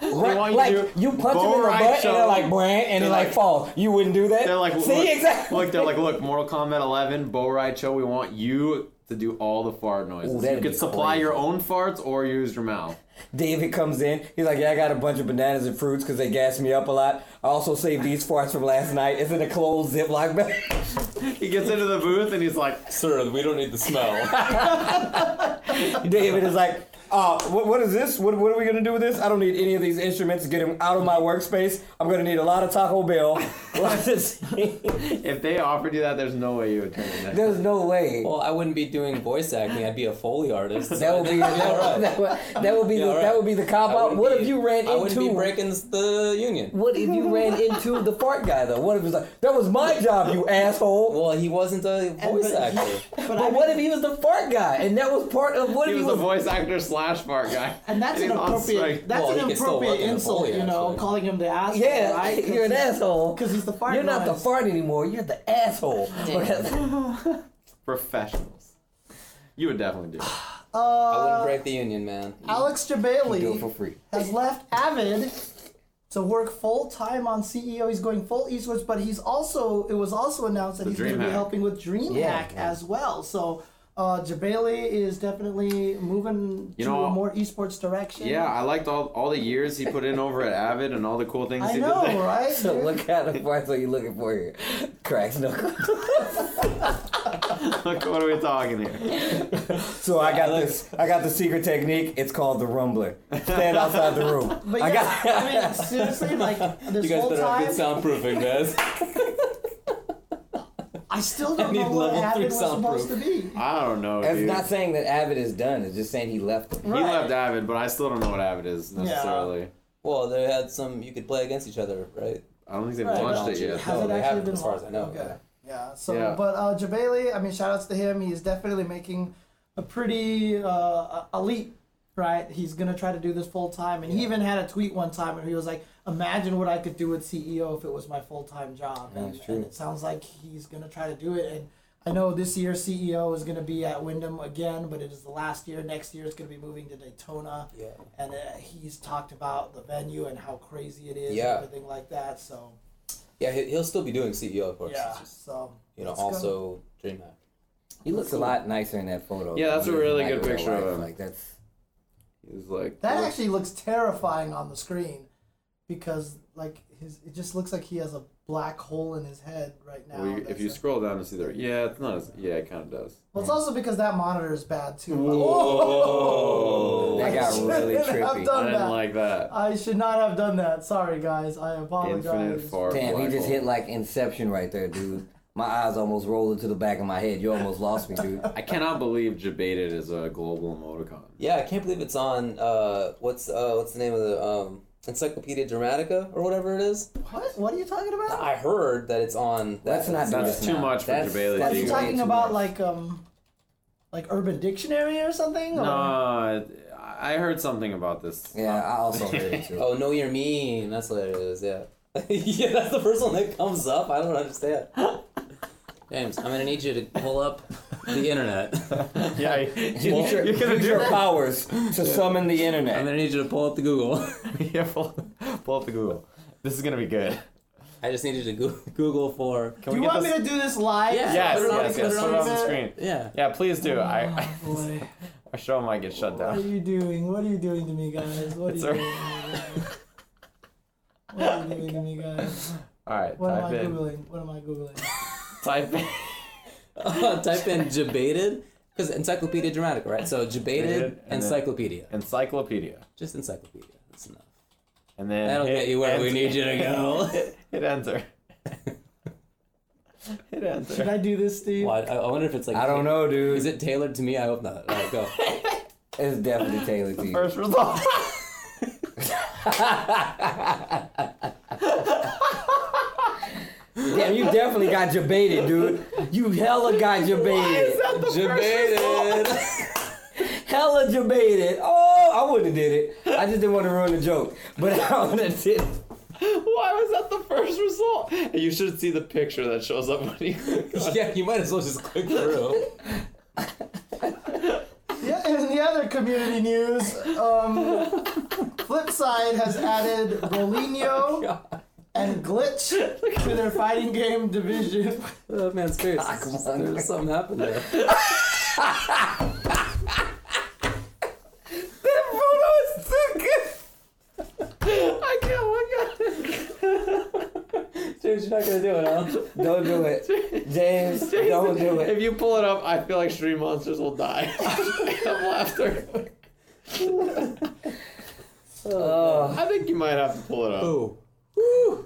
C: They want you
A: like
C: to do
A: you punch them in the
C: Bo-Rite
A: butt and they're
C: show.
A: like, "Brand," and they
C: They're
A: like
C: like-
A: fall. You wouldn't do that.
C: They're like,
A: see
C: look,
A: exactly.
C: Look, they're like, look, Mortal Kombat 11, Bo Ride Show. We want you to do all the fart noises.
A: that'd
C: you
A: be
C: could supply your
A: crazy.
C: own farts or use your mouth.
A: David comes in. He's like, "Yeah, I got a bunch of bananas and fruits because they gassed me up a lot. I also saved these farts from last night. It's in a closed Ziploc bag." *laughs*
C: He gets into the booth and he's like,
G: Sir, we don't need the
D: *laughs*
G: smell.
A: David is like, uh, what, what is this? What, what are we gonna do with this? I don't need any of these instruments. Get them out of my workspace. I'm gonna need a lot of Taco Bell. *laughs*
C: if they offered you that, there's no way you would turn it down.
A: There's no way.
G: well, I wouldn't be doing voice acting. I'd be a foley artist.
A: That would
D: *laughs*
A: be *laughs* that would, that would be the,
G: Yeah, right.
A: that would be the cop
G: I
A: out.
G: wouldn't
A: What
G: be-
A: if you ran
G: I wouldn't be
A: into
G: breaking the union.
A: what if you ran into the fart guy though? What if it's like that was my job, you asshole?
G: Well, he wasn't a voice
B: but-
G: actor.
A: But what if he was the fart guy and that was part of what
C: He
A: if
C: was a voice actor slash fart guy.
B: And
C: *laughs*
B: that's an
C: he's on
B: appropriate.
C: strike.
B: That's
G: Well, he
B: an
G: can still
B: appropriate
G: work in the
B: insult,
G: bully,
B: you know,
G: actually.
B: calling him the
A: *laughs*
B: asshole.
A: yeah,
B: right?
A: *laughs*
B: 'Cause
A: you're an
B: *laughs* he's-
A: asshole.
B: 'cause he's the fart
A: You're not the
B: noise.
A: fart anymore. You're the asshole.
C: Professionals. You would definitely do
B: *sighs*
C: it.
D: I
A: uh,
D: wouldn't break the union, man.
B: Alex
A: do it for
B: Jabali
A: free.
B: has left Avid to work full time on CEO. He's going full esports, but he's also it was also announced that he's going to be
C: DreamHack.
B: helping with DreamHack
A: Yeah, yeah.
B: as well. So. Uh, Jabali is definitely moving
C: You
B: to
C: know-
B: a more esports direction.
C: Yeah, I liked all, all the years he put in over at Avid and all the cool things
B: I
C: he
B: know,
C: did
G: *laughs*
C: there.
B: right?
A: So
B: dude?
A: what kind of parts are you looking for here? Cracks *laughs* knuckle.
C: *laughs* Look, what are we talking here?
A: So I got this. I got the secret technique. It's called the rumbler. Stand outside the *laughs* room.
B: But
A: I
B: yeah,
A: got.
B: I mean, seriously, like this
G: *laughs* You guys
B: whole
G: better have
B: time,
G: good
A: *laughs*
G: soundproofing, guys.
B: I
G: *laughs*
B: still don't
G: need
B: know what
G: level three
B: Avid was supposed to
G: soundproof.
B: be.
C: I don't know,
A: It's
C: dude.
A: not saying that Abbott is done. It's just saying he left. Them.
C: He
B: Right.
C: left Avid, but I still don't know what Avid is necessarily.
G: Well, they had some. You could play against each other, right?
C: I don't think they've
B: Right.
C: launched it yet.
B: Has
G: No,
B: it
G: they
B: actually
G: haven't,
B: been
G: as far as I know,
B: Okay.
G: yeah.
B: Yeah. So,
C: Yeah.
B: but uh, Jabali, I mean, shout outs to him. He's definitely making a pretty uh, elite, right? He's gonna try to do this full time, and he even had a tweet one time where he was like, "Imagine what I could do with CEO if it was my full time job." and,
A: That's true.
B: and it sounds like he's gonna try to do it. And I know this year CEO is gonna be at Wyndham again, but it is the last year. Next year it's gonna be moving to Daytona.
G: Yeah.
B: And uh, he's talked about the venue and how crazy it is,
G: Yeah.
B: and everything like that. So.
D: E
G: Yeah, he- he'll still be doing CEO, of course.
B: Yeah.
G: It's just,
B: So
G: you know,
B: let's go.
G: also DreamHack.
A: He looks a lot nicer in that photo.
C: Yeah,
A: than
C: that's
A: he
C: a
A: is in
C: really
A: my
C: good
A: real
C: picture of
A: life.
C: him.
A: Like that's
C: He's like
B: That actually looks terrifying on the screen because like his it just looks like he has a black hole in his head right now.
C: Well, you- if
B: that's
C: you
B: a-
C: scroll down to see there, yeah, it's not as yeah, it kind of does.
B: well, it's also because that monitor is bad too. Oh!
C: Whoa.
A: That got really
B: I shouldn't have
A: trippy.
C: I
B: done
C: didn't
B: that.
C: like that.
B: I should not have done that. Sorry, guys. I apologize.
C: Infinite far.
A: damn. He
C: black
A: just
C: hole.
A: hit like Inception right there, dude. My eyes almost rolled into the back of my head. You almost lost me, dude.
C: I cannot believe Jebaited is a global emoticon.
H: Yeah, I can't believe it's on. Uh, what's uh, what's the name of the um, Encyclopedia Dramatica or whatever it is?
B: What? What are you talking about?
H: I heard that it's on.
A: Let's
H: That
A: not. do
C: That's
A: this
C: too
A: now.
C: much for
A: That's-
C: Jabali,
A: that's
B: Are you
C: dude.
A: way
B: talking
A: too
B: about
A: much.
B: like um, like Urban Dictionary or something? Or-
C: No, it- I heard something about this.
A: Yeah, I also heard it too.
H: Oh, know you're mean. That's what it is.
D: *laughs*
H: Yeah. yeah, that's the first one that comes up. I don't understand.
D: James, I'm gonna need you to pull up the internet.
A: *laughs*
C: *laughs* Yeah,
A: Use your, use your *laughs*
C: Oh.
A: powers to summon the internet.
D: I'm gonna need you to pull up the Google. *laughs*
C: *laughs* yeah, pull, pull up the Google. This is gonna be good.
D: I just need you to goo- Google for.
C: Can
B: Do you
C: get
B: want
C: this?
B: me to do this live?
D: Yeah.
C: Yes,
D: Put it on-
C: yes,
D: put
C: yes.
D: it
C: Put it
D: on
C: on the
B: the-
C: screen.
D: Yeah. *laughs*
C: Yeah, please do. I, *laughs*
B: Boy,
C: our show might get shut
B: what are
C: down.
B: you doing? What are you doing to me, guys? What are
C: It's
B: you doing? To me, guys? What are you doing to me, guys?
C: All right,
B: What am I
C: type in.
B: googling? What am I
C: *laughs*
B: googling?
C: Type in. *laughs*
D: Type in debated, because Encyclopedia Dramatica, right? So
C: Debated,
D: debated
C: and then-
D: encyclopedia,
C: Encyclopedia.
D: just encyclopedia. That's enough.
C: And then
D: That'll
C: hit
D: get you where we
C: enter.
D: need you to go.
C: *laughs* Hit
D: *laughs*
C: enter. hit
B: Should
C: enter.
B: I do this, Steve?
D: Well, I, I wonder if it's like.
A: I don't know, dude.
D: Is it tailored to me? I hope not. All right, go.
A: It's definitely tailored to you.
C: First result. *laughs*
A: Damn, you definitely got jebaited, dude. You hella got jebaited.
H: Debated.
A: Hella jebaited. Oh, I wouldn't have did it. I just didn't want to ruin the joke. But *laughs* I would have did it.
C: Why was that the first result? You should see the picture that shows up when you.
D: *laughs* yeah, you might as well just click through.
B: Yeah, in the other community news, um, Flipside has added
C: *laughs* Oh
B: Bolinio and Glitch to their fighting game division.
D: Oh, man's face. There's something happened there. *laughs*
C: I can't look at it.
D: James, you're not gonna do it, huh?
A: Don't do it. James, don't do it.
C: If you pull it up, I feel like Stream Monsters will die *laughs* of laughter.
A: Oh,
C: I think you might have to pull it up.
D: Oh.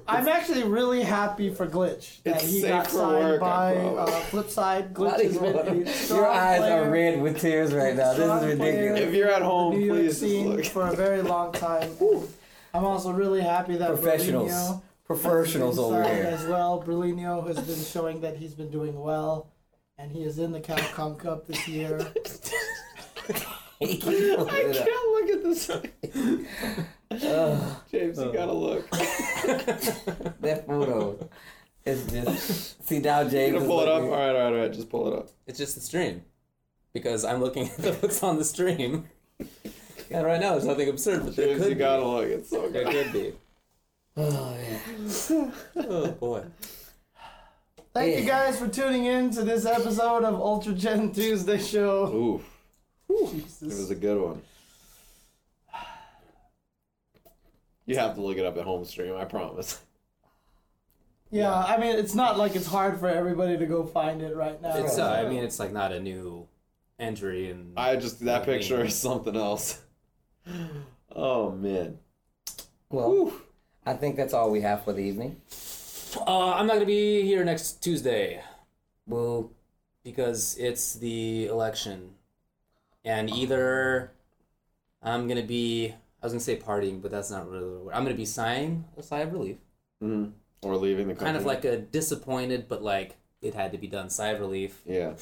B: I'm actually really happy for Glitch that
C: It's
B: he
C: safe
B: got
C: for
B: signed
C: work, I
B: by
C: promise.
B: uh, Flipside. Glitch
A: Not
B: has
A: even-
B: been a strong
A: your eyes
B: player,
A: are red with tears right now. This is
B: strong player
A: ridiculous.
C: If you're at
B: in
C: home,
B: the New York
C: please just
B: scene *laughs*
C: look.
B: for a very long time. I'm also really happy that
A: Professionals.
B: Bolinio
A: Professionals over
B: inside *laughs*
A: here.
B: As well, Berlino has been showing that he's been doing well, and he is in the Capcom Cup this year.
A: *laughs* He keeps pulling
C: I
A: it up.
C: can't look at this. James, you gotta look.
A: That photo is just. See, now James.
C: You
A: is
C: gonna pull it up?
A: looking-
C: All right, all right, all right. Just pull it up.
D: It's just the stream. Because I'm looking at what's on the stream. And right now there's nothing absurd, but there
C: James, you
D: could be.
C: gotta look. It's so
D: There
C: good.
D: could be.
A: Oh, yeah.
D: Oh boy.
B: Thank
A: Yeah.
B: you guys for tuning in to this episode of Ultra Gen Tuesday Show.
C: Ooh,
A: Oh.
C: it
B: Jesus.
C: was a good one. You have to look it up at home stream. I promise.
B: Yeah, I mean, it's not like it's hard for everybody to go find it right now.
D: It's uh, I mean it's like not a new entry and
C: I just that
D: Like me.
C: picture is something else. Oh man.
A: Well, I think that's all we have for the evening.
D: uh, I'm not gonna be here next Tuesday
A: Boo.
D: because it's the election. And either I'm gonna be I was gonna say partying, but that's not really the word. I'm gonna be sighing a sigh of relief.
C: Mm. Or leaving the country.
D: Kind of like a disappointed but like it had to be done sigh of relief.
C: yeah.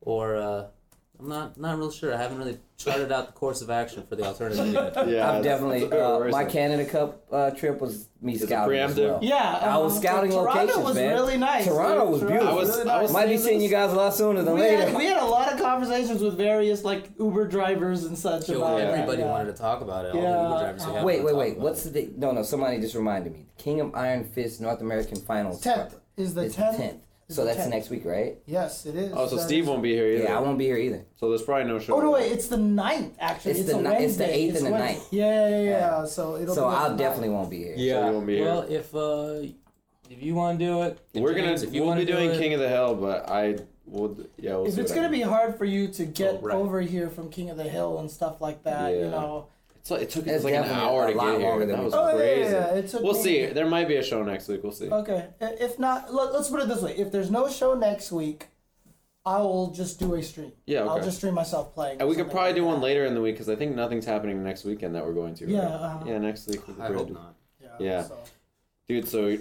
D: or uh, I'm not not real sure. I haven't really charted out the course of action for the
C: *laughs*
D: alternative unit.
C: Yeah.
A: I've
C: that's-
A: definitely
C: that's a bit
A: uh,
C: worse
A: my
C: than-
A: Canada Cup uh, trip was me
C: it
A: scouting as well.
C: preemptive?
B: yeah,
A: I was
B: um,
A: scouting
B: Toronto
A: locations,
B: was
A: man.
B: really nice.
A: Toronto
B: dude.
A: was
B: Toronto
A: beautiful.
C: I was-
B: really
C: I
B: nice.
C: was-
A: Might be seeing you guys a lot sooner than
B: We
A: later.
B: had, we had a lot of conversations with various like Uber drivers and such
D: So
B: about it,
D: everybody
B: yeah.
D: wanted to talk about it. All
B: Yeah.
D: the Uber drivers who had
A: wait,
D: wanted
A: wait,
D: to
A: wait.
D: talk
A: What's
D: about
A: the no no? Somebody just reminded me. The King of Iron Fist North American Finals.
B: Tenth is the
A: It's
B: tenth.
A: tenth.
B: is
A: So
B: the
A: that's
B: 10th.
A: next week, right?
B: Yes, it is.
C: Oh, so
B: That
C: Steve
B: is-
C: won't be here either.
A: Yeah, I won't be here either.
C: so there's probably no show.
B: Oh no, wait! It's the 9th, actually.
A: It's
B: It's,
A: the
B: a
A: ni- it's the
B: Wednesday.
A: 8th and the
B: Wednesday.
A: 9th.
B: Yeah, yeah, yeah.
A: Yeah.
B: So it'll.
A: So
B: be on
A: I'll
B: the
A: definitely
B: 9th.
A: won't be here.
C: So
I: Yeah.
C: you won't be here.
D: Well, if uh, if you want to do it,
C: We're
J: James,
C: gonna
J: if you
C: we'll
J: wanna
C: be
J: do
C: doing
J: it-
C: King of the Hell, but I would yeah. We'll
B: If
C: see
B: it's
C: what I
B: gonna be hard for you to get
J: Oh, right.
B: over here from King of the Hill and stuff like that,
C: Yeah.
B: you know.
C: can- It's like, it took
A: It's
C: us like an
A: definitely
C: hour
A: a
C: to
A: lot
C: get
A: longer
C: here.
A: than
C: That
A: we
C: was
A: thought.
B: Oh, yeah, yeah,
C: crazy.
B: yeah, it took
C: We'll
B: me- Oh,
C: see. There might be a show next week. We'll see.
B: Okay, i- if not, let, let's put it this way: if there's no show next week, I will just do a stream.
C: Yeah,
B: I'll
C: okay.
B: just stream myself playing.
C: And
B: or
C: we could
B: something
C: probably
B: like
C: do
B: that.
C: one later in the week because I think nothing's happening next weekend that we're going to. right?
B: Yeah, uh-huh.
C: yeah, next week. would be
J: I
C: great.
J: hope not.
C: Yeah.
B: so-
C: dude. So,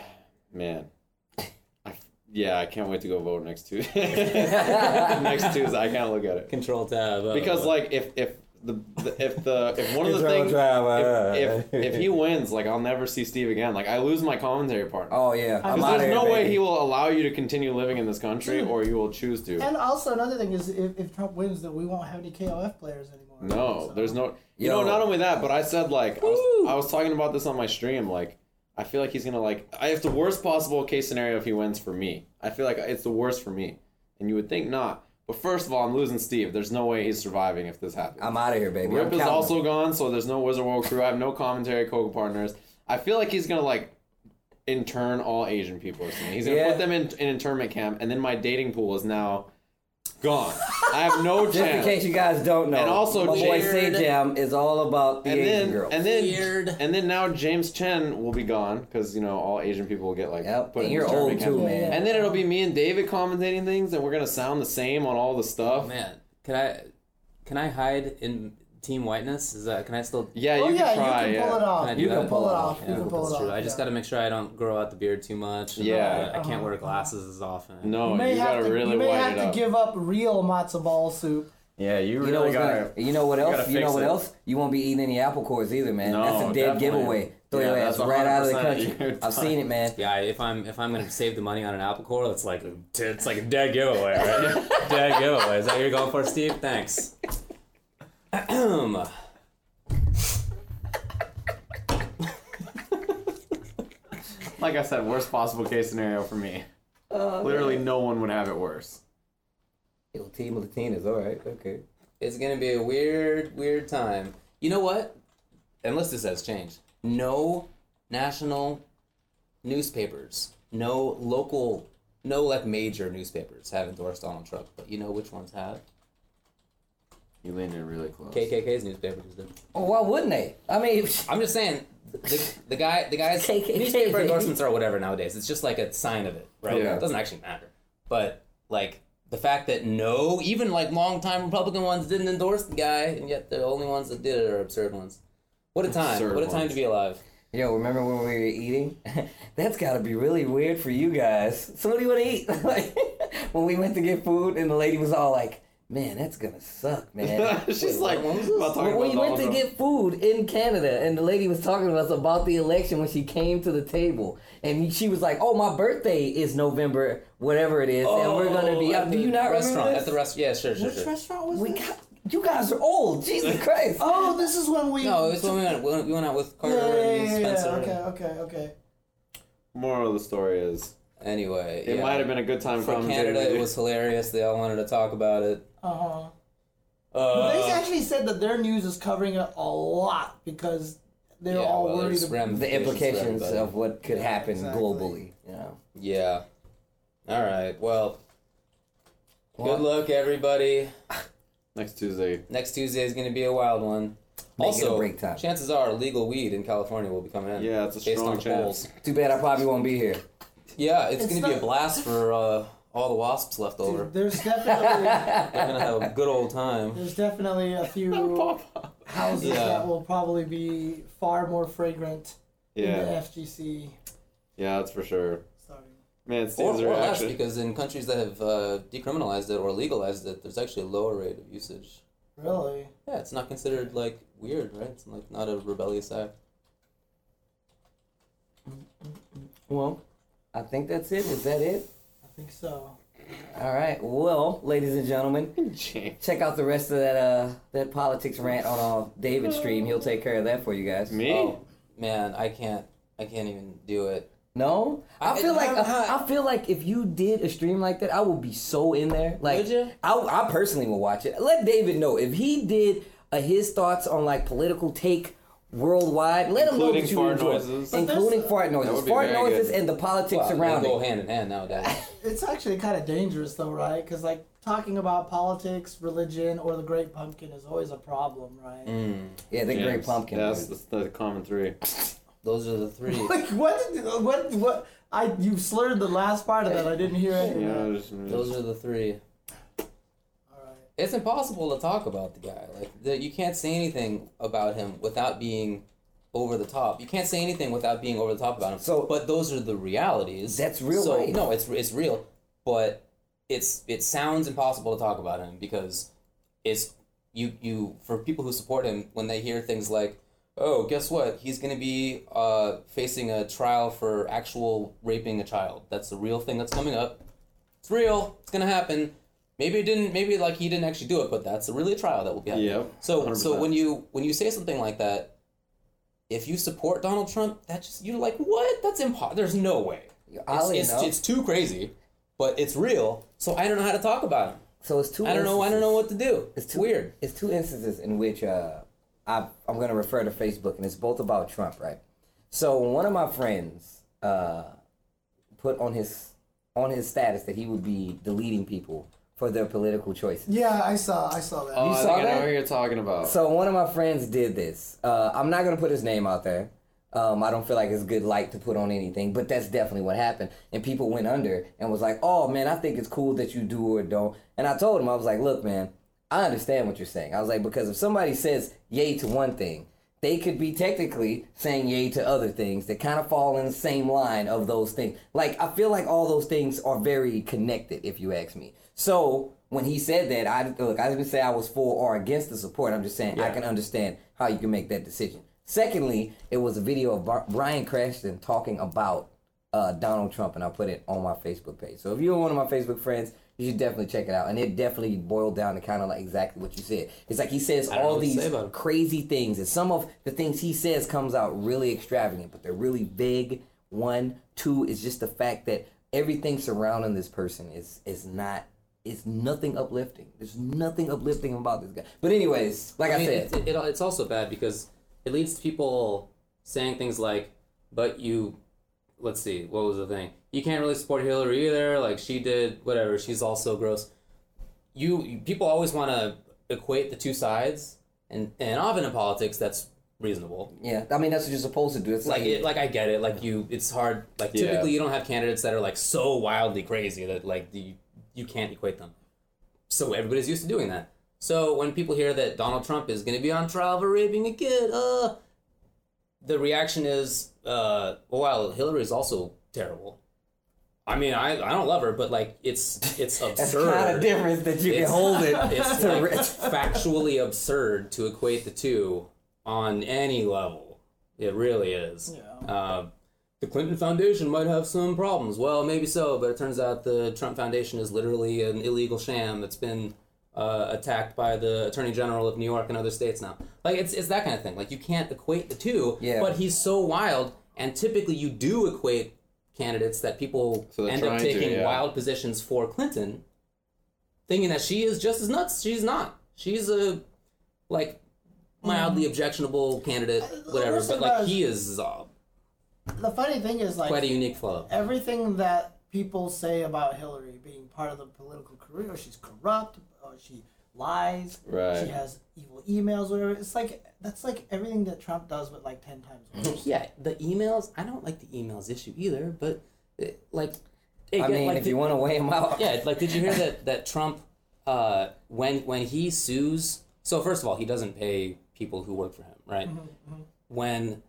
C: *sighs* man, I, yeah, I can't wait to go vote next Tuesday. *laughs* next Tuesday, I can't look at it
J: Control tab. uh,
C: because like if if the, the if the if one of the
A: Control
C: things
A: tab, uh,
C: if, if
A: *laughs*
C: if he wins, like I'll never see Steve again. Like I lose my commentary part.
A: Oh yeah, I'm
C: Because
A: outta
C: there's
A: here,
C: no way
A: baby. Hmm.
C: he will allow you to continue living in this country, or you will choose to.
B: And also another thing is, if, if Trump wins, then we won't have any KOF players anymore.
C: No,
B: So-
C: there's no. You
A: Yo.
C: know, not only that, but I said like I was, I was talking about this on my stream. Like, I feel like he's gonna like. I have the worst possible case scenario if he wins for me. I feel like it's the worst for me, and you would think not. But first of all, I'm losing Steve. There's no way he's surviving if this happens.
A: I'm out of here, baby.
C: Rip
A: I'm
C: is
A: counting.
C: also gone, so there's no Wizard World crew. I have no commentary, Coco partners. I feel like he's gonna like intern all Asian people or something. He's gonna
A: Yeah.
C: put them in an internment camp, and then my dating pool is now gone. I have
A: *laughs*
C: no chance.
A: Just in case you guys don't know,
C: And also
A: my boy
C: Jared-
A: Sajam is all about the
C: and
A: Asian
C: then,
A: girls.
C: and then,
J: Weird.
C: and then now James Chen will be gone because you know all Asian people will get like
A: Yep,
C: put
A: and
C: in
A: you're
C: this
A: old
C: tournament
A: too,
C: camp.
A: man.
C: And then it'll be me and David commentating things, and we're gonna sound the same on all the stuff.
J: man, can I can I hide in team whiteness? Is that can I still?
C: Yeah,
B: Oh
C: you
B: yeah,
C: can try.
B: you can
C: yeah.
B: pull it
J: Can I
B: off.
J: do
B: You can
J: that?
B: pull it off. You
J: Yeah,
B: can pull it
J: that's
B: off.
J: true. I just
B: yeah.
J: got to make sure I don't grow out the beard too much. and,
C: Yeah.
J: uh, I can't wear glasses as often.
C: No,
B: You
C: you,
B: may have
C: gotta
B: to.
C: really
B: you may
C: white
B: have
C: it
B: to
C: up.
B: give up real matzo ball soup.
C: yeah, you really
A: You know, what's
C: gotta.
A: gonna, you know what
C: you
A: else?
C: gotta
A: You know
C: fix
A: what
C: it.
A: else? You won't be eating any apple cores either, man.
C: No,
A: that's a dead
C: definitely.
A: giveaway. Throw
C: Yeah,
A: your ass
C: that's
A: right out of the
C: 100%
A: country.
C: *laughs* you're
A: I've
C: done.
A: seen it, man.
J: Yeah, if I'm if I'm gonna save the money on an apple core, that's like a, it's like a dead giveaway, right?
C: *laughs*
J: dead giveaway. Is that what you're going for, Steve? Thanks. *clears throat* Ahem.
C: Like I said, worst possible case scenario for me. Literally, no one would have it worse.
A: Yo, Team Latinas, all right, okay.
D: it's gonna be a weird, weird time.
J: you know what? Unless this has changed,
D: No national newspapers, no local, no like major newspapers have endorsed Donald Trump. But you know which ones have?
C: You leaned in really close.
D: KKK's newspaper just did.
A: Well, Oh, why wouldn't they? I mean, *laughs*
D: I'm just saying, the, the guy, the guy's
A: KKK.
D: newspaper endorsements are whatever nowadays. It's just like a sign of it, right?
C: Yeah.
D: It doesn't actually matter. But like the fact that no, even like longtime Republican ones didn't endorse the guy, and yet the only ones that did it are absurd ones. What a time!
C: Absurd
D: what a time
C: ones.
D: to be alive.
A: yo, remember when we were eating? *laughs* That's got to be really weird for you guys. So what do you want to eat? *laughs* like, when we went to get food, and the lady was all like, "Man, that's gonna suck,
C: *laughs*
A: man."
C: *laughs* She's like,
A: what was
C: about
A: this?
C: talking
A: When we
C: about
A: went
C: Donald
A: to
C: Trump.
A: get food in Canada, and the lady was talking to us about the election when she came to the table, and she was like, "Oh, my birthday is November, whatever it is, and we're gonna be."
D: Oh, at
A: up." Do
D: the
A: you not
D: restaurant
A: remember
D: at the restaurant? Yeah, sure, sure,
B: Which
D: sure.
B: restaurant was
A: We
B: it?
A: got you guys are old. Jesus Christ.
B: *laughs* Oh, this is when we.
D: No, it was when we went, when we went out with
B: Yeah,
D: Carter
B: yeah, yeah,
D: and
B: yeah,
D: Spencer.
B: Okay, okay, okay.
C: Moral of the story is,
D: Anyway,
C: it
D: yeah.
C: might have been a good time
D: for
C: commentating.
D: Canada. It was hilarious. They all wanted to talk about it.
B: Uh huh.
D: Uh,
B: they actually said that their news is covering it a lot because they're
D: yeah,
B: all
D: well,
B: worried.
D: there's
B: About,
D: ramifications
A: the
D: for
A: implications
D: everybody.
A: of what could happen
B: exactly.
A: globally. You know,
D: Yeah. All right. Well,
A: Well-
D: good luck, everybody.
C: Next Tuesday.
D: Next Tuesday is going to be a wild one.
A: Make it
D: also,
A: a break time.
D: chances are legal weed in California will be coming in.
C: Yeah, it's a
D: based
C: strong
D: on the
C: chance.
D: polls.
A: too bad I probably won't be here.
D: Yeah, it's,
B: It's
D: going to be a
B: not-
D: blast for uh, all the wasps left over.
B: *laughs* there's
D: *laughs*
B: definitely
D: They're going to have a good old time.
B: there's definitely a few houses
D: Yeah.
B: that will probably be far more fragrant in the
C: Yeah,
B: FGC.
C: yeah, that's for sure.
B: Sorry.
C: Man,
D: Or,
C: Steve's
D: or less,
C: reaction.
D: because in countries that have uh, decriminalized it or legalized it, there's actually a lower rate of usage.
B: Really?
D: Yeah, it's not considered like weird, right? It's like not a rebellious act.
A: Well, I think that's it. Is that it?
B: I think so.
A: All right. Well, ladies and gentlemen,
C: *laughs* James.
A: check out the rest of that uh that politics rant on uh, David's stream. He'll take care of that for you guys.
C: Me?
D: Oh, man, I can't. I can't even do it.
A: No, I,
F: I-
A: feel like
F: how- how-
A: I feel like if you did a stream like that, I would be so in there. Like,
F: Would ya?
A: I, I personally would watch it. Let David know if he did a, his thoughts on like political take worldwide. Let
E: Including
A: him know
E: fart
A: that you enjoy, it.
E: noises. But
A: including
B: there's-
A: fart noises,
E: would be
A: fart
E: very
A: noises,
E: good.
A: and the politics
F: Well,
A: around
F: they go
A: it.
F: hand in hand
A: *laughs*
F: nowadays.
B: It's actually kind of dangerous though, right? Because like talking about politics, religion, or the Great Pumpkin is always a problem, right?
A: Yeah, the great
E: James.
A: pumpkin.
E: That's,
A: dude.
E: that's the common three.
F: Those are the three.
B: *laughs* Like what? did- What? What? I you slurred the last part of that. I didn't hear any. of
E: Yeah,
B: that.
E: just-
F: Those are the three.
B: All right.
F: It's impossible to talk about the guy. Like the, you can't say anything about him without being over the top. You can't say anything without being over the top about him.
A: So-
F: but those are the realities.
A: That's real
F: So
A: life.
F: no, it's it's real, but it's it sounds impossible to talk about him because it's you you for people who support him when they hear things like oh guess what he's going to be uh, facing a trial for actual raping a child that's a real thing that's coming up it's real it's going to happen maybe it didn't maybe like he didn't actually do it but that's really a trial that will be happening
E: Yep,
F: so so
E: 100%.
F: when you when you say something like that if you support Donald Trump that just you're like what that's impossible there's no way it's,
A: Oddly
F: it's,
A: enough-
F: it's too crazy but it's real so I don't know how to talk about him
A: so it's two.
F: I don't know I don't
A: instances.
F: know what to do it's
A: two-
F: weird
A: It's two instances in which uh, I, I'm going to refer to Facebook, and it's both about Trump, right? So one of my friends uh, put on his on his status that he would be deleting people for their political choices.
B: Yeah, I saw. I saw that.
C: Uh,
E: Oh, I
A: saw
E: think I
A: that?
E: know who you're talking about.
A: Uh, So one of my friends did this. Uh, I'm not gonna put his name out there. Um, I don't feel like it's good light to put on anything, but that's definitely what happened. And people went under and was like, "Oh man, I think it's cool that you do or don't." And I told him, I was like, "Look, man, I understand what you're saying." I was like, "Because if somebody says yay to one thing, they could be technically saying yay to other things that kind of fall in the same line of those things. Like I feel like all those things are very connected, if you ask me. So when he said that, I look, I didn't say I was for or against the support. I'm just saying I can understand how you can make that decision. Secondly, it was a video of Bar- Brian Cranston talking about uh, Donald Trump, and I put it on my Facebook page. So if you're one of my Facebook friends, you should definitely check it out. And it definitely boiled down to kind of like exactly what you said. It's like he says all
D: what to say
A: these
D: about it.
A: crazy things, and some of the things he says comes out really extravagant, but they're really big. One, two is just the fact that everything surrounding this person is is not. It's nothing uplifting. There's nothing uplifting about this guy. But anyways, like I,
D: I mean,
A: said,
D: it, it, it's also bad because it leads to people saying things like, but you, let's see, what was the thing? You can't really support Hillary either. Like, she did whatever. She's also gross. You, you- people always want to equate the two sides. And, and often in politics, that's reasonable.
A: yeah. I mean, that's what you're supposed to do. It's
D: Like,
A: like
D: it, like I get it. Like, you, it's hard. Like,
E: Yeah.
D: typically, you don't have candidates that are like so wildly crazy that like you, you can't equate them. So everybody's used to doing that. So when people hear that Donald Trump is going to be on trial for raping a kid, uh, the reaction is, uh, well, Hillary is also terrible. I mean, I, I don't love her, but like it's it's
A: that's
D: absurd.
A: kind of difference that you can hold
D: *laughs*
A: it. *laughs*
D: It's like factually absurd to equate the two on any level. It really is. Uh, the Clinton Foundation might have some problems. Well, maybe so, but it turns out the Trump Foundation is literally an illegal sham that's been uh, attacked by the Attorney General of New York and other states now. Like it's it's that kind of thing. Like you can't equate the two.
A: Yeah.
D: But he's so wild, and typically you do equate candidates that people
E: So they're
D: end up
E: trying to,
D: taking
E: yeah.
D: wild positions for Clinton thinking that she is just as nuts. She's not. She's a like mildly objectionable candidate, whatever.
B: listen,
D: But like
B: guys.
D: he is uh,
B: The funny thing is like
D: quite a unique fellow.
B: everything that people say about Hillary being part of the political career, she's corrupt, or she lies,
E: Right.
B: she has evil emails, whatever. It's like that's like everything that Trump does, but like ten times
D: *laughs*
B: worse.
D: Yeah, the emails. I don't like the emails issue either, but it, like, it
A: I
D: get-
A: mean,
D: like,
A: if
D: the-
A: you want to weigh him out,
D: yeah, like did you hear that that Trump uh, when when he sues? So first of all, he doesn't pay people who work for him, right? When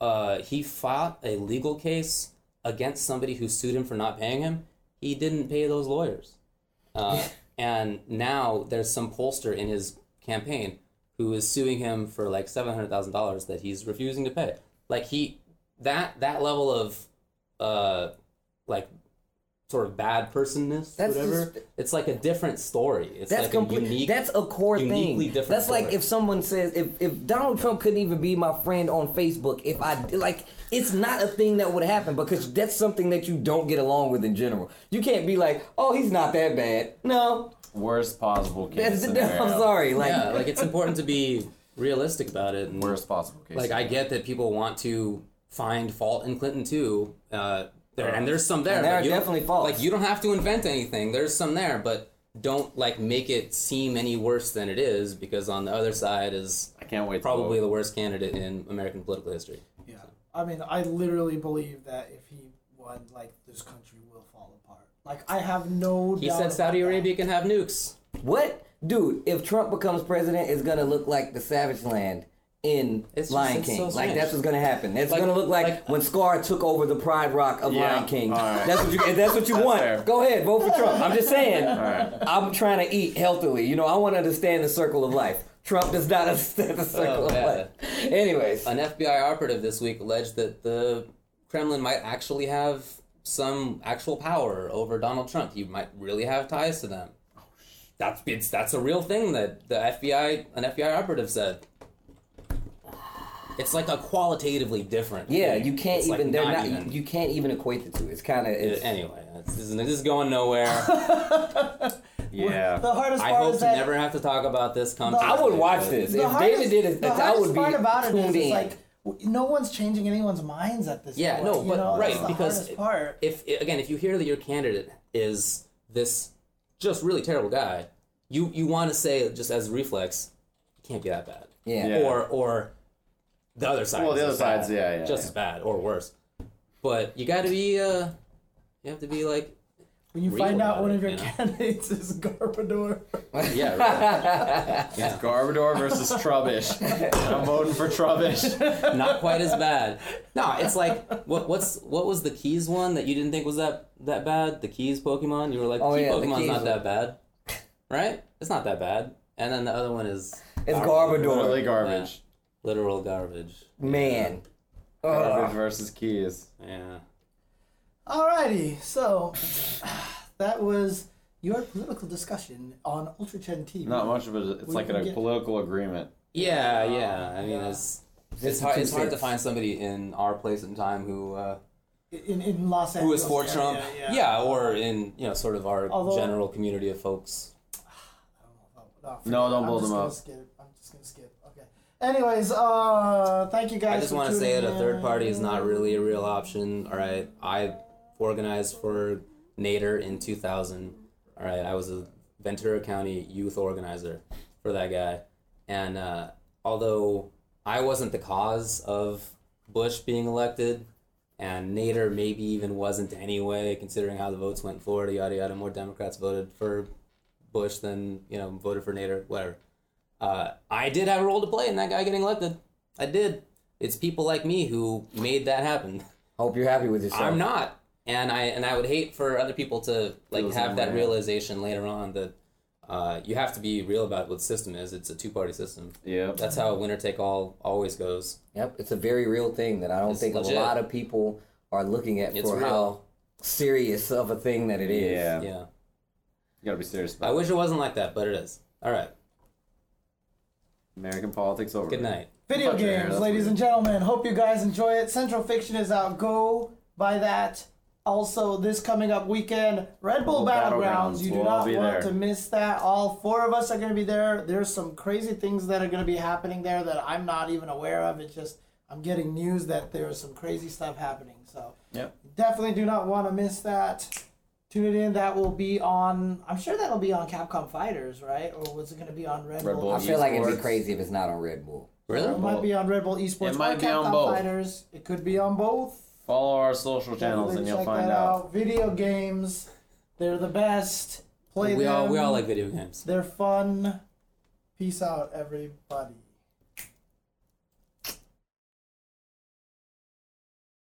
D: uh, he fought a legal case against somebody who sued him for not paying him, he didn't pay those lawyers, uh, and now there's some pollster in his campaign who is suing him for like seven hundred thousand dollars that he's refusing to pay. Like he that that level of uh, like sort of bad personness,
A: That's
D: whatever.
A: just-
D: it's like a different story. It's
A: That's
D: like
A: complete.
D: a unique.
A: that's a core thing.
D: uniquely different
A: That's like
D: story.
A: if someone says if if Donald Trump couldn't even be my friend on Facebook if I like it's not a thing that would happen because that's something that you don't get along with in general. You can't be like, oh, he's not that bad. No,
E: Worst possible case
A: that's,
E: scenario.
A: *laughs* I'm sorry. Like,
D: yeah, like it's important to be realistic about it. And
E: Worst possible case.
D: like I get that people want to find fault in Clinton too. Uh, there and there's some there.
A: And there
D: but
A: are
D: you don't-
A: definitely faults.
D: Like you don't have to invent anything. There's some there, but don't like make it seem any worse than it is because on the other side is
E: I can't wait.
D: probably
E: To
D: the worst candidate in American political history.
B: Yeah. I mean, I literally believe that if he won, like this country will fall apart. Like I have no.
D: He
B: doubt
D: said
B: about
D: Saudi
B: that.
D: Arabia can have nukes.
A: what, dude? If Trump becomes president, it's gonna look like the Savage Land. In
D: It's just-
A: Lion
D: it's
A: King,
D: so
A: like
D: strange.
A: that's what's gonna happen. It's
D: Like-
A: gonna look like,
D: like-
A: when Scar took over the Pride Rock of
E: Yeah,
A: Lion King.
E: all right.
A: That's what you. If that's what you want.
E: fair.
A: Go ahead, vote for Trump. I'm just saying. I'm trying to eat healthily. You know, I want to understand the circle of life. Trump does not *laughs* understand the circle of
D: yeah.
A: life. Anyways,
D: An FBI operative this week alleged that the Kremlin might actually have some actual power over Donald Trump. He might really have ties to them. That's it's, that's a real thing that the FBI an FBI operative said. It's like a qualitatively different.
A: yeah,
D: thing.
A: you can't
D: It's like
A: even. they're not.
D: even-
A: You can't even equate the two. It's kind of. It's,
D: Anyway, that's- this is, this is going
A: *laughs*
D: nowhere.
E: Go.
B: *laughs*
E: Yeah.
B: The hardest
D: I
B: part
D: hope
B: is
D: to
B: that
D: never have to talk about this. Come
B: No, I
A: I would
D: Tuesday,
A: watch
D: but-
A: this
B: the
A: if
B: hardest,
A: David did it.
B: the
A: That I
B: hardest
A: would be
B: part about it
A: tuned
B: is, is
A: in.
B: like w- no one's changing anyone's minds at this.
D: Yeah,
B: point,
D: no,
B: you
D: but
B: know?
D: right
B: That's the
D: because
B: hardest part.
D: if again if you hear that your candidate is this just really terrible guy, you you want to say just as a reflex, it can't be that bad.
A: yeah.
E: Yeah.
D: Or or the other side.
E: Well,
D: is
E: the
D: as
E: other side's-
D: bad,
E: yeah, yeah,
D: just
E: yeah.
D: as bad or worse. But you got to be uh, you have to be like
E: *laughs*
B: when you
D: real
B: find out
D: about
B: one
D: it,
B: of your
D: you know?
B: candidates is *laughs* Garbador,
D: yeah. Right.
E: Garbador versus Trubbish.
D: *laughs*
E: I'm voting for Trubbish.
D: not quite as bad. No, it's like what what's what was the keys one that you didn't think was that that bad? The keys Pokemon. You were like,
A: Oh,
D: key
A: yeah, the
D: Pokemon's
A: keys
D: not
A: one.
D: that bad, right? It's not that bad. And then the other one is
A: It's
E: Literally
A: Garbador,
E: garbage.
D: literal garbage.
A: man.
E: Garbage versus Keys.
D: Yeah.
B: Alrighty, so *sighs* that was your political discussion on Ultra 10 TV.
E: Not much of it. It's
B: We
E: like
B: can
E: a
B: get-
E: political agreement.
D: Yeah, yeah. I mean, it's
F: It's hard, it's hard to find somebody in our place and time who uh,
B: in, in Los
F: who
B: Angeles.
F: is for
B: area,
F: Trump.
B: Yeah,
D: or in you know sort of our
B: Although-
D: general community of folks.
B: Oh,
E: No, don't
B: I'm
E: blow
B: just
E: them
B: gonna
E: up.
B: Skip. I'm just gonna skip. Okay. Anyways, uh, thank you guys.
D: I just
B: for
D: want to say that
B: tuning
D: a third party is not
B: in.
D: really a real option. All right, I organized for Nader in 2000. All right, I was a Ventura County youth organizer for that guy, and uh, although I wasn't the cause of Bush being elected, and Nader maybe even wasn't anyway, considering how the votes went in Florida, yada yada. More Democrats voted for Bush than you know voted for Nader, whatever. Uh, I did have a role to play in that guy getting elected. I did. It's people like me who made that happen.
A: Hope you're happy with yourself.
D: I'm not, and I and I would hate for other people to like
E: Feel the
D: have
E: same
D: that
E: way.
D: realization later on that uh, you have to be real about what the system is. It's a two party system.
E: Yep.
D: That's how winner take all always goes.
A: Yep, it's a very real thing that I don't think
D: legit.
A: a lot of people are looking at
D: It's
A: for
D: real.
A: how serious of a thing that it is.
E: Yeah. You
D: Yeah,
E: gotta be serious
D: I
E: about it.
D: wish it wasn't like that, but it is. All right.
E: American politics over.
D: Good night.
B: Video
E: Fuck your hair,
B: games,
E: that's
B: ladies
E: weird.
B: and gentlemen. Hope you guys enjoy it. Central Fiction is out. Go buy that. Also, this coming up weekend, Red Bull
E: Bull
B: Battlegrounds.
E: Battlegrounds.
B: You do
E: We'll all
B: not
E: be
B: want
E: there.
B: to miss that. All four of us are going to be there. There's some crazy things that are going to be happening there that I'm not even aware of. It's just I'm getting news that there is some crazy stuff happening. So
E: Yep.
B: definitely do not want to miss that. Tune it in. That will be on. I'm sure that'll be on Capcom Fighters, right? Or was it going to be on Red,
E: Red
B: Bull?
E: Bull
A: I feel like it'd be
E: Esports.
A: crazy if it's not on Red Bull.
D: Really?
B: It might be on Red Bull Esports.
E: It might
B: or
E: be on
B: Capcom
E: both.
B: Fighters. It could be on both.
E: Follow our social channels
B: Definitely
E: and you'll
B: check
E: find
B: that
E: out.
B: Video games, they're the best. Play
D: We
B: them.
D: all we all like video games.
B: They're fun. Peace out, everybody.